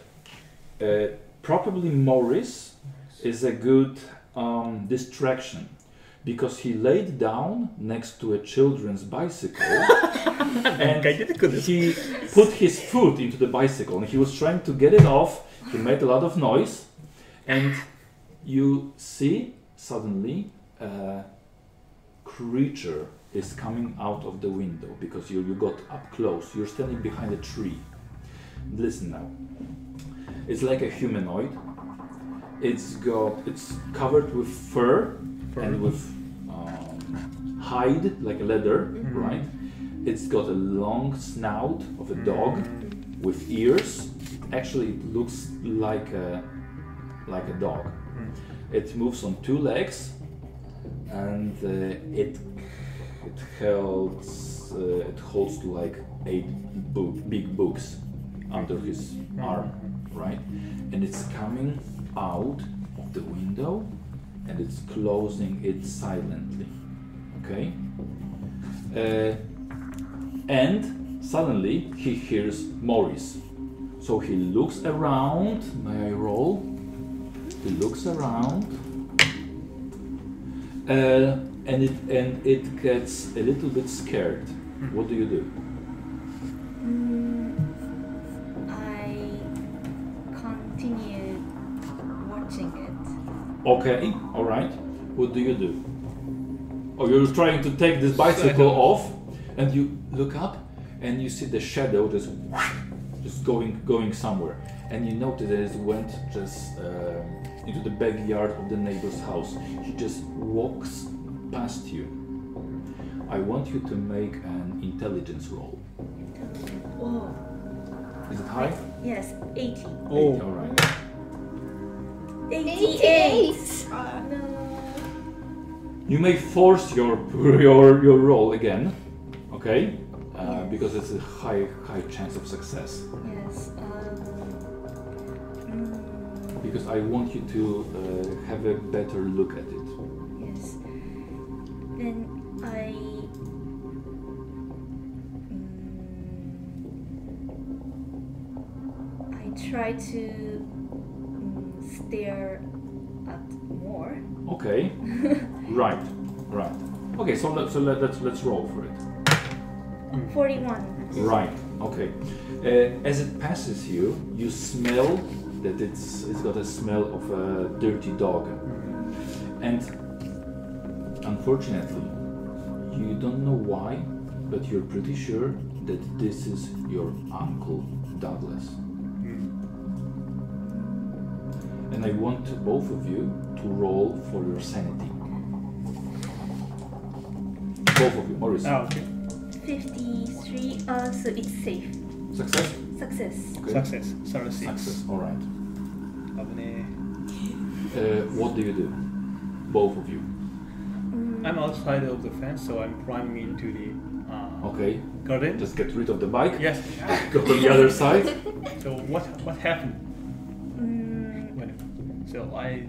Speaker 2: Uh, probably Morris is a good um, distraction because he laid down next to a children's bicycle and he put his foot into the bicycle and he was trying to get it off. He made a lot of noise, and you see suddenly a creature is coming out of the window because you, you got up close. You're standing behind a tree. Listen now. It's like a humanoid. It's got it's covered with fur, and with um, hide like a leather, right? It's got a long snout of a dog with ears. Actually, it looks like a like a dog. It moves on two legs, and uh, it it holds uh, it holds like eight bo- big books under his arm, right? And it's coming out of the window, and it's closing it silently. Okay. Uh, and suddenly he hears Morris. So he looks around. May I roll? He looks around uh, and it and it gets a little bit scared. What do you do?
Speaker 7: Mm, I continue watching it.
Speaker 2: Okay, all right. What do you do? Oh, you're trying to take this bicycle off, and you look up, and you see the shadow just just going going somewhere, and you notice that it went just um into the backyard of the neighbor's house. He just walks past you. I want you to make an intelligence roll.
Speaker 7: Oh,
Speaker 2: Is it high?
Speaker 7: yes, 80.
Speaker 2: Oh, all right.
Speaker 7: 88.
Speaker 2: You may force your *laughs* your your roll again, okay? Uh, because it's a high high chance of success.
Speaker 7: Yes. Um, mm,
Speaker 2: Because I want you to uh, have a better look at it.
Speaker 7: yes. Then I. Mm, I try to mm, stare at more.
Speaker 2: Okay, right, right. Okay, so let, so let, let's let's roll for it.
Speaker 7: 41.
Speaker 2: Right. Okay. Uh, as it passes you, you smell that it's it's got a smell of a dirty dog, and unfortunately, you don't know why, but you're pretty sure that this is your uncle Douglas. And I want both of you to roll for your sanity. Both of you, Maurice.
Speaker 5: Ah, okay.
Speaker 7: 53. Uh, so it's safe.
Speaker 2: Success.
Speaker 7: Success.
Speaker 2: Okay.
Speaker 5: Success. Sorry,
Speaker 2: Success. All right. Uh, what do you do? Both of you.
Speaker 7: Mm,
Speaker 5: I'm outside of the fence, so I'm climbing into the uh,
Speaker 2: Okay.
Speaker 5: garden.
Speaker 2: Just get rid of the bike.
Speaker 5: Yes.
Speaker 2: Go to the other side.
Speaker 5: So what what happened?
Speaker 7: Mm,
Speaker 5: When, so I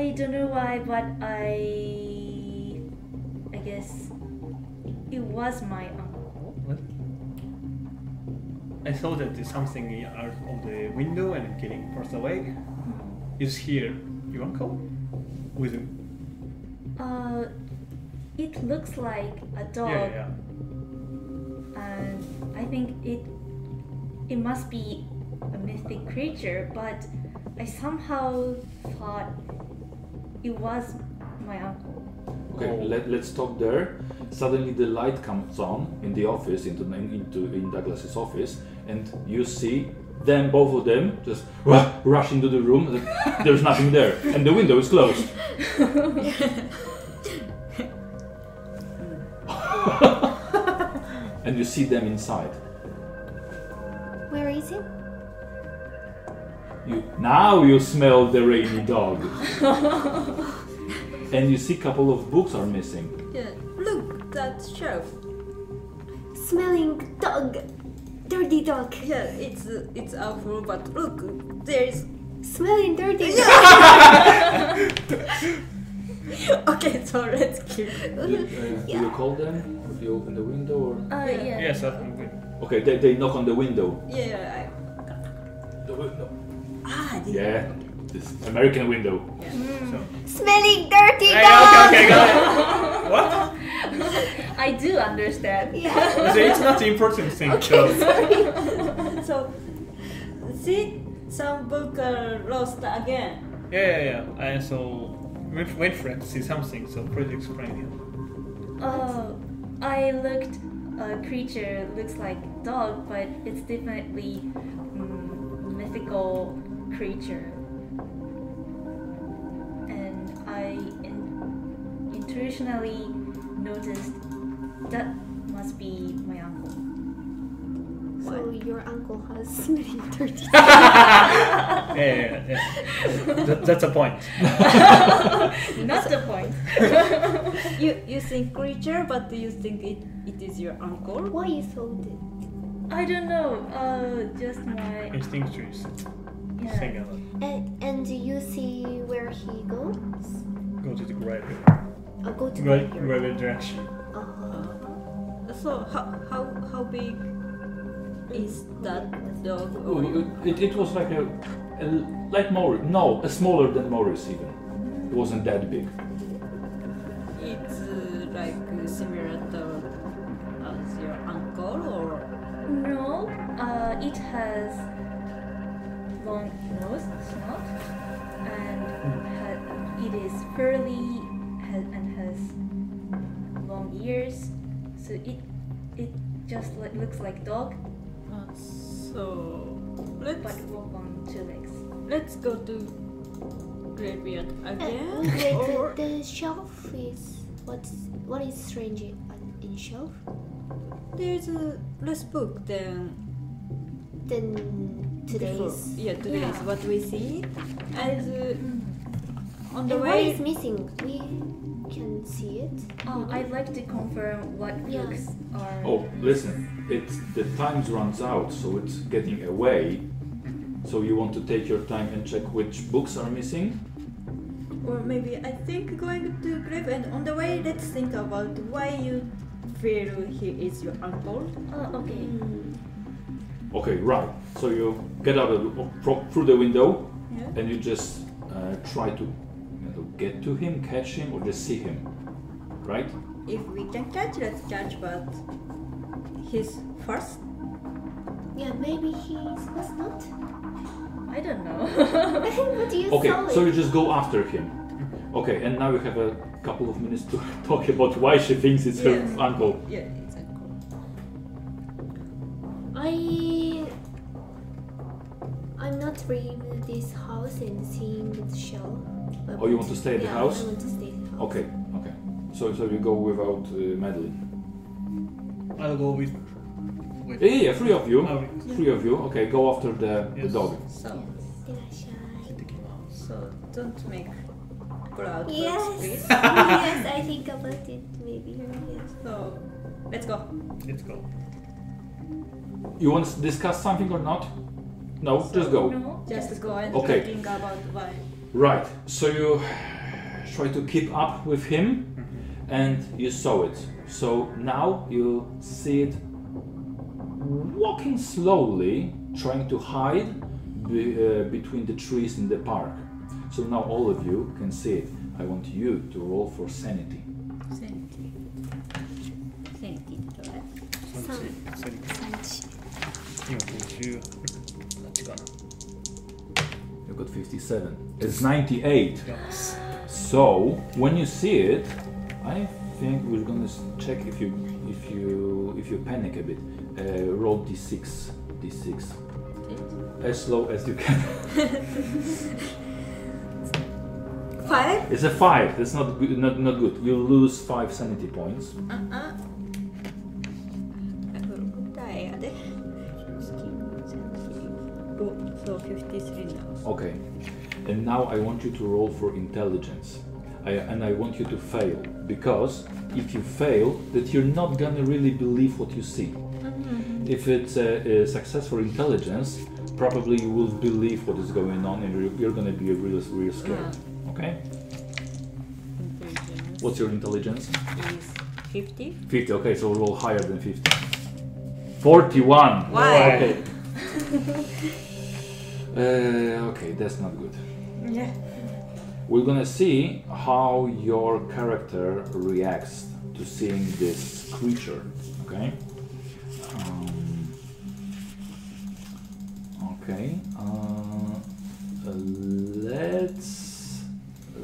Speaker 7: I don't know why, but I. I guess. It was my uncle.
Speaker 5: what? I saw that there's something out of the window and getting forced away. Is here your uncle? With him?
Speaker 7: Uh, it looks like a dog,
Speaker 5: Yeah, yeah,
Speaker 7: and I think it. It must be a mythic creature, but I somehow thought it was my uncle.
Speaker 2: Okay, let, let's stop there. Suddenly the light comes on in the office, into into in Douglas's office, and you see them, both of them, just *laughs* ru- rush into the room. *laughs* There's nothing there, and the window is closed. and you see them inside.
Speaker 4: Where is it?
Speaker 2: You now you smell the rainy dog, and you see a couple of books are missing.
Speaker 6: Yeah. Look, that shelf.
Speaker 4: Smelling dog. Dirty dog.
Speaker 6: Yeah, it's it's awful, but look, there's.
Speaker 4: Smelling dirty dog.
Speaker 6: *laughs* Okay, so let's keep.
Speaker 2: You, uh, Do you call them? Or do you open the window? Or
Speaker 7: Uh,
Speaker 6: Yeah.
Speaker 7: yeah.
Speaker 5: Yes, I'm good.
Speaker 2: okay, they, they knock on the window.
Speaker 6: Yeah.
Speaker 2: The window.
Speaker 6: I, ah, did
Speaker 2: Yeah, this American window.
Speaker 4: Hmm. Smelling dirty
Speaker 5: Hey,
Speaker 4: dog.
Speaker 5: okay, okay, got it. What?
Speaker 7: I do understand.
Speaker 4: Yeah.
Speaker 5: So it's not the important thing. So
Speaker 6: *laughs* So, see, some book uh, lost again.
Speaker 5: yeah, yeah, yeah. I so went went for it to see something. So project explain it.
Speaker 7: Oh, I looked. A creature looks like dog, but it's definitely mm, mythical creature. And I in- intuitionally noticed that must be my uncle.
Speaker 4: So your uncle has smelling dirty.
Speaker 5: *laughs* Yeah, yeah, yeah. That, that's a point.
Speaker 7: *laughs* Not the point. *laughs*
Speaker 6: You you think creature, but you think it it is your uncle.
Speaker 4: Why you so dead?
Speaker 7: I don't know. Uh, just my
Speaker 5: Instinct trees. Sing
Speaker 7: yeah.
Speaker 5: out.
Speaker 4: And, and do you see where he goes?
Speaker 5: Go to the right,
Speaker 4: Uh, go to
Speaker 5: right,
Speaker 4: the
Speaker 5: right direction.
Speaker 4: Uh,
Speaker 6: So how how how big is that dog?
Speaker 2: Oh, It, it was like a, a like Morris. No, a smaller than Morris even. It wasn't that big.
Speaker 6: It's uh, like uh, similar to as your uncle, or
Speaker 7: No. Uh, it has long nose, snout, and ha- it is furry ha- and has long ears. So it it just like, looks like dog,
Speaker 6: uh, so.
Speaker 7: but
Speaker 6: Let's
Speaker 7: walk on two legs.
Speaker 6: let's go to graveyard again,
Speaker 4: wait,
Speaker 6: or
Speaker 4: the, the shelf is what's what is strange in, in shelf?
Speaker 6: there's a less book than
Speaker 4: Then
Speaker 6: Before.
Speaker 4: today's
Speaker 6: Yeah, today is
Speaker 4: Yeah.
Speaker 6: what we see. And uh, on the
Speaker 4: and what
Speaker 6: way,
Speaker 4: is missing? We can see it.
Speaker 7: Oh, I'd like to confirm what
Speaker 4: Yeah.
Speaker 7: books are.
Speaker 2: Oh, listen, it's the times runs out, so it's getting away. So you want to take your time and check which books are missing.
Speaker 6: or maybe I think going to grave, and on the way, let's think about why you feel he is your uncle.
Speaker 7: Oh, okay.
Speaker 2: Okay, right. So you get out of the, pro- through the window,
Speaker 6: Yeah.
Speaker 2: and you just uh, try to you know, get to him, catch him, or just see him, right?
Speaker 6: If we can catch, let's catch, but he's first.
Speaker 4: Yeah, maybe he was not. *laughs*
Speaker 7: I don't know.
Speaker 4: what do you
Speaker 2: Okay,
Speaker 4: saw
Speaker 2: so
Speaker 4: it?
Speaker 2: you just go after him. Okay, and now you have a couple of minutes to *laughs* talk about why she thinks it's
Speaker 6: Yes.
Speaker 2: her uncle.
Speaker 6: Yeah, it's uncle.
Speaker 4: I I'm not leaving this house and seeing the shell. but-
Speaker 2: Oh, you want to stay at the
Speaker 4: Yeah,
Speaker 2: house?
Speaker 4: I want to stay at the house.
Speaker 2: Okay, okay. So, so you go without uh, Madeline.
Speaker 5: I'll go with. with
Speaker 2: Yeah, yeah, yeah, three of you.
Speaker 5: Oh,
Speaker 2: Three of you. Okay, go after the, the
Speaker 5: Yes.
Speaker 2: dog.
Speaker 6: So,
Speaker 4: Stay at the house.
Speaker 6: so don't make proud
Speaker 4: Yes.
Speaker 6: looks, please.
Speaker 4: yes, I think about it maybe. Yes.
Speaker 6: So let's go.
Speaker 5: Let's go.
Speaker 2: You want to discuss something or not? No, just go.
Speaker 7: No,
Speaker 6: Just go and
Speaker 2: Okay.
Speaker 6: thinking about why.
Speaker 2: Right. So you try to keep up with him, and you saw it. So now you see it walking slowly, trying to hide be, uh, between the trees in the park. So now all of you can see it. I want you to roll for sanity.
Speaker 6: Sanity. Sanity. alright.
Speaker 2: You got 57. It's 98. So when you see it, I think we're gonna s- check if you if you if you panic a bit. Uh, roll d6, d6, as slow as you can. *laughs*
Speaker 4: Five?
Speaker 2: It's a five. That's not good, not not good. You lose five sanity points.
Speaker 6: Uh-uh. I will die. are they? 16, 17. Go- So 53 now.
Speaker 2: Okay. And now I want you to roll for intelligence. I, and I want you to fail because if you fail, that you're not gonna really believe what you see. If it's a, a success for intelligence, probably you will believe what is going on, and you're, you're gonna be a real, real scared. Okay.
Speaker 6: Intelligence
Speaker 2: What's your intelligence?
Speaker 6: is 50.
Speaker 2: 50. Okay, so roll higher than 50. 41.
Speaker 6: Why?
Speaker 2: Okay. *laughs* uh, okay, that's not good.
Speaker 6: Yeah.
Speaker 2: We're gonna see how your character reacts to seeing this creature. Okay. Um, okay. Uh, let's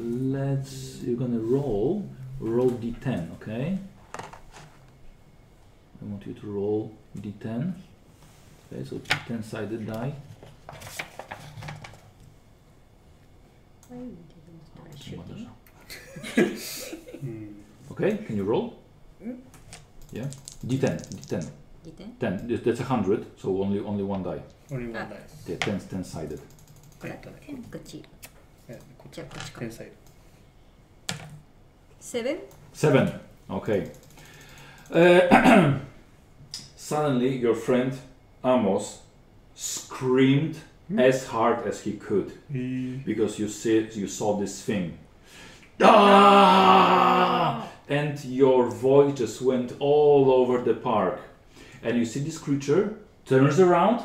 Speaker 2: let's. You're gonna roll. Roll d10. Okay. I want you to roll d10. Okay, so 10 sided die.
Speaker 6: Why you didn't start shooting?
Speaker 2: Okay, can you roll? Yeah, d10, d10,
Speaker 6: Didn't?
Speaker 2: 10. Th- That's a hundred, so only only one die.
Speaker 5: Only one
Speaker 6: Ah.
Speaker 5: dice.
Speaker 2: Yeah, 10, 10 sided.
Speaker 5: Yeah, dice.
Speaker 6: こっち。
Speaker 5: Yeah,
Speaker 6: じゃあこっちか。
Speaker 5: ten side.
Speaker 6: Seven?
Speaker 2: Seven. Okay. Uh, *clears throat* suddenly, your friend Amos screamed as hard as he could because you see you saw this thing. Ah! And your voice just went all over the park, and you see this creature turns around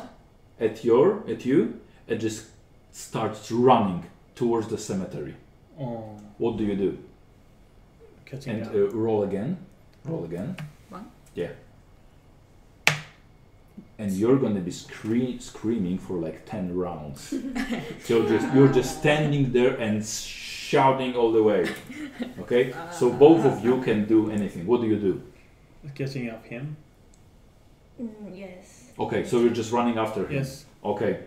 Speaker 2: at your at you and just starts running towards the cemetery.
Speaker 5: Oh,
Speaker 2: What do you do?
Speaker 5: catching
Speaker 2: And
Speaker 5: up.
Speaker 2: uh, roll again. Roll again.
Speaker 6: One.
Speaker 2: Yeah. And you're gonna be scree- screaming for like ten rounds. you're just you're just standing there and shouting all the way. Okay. So both of you can do anything. What do you do?
Speaker 5: Catching up him.
Speaker 7: Mm, yes.
Speaker 2: Okay. So you're just running after him.
Speaker 5: Yes.
Speaker 2: Okay.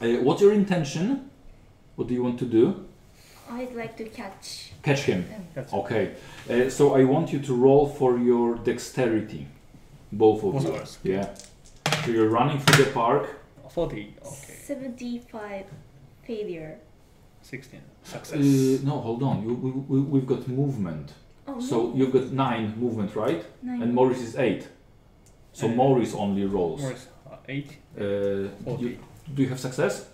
Speaker 2: Uh, what's your intention? What do you want to do?
Speaker 7: I'd like to catch.
Speaker 2: Catch him.
Speaker 5: Catch
Speaker 2: Okay. Uh, so I want you to roll for your dexterity, both of
Speaker 5: Both
Speaker 2: you.
Speaker 5: of us.
Speaker 2: Yeah. So you're running through the park.
Speaker 5: Forty. Okay.
Speaker 7: 75 failure.
Speaker 5: Sixteen.
Speaker 2: Uh,
Speaker 5: Success.
Speaker 2: no, hold on. You, we, we, we've got movement.
Speaker 7: Oh,
Speaker 2: So
Speaker 7: no.
Speaker 2: you've got nine movement, right?
Speaker 7: Nine.
Speaker 2: And Morris is eight. So
Speaker 5: Uh,
Speaker 2: Morris only rolls.
Speaker 5: Or is, uh, eight.
Speaker 2: Uh, you,
Speaker 5: Forty.
Speaker 2: do you have success?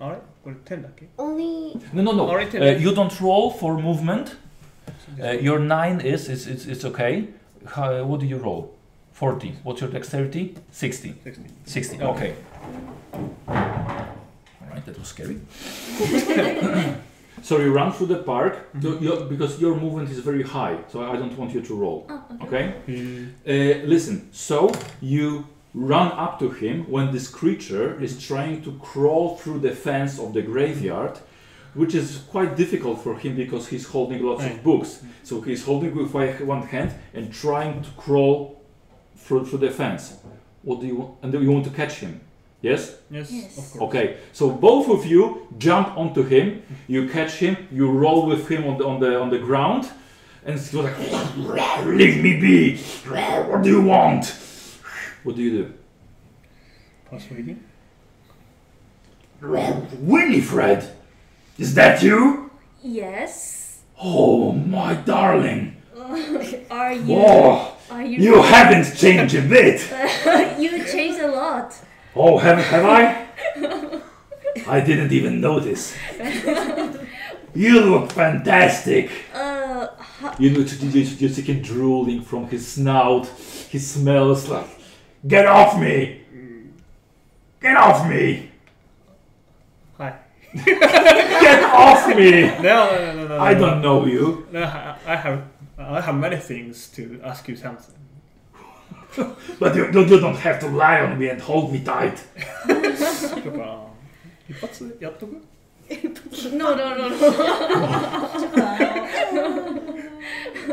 Speaker 5: All right. Well, ten. Okay.
Speaker 4: Only
Speaker 2: No, no, no.
Speaker 5: Alright,
Speaker 2: Uh,
Speaker 5: then.
Speaker 2: you don't roll for movement.
Speaker 10: Uh, your nine is it's it's, it's okay. How, what do you roll? Forty. What's your dexterity? Sixty.
Speaker 5: Sixteen.
Speaker 10: Sixty.
Speaker 5: Okay.
Speaker 10: Okay. All right. That was scary.
Speaker 2: So you run through the park you- you- because your movement is very high. So I don't want you to roll.
Speaker 7: Oh, okay.
Speaker 2: Okay? Uh, listen, so you run up to him when this creature is trying to crawl through the fence of the graveyard, which is quite difficult for him because he's holding lots of
Speaker 5: Right.
Speaker 2: books. So he's holding with one one hand and trying to crawl through, through the fence. What do you want? And you want to catch him? Yes?
Speaker 5: Yes,
Speaker 7: Yes.
Speaker 5: Of course.
Speaker 2: Okay, so both of you jump onto him, you catch him, you roll with him on the on the on the ground, and he's like, "Leave me be! What do you want?" What do you do?
Speaker 5: Persuading.
Speaker 2: Winifred, Is that you?
Speaker 7: Yes.
Speaker 2: Oh, my darling.
Speaker 7: *laughs* Are you?
Speaker 2: Oh,
Speaker 7: Are you?
Speaker 2: you haven't changed a bit.
Speaker 7: *laughs* you changed a lot.
Speaker 2: Oh, have, have I? I didn't even notice. You look fantastic.
Speaker 7: Uh,
Speaker 11: You know, you see him drooling from his snout. He smells like.
Speaker 2: Get off me. Get off me.
Speaker 5: Hi.
Speaker 2: Get off me.
Speaker 5: No, no, no, no, no.
Speaker 2: I don't know you.
Speaker 5: No, I, I have, I have many things to ask you
Speaker 7: *laughs*
Speaker 5: something.
Speaker 2: But you, you don't have to lie on me and hold me tight.
Speaker 5: やっぱ一発やっとく
Speaker 7: no, no, no, no.
Speaker 5: ちょ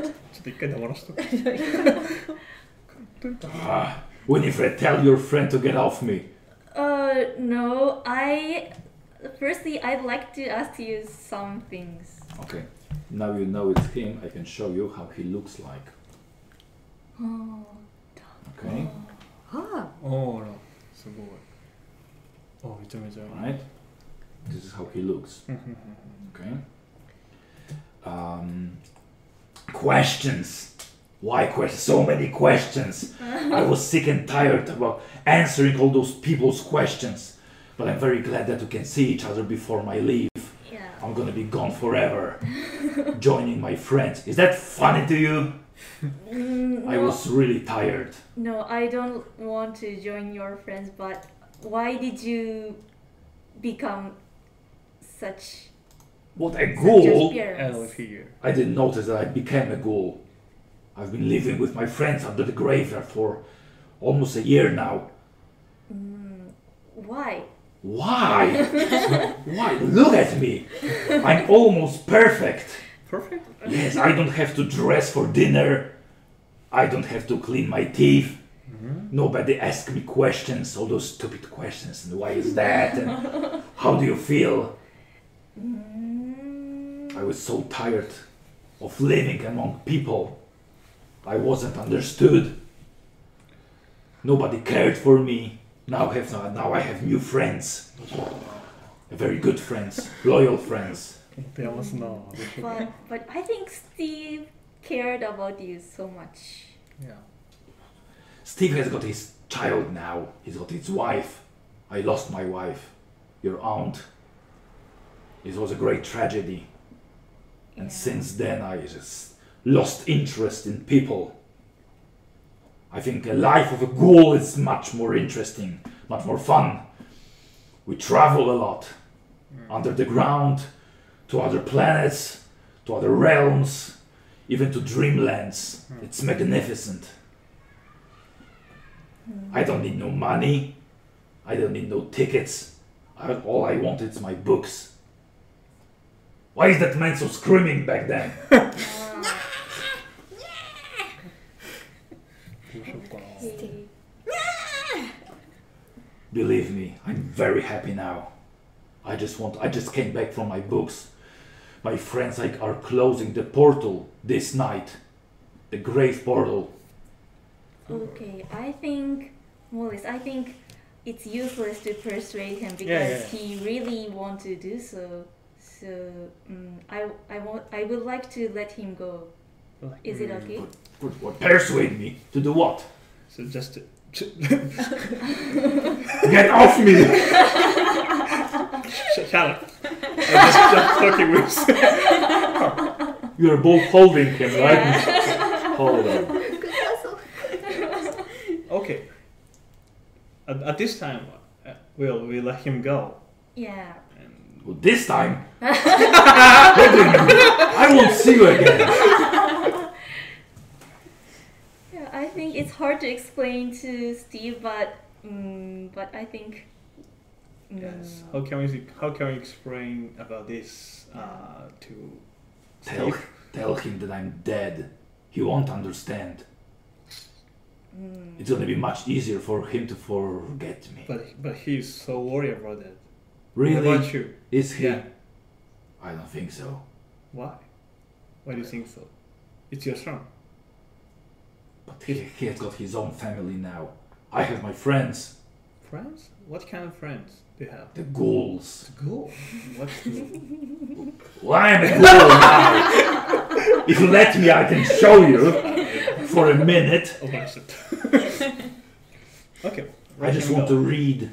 Speaker 5: っと一回黙らしとく
Speaker 2: Ah, Winifred, tell your friend to get off me.
Speaker 7: *laughs* Uh, no. I. Firstly, I'd like to ask you some
Speaker 2: *gasps*
Speaker 7: things.
Speaker 11: Okay. Now you know it's him, I can show you how he looks like.
Speaker 7: Oh.
Speaker 11: Okay?
Speaker 12: あ
Speaker 5: おーらすごいおめちゃめちゃ
Speaker 11: Alright? This is how he looks.
Speaker 5: Mm-hmm.
Speaker 11: Okay? Um,
Speaker 2: Questions. Why quest- so many questions? I was sick and tired about answering all those people's questions. But I'm very glad that we can see each other before my leave.
Speaker 7: Yeah.
Speaker 2: I'm gonna be gone forever. Joining my friends. Is that funny to you?
Speaker 7: Mm,
Speaker 2: I
Speaker 7: no.
Speaker 2: was really tired.
Speaker 7: No, I don't want to join your friends, but why did you become such
Speaker 2: What a
Speaker 7: your
Speaker 2: ghoul!
Speaker 5: L
Speaker 7: parents?
Speaker 5: figure
Speaker 2: I didn't notice that I became a ghoul. I've been living with my friends under the graveyard for almost a year now.
Speaker 7: Why?
Speaker 2: Why? Why? Look at me! I'm almost perfect!
Speaker 5: perfect
Speaker 2: Yes, I don't have to dress for dinner. I don't have to clean my teeth. Nobody asks me questions, all those stupid questions, and why is that? And how do you feel?
Speaker 7: Mm.
Speaker 2: I was so tired of living among people. I wasn't understood. Nobody cared for me. Now I have no, now I have new friends. Very good friends, loyal friends.
Speaker 5: 持て余すなぁ *laughs*
Speaker 7: But but I think Steve cared about you so much.
Speaker 5: Yeah.
Speaker 2: Steve has got his child now. He's got his wife. I lost my wife, your aunt. It was a great tragedy. And since then, I just lost interest in people. I think a life of a ghoul is much more interesting, much more fun. We travel a lot under the ground, to other planets, to other realms, even to dreamlands. It's magnificent. I don't need no money. I don't need no tickets. I, all I want is my books. Why is that man so screaming back then?
Speaker 5: どうしようかな
Speaker 2: Believe me, I'm very happy now. I just want I just came back from my books. My friends like are closing the portal this night. The grave portal.
Speaker 7: Okay, I think Wallace, I think it's useless to persuade him because
Speaker 5: yeah,
Speaker 7: he really want to do so. So mm I I want I would like to let him go.
Speaker 5: Like,
Speaker 7: Is it okay?
Speaker 2: Good word. Persuade me to do what?
Speaker 5: So *laughs* just
Speaker 2: Get off me!
Speaker 5: shut up I'm just, just talking with
Speaker 2: You're both holding him, right? Hold on.
Speaker 5: okay at, at this time uh, will we let him go
Speaker 7: Yeah.
Speaker 2: Well, this time. *laughs* Wait a minute. I won't see you again.
Speaker 7: Yeah, I think it's hard to explain to Steve, but mm, but I think. mm,
Speaker 5: yes how can we how can we explain about this uh, to
Speaker 2: Tell, tell him that I'm dead. He won't understand. It's gonna be much easier for him to forget me.
Speaker 5: But but he's so worried about that. What about
Speaker 2: Really?
Speaker 5: you?
Speaker 2: Is he?
Speaker 5: Yeah.
Speaker 2: I don't think so.
Speaker 5: Why? Why do you think so? It's your son.
Speaker 2: But he, he has got his own family now. I have my friends.
Speaker 5: Friends? What kind of friends? do you have?
Speaker 9: The ghouls.
Speaker 5: Ghoul.
Speaker 2: *laughs*
Speaker 5: What's ghoul?
Speaker 9: Well, I am a ghoul now. if you let me, I can show you for a minute.
Speaker 5: Open
Speaker 2: *laughs*
Speaker 5: it. Oh,
Speaker 9: I
Speaker 5: okay. let
Speaker 9: just
Speaker 5: him
Speaker 9: want
Speaker 5: go.
Speaker 9: to read.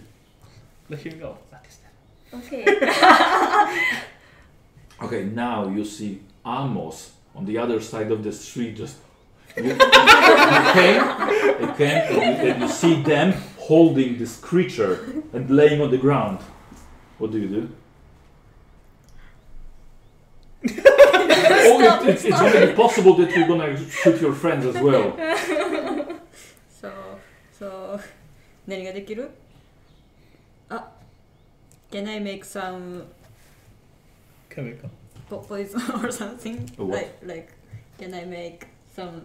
Speaker 5: Let him go. That is that.
Speaker 7: Okay.
Speaker 2: Okay, now you see Amos on the other side of the street just. You, you came, you came and, you, and you see them holding this creature and laying on the ground. What do you *laughs* do? oh, it, it's, it's already possible that you're gonna shoot your friends as *laughs* well.
Speaker 6: そうそう何ができるあ Can I make some
Speaker 5: Chemical.
Speaker 6: po- poison or something?
Speaker 2: A what?
Speaker 6: Like, like, can I make some,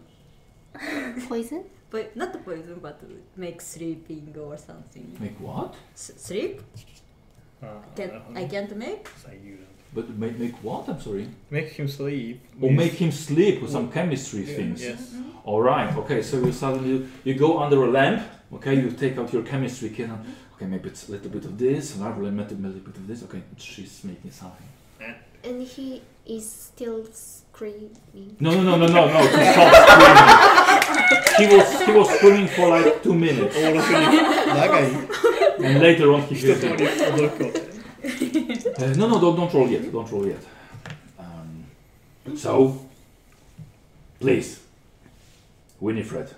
Speaker 4: Poison?
Speaker 6: po- not the poison, but make sleeping or something?
Speaker 2: Make what?
Speaker 6: S- sleep?
Speaker 5: Uh,
Speaker 6: Can, I can't make?
Speaker 5: So you
Speaker 2: But make, make what? I'm sorry.
Speaker 5: make him sleep.
Speaker 2: Or
Speaker 5: with-
Speaker 2: make him sleep with some chemistry
Speaker 5: Yeah,
Speaker 2: things.
Speaker 5: Yes.
Speaker 2: All right. Okay. So you suddenly you go under a lamp. Okay. You take out your chemistry can. Okay. Maybe it's a little bit of this. Another little bit, little bit of this. Okay. She's making something.
Speaker 4: And he is still screaming.
Speaker 2: No, no, no, no, no, no. He stopped screaming. He was he was screaming for like two minutes,
Speaker 5: *laughs* 長い。
Speaker 2: and later on he hears it.
Speaker 5: 一通り驚くこと。
Speaker 2: Uh, no, no, don't, don't roll yet. Don't roll yet. Um, so, please, Winifred,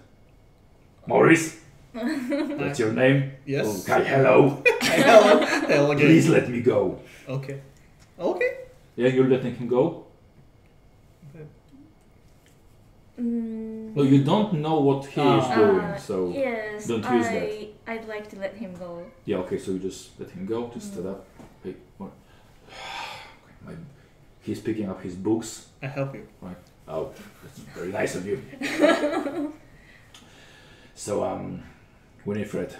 Speaker 2: Maurice. That's your name.
Speaker 5: *laughs* Yes.
Speaker 2: Okay. Hello.
Speaker 5: Hello. Hello again.
Speaker 9: Please let me go.
Speaker 5: Okay. Okay.
Speaker 2: Yeah, you're letting him go.
Speaker 7: Mm,
Speaker 2: No, you don't know what he
Speaker 5: Ah.
Speaker 2: is doing,
Speaker 7: Uh,
Speaker 2: so yeah.
Speaker 7: yes,
Speaker 2: don't use
Speaker 7: I, I'd like to let him go.
Speaker 2: Okay, so you just let him go. Just stand up. Hey, what? *sighs* My, he's picking up his books.
Speaker 5: I help you.
Speaker 2: Oh, that's very nice of you. so, um, Winifred,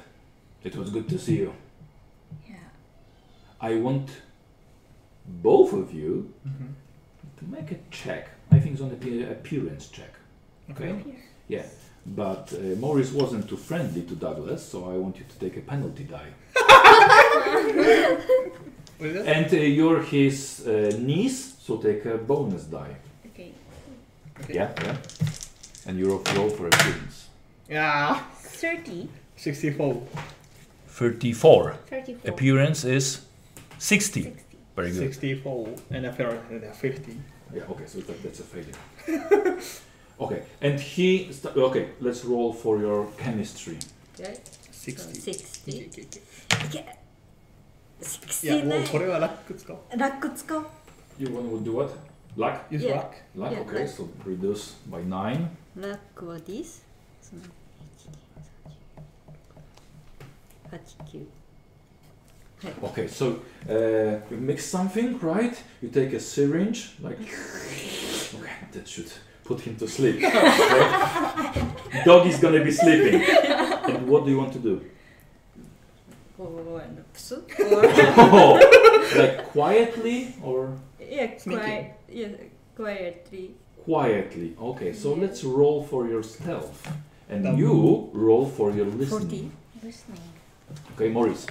Speaker 2: it was good to see you.
Speaker 7: Yeah.
Speaker 2: I want both of you
Speaker 5: Mhm.
Speaker 2: to make a check. I think it's on the appearance check.
Speaker 5: Okay.
Speaker 2: Yeah, but uh, Morris wasn't too friendly to Douglas, so I want you to take a penalty die.
Speaker 5: What is that?
Speaker 2: And uh, you're his uh, niece, so take a bonus die.
Speaker 7: Okay.
Speaker 2: Yeah, yeah. And you roll roll for appearance.
Speaker 5: Yeah.
Speaker 7: 30.
Speaker 5: 64.
Speaker 10: 34.
Speaker 4: 34.
Speaker 10: Appearance is 60.
Speaker 4: 60.
Speaker 10: Very good.
Speaker 5: 64. And apparently they're 50.
Speaker 2: Yeah, okay, so that, that's a failure. *laughs* okay, and he. St- okay, let's roll for your chemistry.
Speaker 6: Right? So
Speaker 5: 60.
Speaker 6: 60.
Speaker 5: いや、もうこ
Speaker 6: 69.
Speaker 5: れはラック使おう。
Speaker 6: ラック使おう。
Speaker 2: You want to do what? Luck?
Speaker 5: Use
Speaker 6: Yeah.
Speaker 5: rock.
Speaker 2: Luck,
Speaker 6: Yeah,
Speaker 2: okay,
Speaker 6: luck.
Speaker 2: so reduce by 9.
Speaker 6: ラックは this? その89
Speaker 2: Okay, so uh, you mix something, right? You take a syringe, like okay, that should put him to sleep. Okay? Dog is gonna be sleeping. And what do you want to do?
Speaker 6: 4 and プ *laughs* ス
Speaker 2: Oh, like quietly or
Speaker 6: Yeah,
Speaker 5: Sneaky.
Speaker 6: quiet, yeah, quietly.
Speaker 2: quietly? Okay, so let's roll for your stealth, and
Speaker 5: Um,
Speaker 2: you roll for your listening.
Speaker 6: 40.
Speaker 7: Listening.
Speaker 2: Okay, Maurice,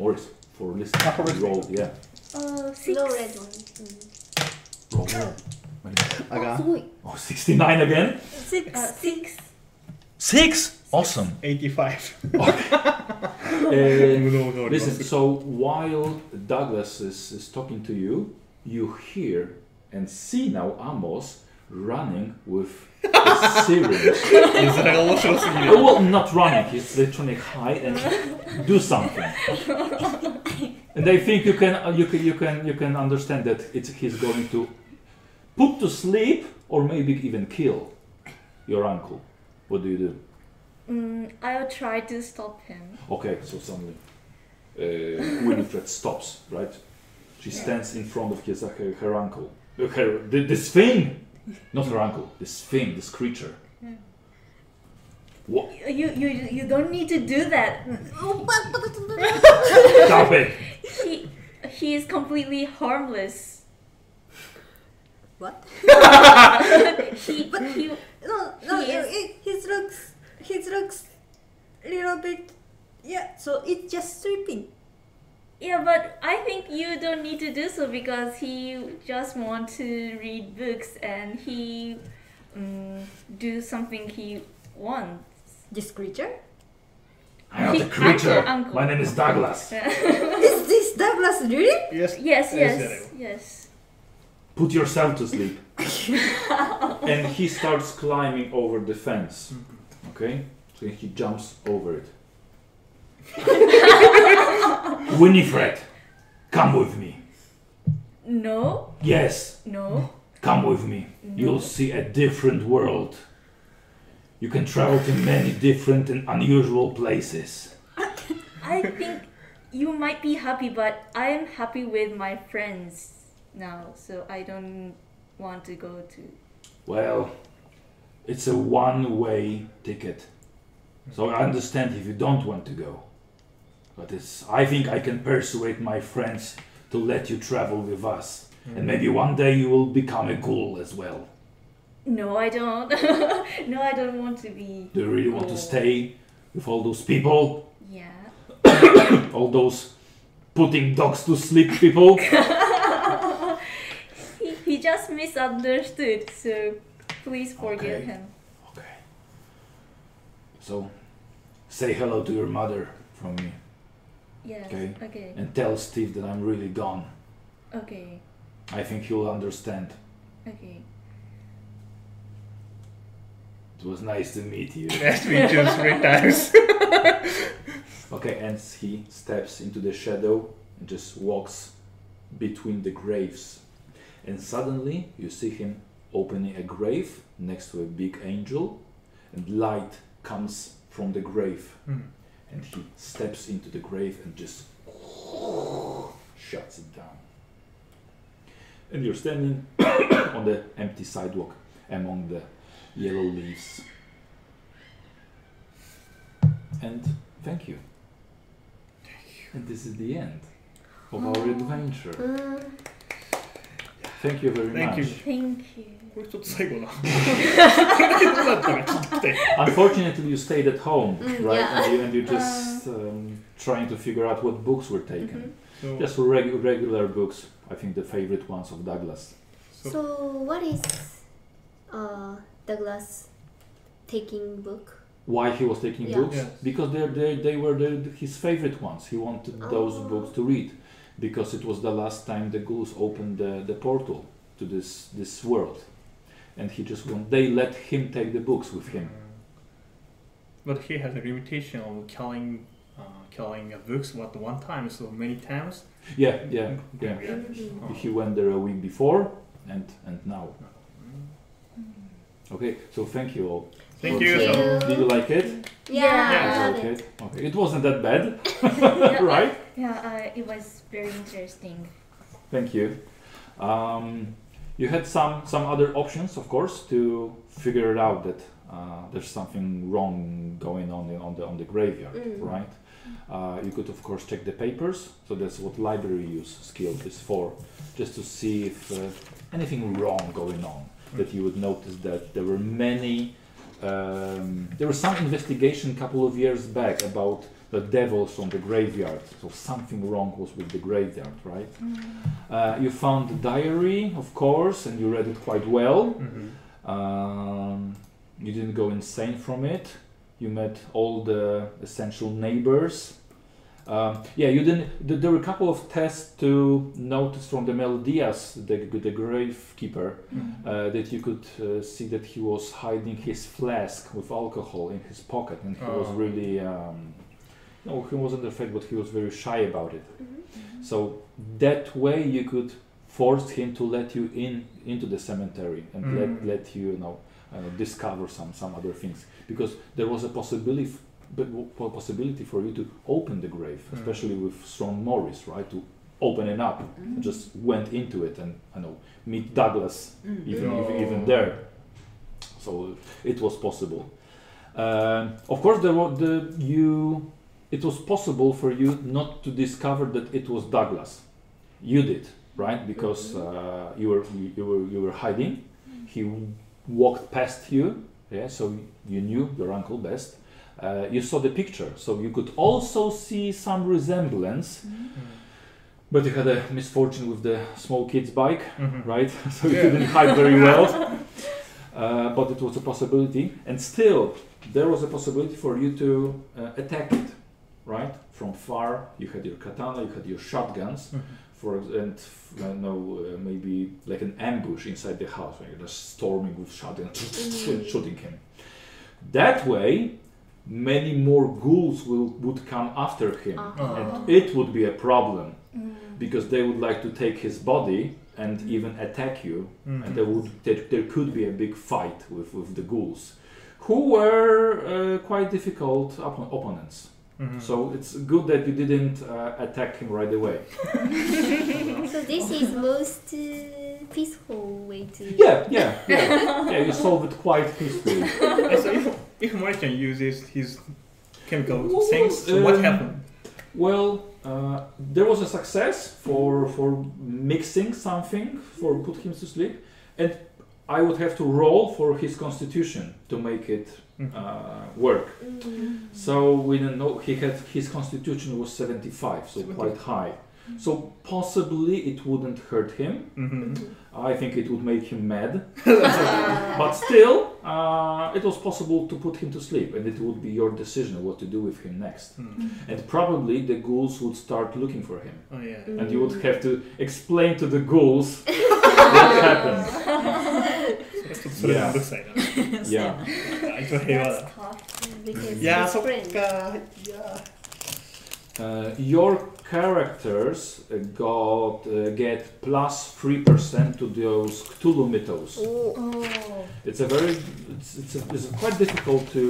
Speaker 2: Maurice for
Speaker 5: Ah, for
Speaker 2: listening.
Speaker 5: listening.
Speaker 2: Roll, yeah.
Speaker 7: Oh, six.
Speaker 4: No red one. Mm.
Speaker 2: Roll.
Speaker 5: あが
Speaker 2: Oh, 69 again.
Speaker 7: Uh, six.
Speaker 10: 6? Awesome.
Speaker 5: 85。
Speaker 2: Uh,
Speaker 5: 無能がおりま
Speaker 2: Listen,
Speaker 5: す。
Speaker 2: so while Douglas is, is talking to you, you hear and see now Amos running with a
Speaker 5: *laughs*
Speaker 2: syringe.
Speaker 5: それが面白すぎる。
Speaker 2: Oh, well, not running, he's literally high and do something.
Speaker 7: Uh,
Speaker 2: And I think you can, you can, you can, you can understand that it's, he's going to put to sleep or maybe even kill your uncle. What do you do?
Speaker 7: *laughs* Mm, I'll try to stop him.
Speaker 2: Okay, so suddenly uh, Winifred stops, right? She stands in front of his, her, her uncle. Uh, Her, th- this thing! Not her uncle, this thing, this creature. What?
Speaker 7: You, you, you don't need to do that.
Speaker 2: Stop it!
Speaker 7: He, he is completely harmless.
Speaker 6: What?
Speaker 7: He, he,
Speaker 6: No, no,
Speaker 7: He is-
Speaker 6: it, it, his looks, his looks, little bit. Yeah, so it's just sleeping.
Speaker 7: Yeah, but I think you don't need to do so because he just want to read books and he um, do something he wants. *laughs*
Speaker 6: This *laughs* creature?
Speaker 9: I'm not
Speaker 7: He-
Speaker 9: a creature.
Speaker 7: uncle, uncle.
Speaker 9: My name is Douglas.
Speaker 6: Is this Douglas really?
Speaker 5: *laughs* Yes.
Speaker 7: yes,
Speaker 5: I
Speaker 7: yes,
Speaker 5: said
Speaker 7: yes.
Speaker 2: Put yourself to sleep. and he starts climbing over the fence. Okay? So he jumps over it.
Speaker 9: Winifred, come with me.
Speaker 7: No,
Speaker 9: Yes,
Speaker 7: no.
Speaker 9: come with me. You'll see a different world. You can travel to many different and unusual places.
Speaker 7: *laughs* I think you might be happy, but I'm happy with my friends now, so I don't want to go to.
Speaker 9: Well, it's a one way ticket. So I understand if you don't want to go. But it's, I think I can persuade my friends to let you travel with us. And maybe one day you will become a ghoul as well.
Speaker 7: No, I don't. *laughs* no, I don't want to be.
Speaker 9: Do you really want to
Speaker 7: Oh.
Speaker 9: stay with all those people?
Speaker 7: Yeah.
Speaker 9: all those putting dogs to sleep people.
Speaker 7: He, he just misunderstood, so please forgive
Speaker 9: Okay.
Speaker 7: him.
Speaker 9: okay. So, say hello to your mother from me
Speaker 7: Yes.
Speaker 9: Okay.
Speaker 7: Okay.
Speaker 9: and tell Steve that I'm really gone.
Speaker 7: Okay.
Speaker 9: I think he'll understand.
Speaker 7: Okay.
Speaker 9: It was nice to meet you.
Speaker 5: That's been just three times.
Speaker 2: Okay, and he steps into the shadow and just walks between the graves. And suddenly you see him opening a grave next to a big angel, and light comes from the grave. And he steps into the grave and just shuts it down. And you're standing *coughs* on the empty sidewalk among the yellow leaves. And Thank you. And this is the end of
Speaker 5: Oh.
Speaker 2: our adventure.
Speaker 4: Mm.
Speaker 2: Thank you very
Speaker 5: Thank
Speaker 2: much.
Speaker 5: you.
Speaker 7: Thank you.
Speaker 5: これちょっと最後 *laughs*
Speaker 6: *laughs*
Speaker 5: な。これどうだったら聞きたい。
Speaker 2: Unfortunately, you stayed at home,
Speaker 4: Mm,
Speaker 2: right?
Speaker 4: yeah. Uh.
Speaker 2: And, you, and you're just um, trying to figure out what books were taken.
Speaker 5: So,
Speaker 2: Just reg- regular books. I think the favorite ones of Douglas.
Speaker 4: So what is uh, Douglas taking book?
Speaker 2: Why he was taking
Speaker 4: Yeah.
Speaker 2: books?
Speaker 5: Yes.
Speaker 2: Because they they they were the, his favorite ones. He wanted those
Speaker 4: Oh.
Speaker 2: books to read because it was the last time the ghouls opened the, the portal to this this world, and he just want, they let him take the books with him.
Speaker 5: But he has a limitation of killing, uh, killing uh, books what one time, so many times.
Speaker 2: Yeah, yeah, yeah. He went there a week before and and now. Okay, so thank you all.
Speaker 5: Thank
Speaker 2: Well,
Speaker 5: you.
Speaker 4: Thank
Speaker 5: So,
Speaker 4: you.
Speaker 2: Did you like it?
Speaker 4: Yeah,
Speaker 5: Yeah.
Speaker 4: I love
Speaker 2: okay.
Speaker 4: it.
Speaker 2: okay. It wasn't that bad,
Speaker 7: yeah,
Speaker 2: *laughs* right?
Speaker 7: yeah uh, it was very interesting.
Speaker 2: Thank you. Um, you had some some other options, of course, to figure it out that uh, there's something wrong going on in, on the on the graveyard,
Speaker 4: Mm.
Speaker 2: right? Uh, you could, of course, check the papers. So that's what library use skill is for, just to see if uh, anything wrong going on. That you would notice that there were many. Um, there was some investigation a couple of years back about the devils from the graveyard. So something wrong was with the graveyard, right? Uh, you found the diary, of course, and you read it quite well.
Speaker 5: Mhm.
Speaker 2: Um, you didn't go insane from it. You met all the essential neighbors. Um, yeah, you didn't. th- There were a couple of tests to notice from the Meldias, the, the gravekeeper, uh, that you could uh, see that he was hiding his flask with alcohol in his pocket, and he was
Speaker 5: Oh.
Speaker 2: really. Um, no, he wasn't afraid, but he was very shy about it. So that way you could force him to let you in into the cemetery and
Speaker 5: Mm.
Speaker 2: let let you, you know uh, discover some some other things because there was a possibility but w- po- possibility for you to open the grave
Speaker 5: Mm.
Speaker 2: especially with strong Morris right to open it up and just went into it and I know meet Douglas even, even even
Speaker 5: Oh.
Speaker 2: there so it was possible um, of course there were the you it was possible for you not to discover that it was Douglas you did right because uh, you were you, you were you were hiding he w- walked past you yeah so you knew your uncle best uh, you saw the picture so you could also see some resemblance But you had a misfortune with the small kid's bike,
Speaker 5: Mhm.
Speaker 2: right? *laughs* So you didn't hide very well. Uh, but it was a possibility, and still there was a possibility for you to uh, attack it, right? From far, you had your katana, you had your shotguns,
Speaker 5: Mhm.
Speaker 2: for ex- and f- I don't know uh, maybe like an ambush inside the house when you're just storming with shotguns *laughs* and shooting him. That way, many more ghouls will would come after him,
Speaker 4: Ah. Uh-huh.
Speaker 2: and it would be a problem because they would like to take his body and even attack you
Speaker 5: Mm-hmm.
Speaker 2: and there would there, there could be a big fight with, with the ghouls who were uh, quite difficult oppo- opponents
Speaker 5: Mm-hmm. Hmm. *laughs*
Speaker 2: so it's good that you didn't uh, attack him right away
Speaker 4: So this is most uh, peaceful way to.
Speaker 2: yeah yeah yeah, yeah you solved it quite peacefully
Speaker 5: And so if, if Morrison uses his chemical
Speaker 2: Well,
Speaker 5: things, so what
Speaker 2: um,
Speaker 5: happened?
Speaker 2: Well, uh, there was a success for for mixing something for put him to sleep, and I would have to roll for his constitution to make it
Speaker 5: Mm-hmm.
Speaker 2: uh, work. So we don't know. He had his constitution was seventy five, so quite high. So possibly it wouldn't hurt him.
Speaker 5: Mm-hmm.
Speaker 2: I think it would make him mad, but still, uh, it was possible to put him to sleep, and it would be your decision what to do with him next and probably the ghouls would start looking for him
Speaker 5: Mm-hmm. Oh yeah.
Speaker 2: and you
Speaker 4: mm,
Speaker 2: would have to explain to the ghouls what happened
Speaker 7: *laughs*
Speaker 5: That's what Soren
Speaker 2: Yeah.
Speaker 5: looks like.
Speaker 2: yeah
Speaker 5: I don't hear that.
Speaker 4: Because
Speaker 5: Yeah,
Speaker 4: his
Speaker 5: so
Speaker 4: friend.
Speaker 5: uh, yeah.
Speaker 2: uh, your characters uh, got uh, get plus 3% to those cthulhu mythos
Speaker 4: Oh,
Speaker 2: it's a very it's, it's, a, it's quite difficult to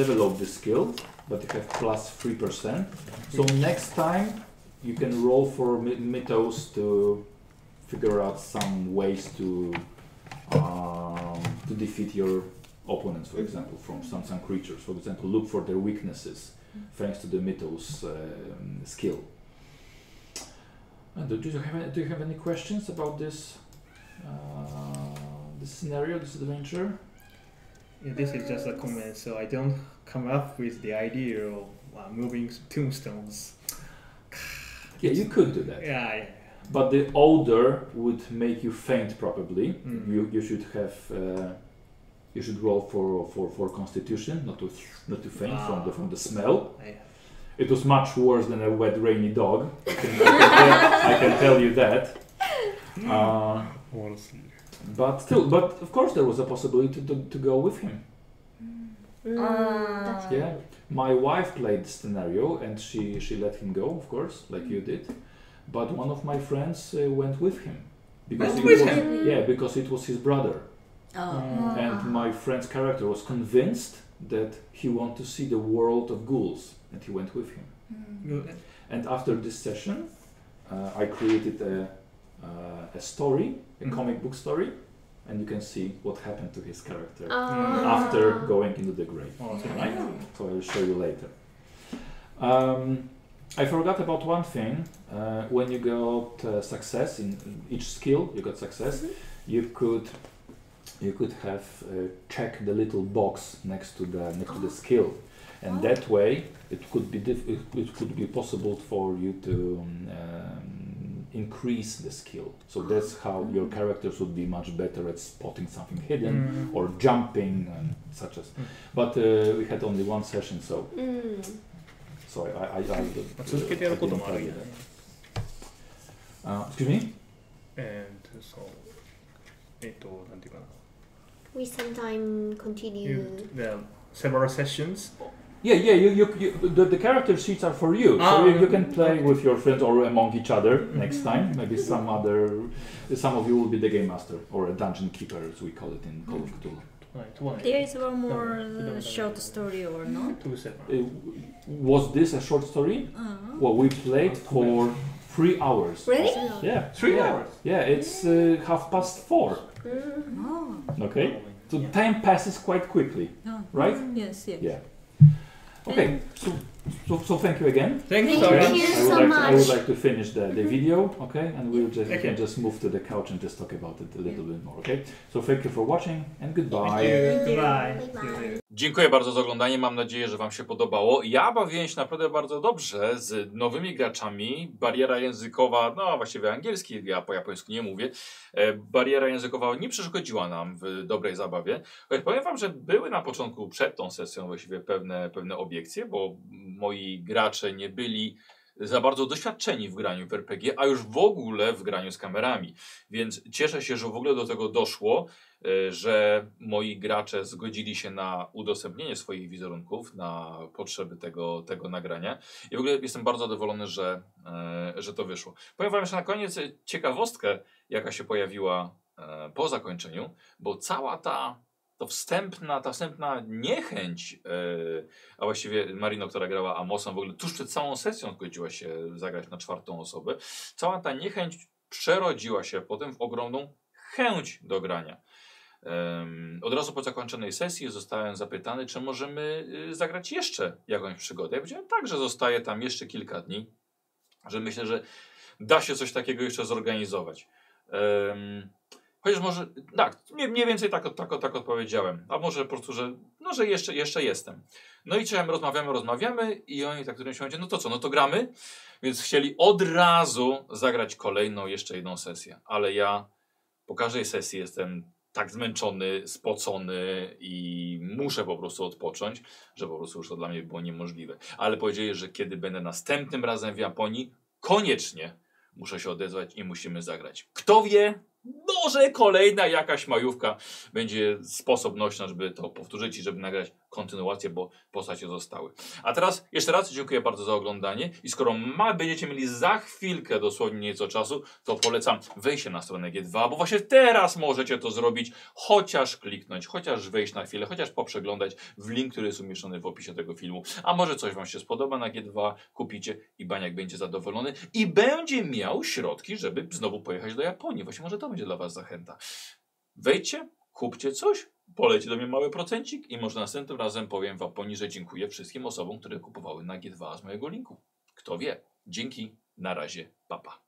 Speaker 2: develop this skill but you have plus 3% so next time you can roll for my- mythos to figure out some ways to um, to defeat your opponents, for example, from some, some creatures. For example, look for their weaknesses thanks to the mythos um, skill. And do, do you have any, do you have any questions about this uh, this scenario, this adventure?
Speaker 5: yeah. This is just a comment, so I don't come up with the idea of uh, moving tombstones.
Speaker 2: Yeah, you could do that,
Speaker 5: Yeah, yeah.
Speaker 2: but the odor would make you faint probably.
Speaker 5: Mm.
Speaker 2: You you should have. Uh, you should roll for, for, for constitution, not to not to faint from the
Speaker 5: Ah.
Speaker 2: from the smell.
Speaker 5: I,
Speaker 2: It was much worse than a wet, rainy dog. I can, I can tell, I can tell you that.
Speaker 5: Mm.
Speaker 2: Uh, but still, but of course, there was a possibility to, to go with him.
Speaker 4: Mm,
Speaker 7: Ah.
Speaker 2: Yeah, my wife played the scenario, and she she let him go, of course, like
Speaker 5: Mm.
Speaker 2: you did. But one of my friends uh, went with him because it
Speaker 5: Went with
Speaker 2: was yeah because it was his brother,
Speaker 6: Oh.
Speaker 7: Mm. Ah.
Speaker 2: and my friend's character was convinced that he wanted to see the world of ghouls, and he went with him.
Speaker 5: Mm.
Speaker 2: And after this session, uh, I created a, uh, a story, a
Speaker 5: Mhm.
Speaker 2: comic book story, and you can see what happened to his character
Speaker 4: Ah.
Speaker 2: after going into the grave. Right? So I'll show you later. Um, I forgot about one thing. Uh, when you got uh, success in each skill, you got success. You could you could have uh, check the little box next to the next to the skill, and that way it could be diff- it, it could be possible for you to um, um, increase the skill. So that's how your characters would be much better at spotting something hidden or jumping and such as. But uh, we had only one session, so
Speaker 4: Mm.
Speaker 2: so I I, I, I,
Speaker 5: 続けてやることもあるよね。
Speaker 2: uh, excuse me.
Speaker 5: And so, えっと、なんていうかな。
Speaker 4: We sometimes continue.
Speaker 5: You, the several sessions.
Speaker 2: Yeah, yeah. You, you, you the, the character sheets are for you,
Speaker 5: Ah,
Speaker 2: so you, you
Speaker 5: mm,
Speaker 2: can play
Speaker 5: okay. Mm-hmm.
Speaker 2: with your friends or among each other next time. Maybe some other, some of you will be the game master or a dungeon keeper, as we call it in Call of Cthulhu.
Speaker 5: Right, one.
Speaker 6: There is one more
Speaker 5: No, no, no, no.
Speaker 6: uh, short story or not?
Speaker 5: Two separate.
Speaker 2: Uh, was this a short story?
Speaker 6: Uh,
Speaker 2: Well, we played for three hours.
Speaker 4: Really?
Speaker 2: Yeah,
Speaker 5: Three
Speaker 2: yeah.
Speaker 5: hours.
Speaker 2: Yeah, it's uh, half past four.
Speaker 4: Mm.
Speaker 6: oh.
Speaker 2: Okay, so
Speaker 5: Yeah.
Speaker 2: time passes quite quickly.
Speaker 6: no.
Speaker 2: Right?
Speaker 6: Yes, yes.
Speaker 2: Yeah. Okay, so, so, so thank you again.
Speaker 5: Thank you
Speaker 4: Thank
Speaker 5: so
Speaker 4: you.
Speaker 5: much.
Speaker 2: Okay, I would like to,
Speaker 4: so
Speaker 2: I would
Speaker 4: much.
Speaker 2: like to finish the, the video, okay, and we'll just we
Speaker 5: Okay.
Speaker 2: can just move to the couch and just talk about it a little bit more, okay? So thank you for watching and goodbye.
Speaker 5: Thank you. Goodbye.
Speaker 4: Bye-bye.
Speaker 5: See you later.
Speaker 13: Dziękuję bardzo za oglądanie. Mam nadzieję, że Wam się podobało. Ja bawiłem się naprawdę bardzo dobrze z nowymi graczami. Bariera językowa, no właściwie angielski, ja po japońsku nie mówię. E, Bariera językowa nie przeszkodziła nam w dobrej zabawie. Choć Powiem Wam, że były na początku przed tą sesją właściwie pewne, pewne obiekcje, bo moi gracze nie byli za bardzo doświadczeni w graniu w RPG, a już w ogóle w graniu z kamerami. Więc cieszę się, że w ogóle do tego doszło y, że moi gracze zgodzili się na udostępnienie swoich wizerunków na potrzeby tego, tego nagrania. I w ogóle jestem bardzo zadowolony, że, e, że to wyszło. Powiem Wam jeszcze na koniec e, ciekawostkę, jaka się pojawiła e, po zakończeniu, bo cała ta to wstępna, ta wstępna niechęć, e, a właściwie Marino, która grała Amosem, w ogóle tuż przed całą sesją zgodziła się zagrać na czwartą osobę, cała ta niechęć przerodziła się potem w ogromną chęć do grania. Em, Od razu po zakończonej sesji zostałem zapytany, czy możemy y, zagrać jeszcze jakąś przygodę. Ja powiedziałem tak, że zostaje tam jeszcze kilka dni, że myślę, że da się coś takiego jeszcze zorganizować. Em, Chociaż może, tak, mniej mniej więcej tak, tak, tak odpowiedziałem. A może po prostu, że, no, że jeszcze, jeszcze jestem. No i czekam, rozmawiamy, rozmawiamy i oni tak w którymś momencie, no to co, no to gramy? Więc chcieli od razu zagrać kolejną, jeszcze jedną sesję. Ale ja po każdej sesji jestem tak zmęczony, spocony i muszę po prostu odpocząć, że po prostu już to dla mnie było niemożliwe. Ale powiedzieli, że kiedy będę następnym razem w Japonii, koniecznie muszę się odezwać i musimy zagrać. Kto wie, może kolejna jakaś majówka będzie sposobnośna, żeby to powtórzyć i żeby nagrać kontynuację, bo postacie zostały. A teraz jeszcze raz dziękuję bardzo za oglądanie i skoro ma, będziecie mieli za chwilkę dosłownie nieco czasu, to polecam wejście na stronę G2, bo właśnie teraz możecie to zrobić, chociaż kliknąć, chociaż wejść na chwilę, chociaż poprzeglądać w link, który jest umieszczony w opisie tego filmu. A może coś Wam się spodoba na G2, kupicie i Baniak będzie zadowolony i będzie miał środki, żeby znowu pojechać do Japonii. Właśnie może to będzie dla Was zachęta. Wejdźcie, kupcie coś, poleci do mnie mały procencik i może następnym razem powiem w Japonii, że dziękuję wszystkim osobom, które kupowały na G2 z mojego linku. Kto wie. Dzięki, na razie, papa. Pa.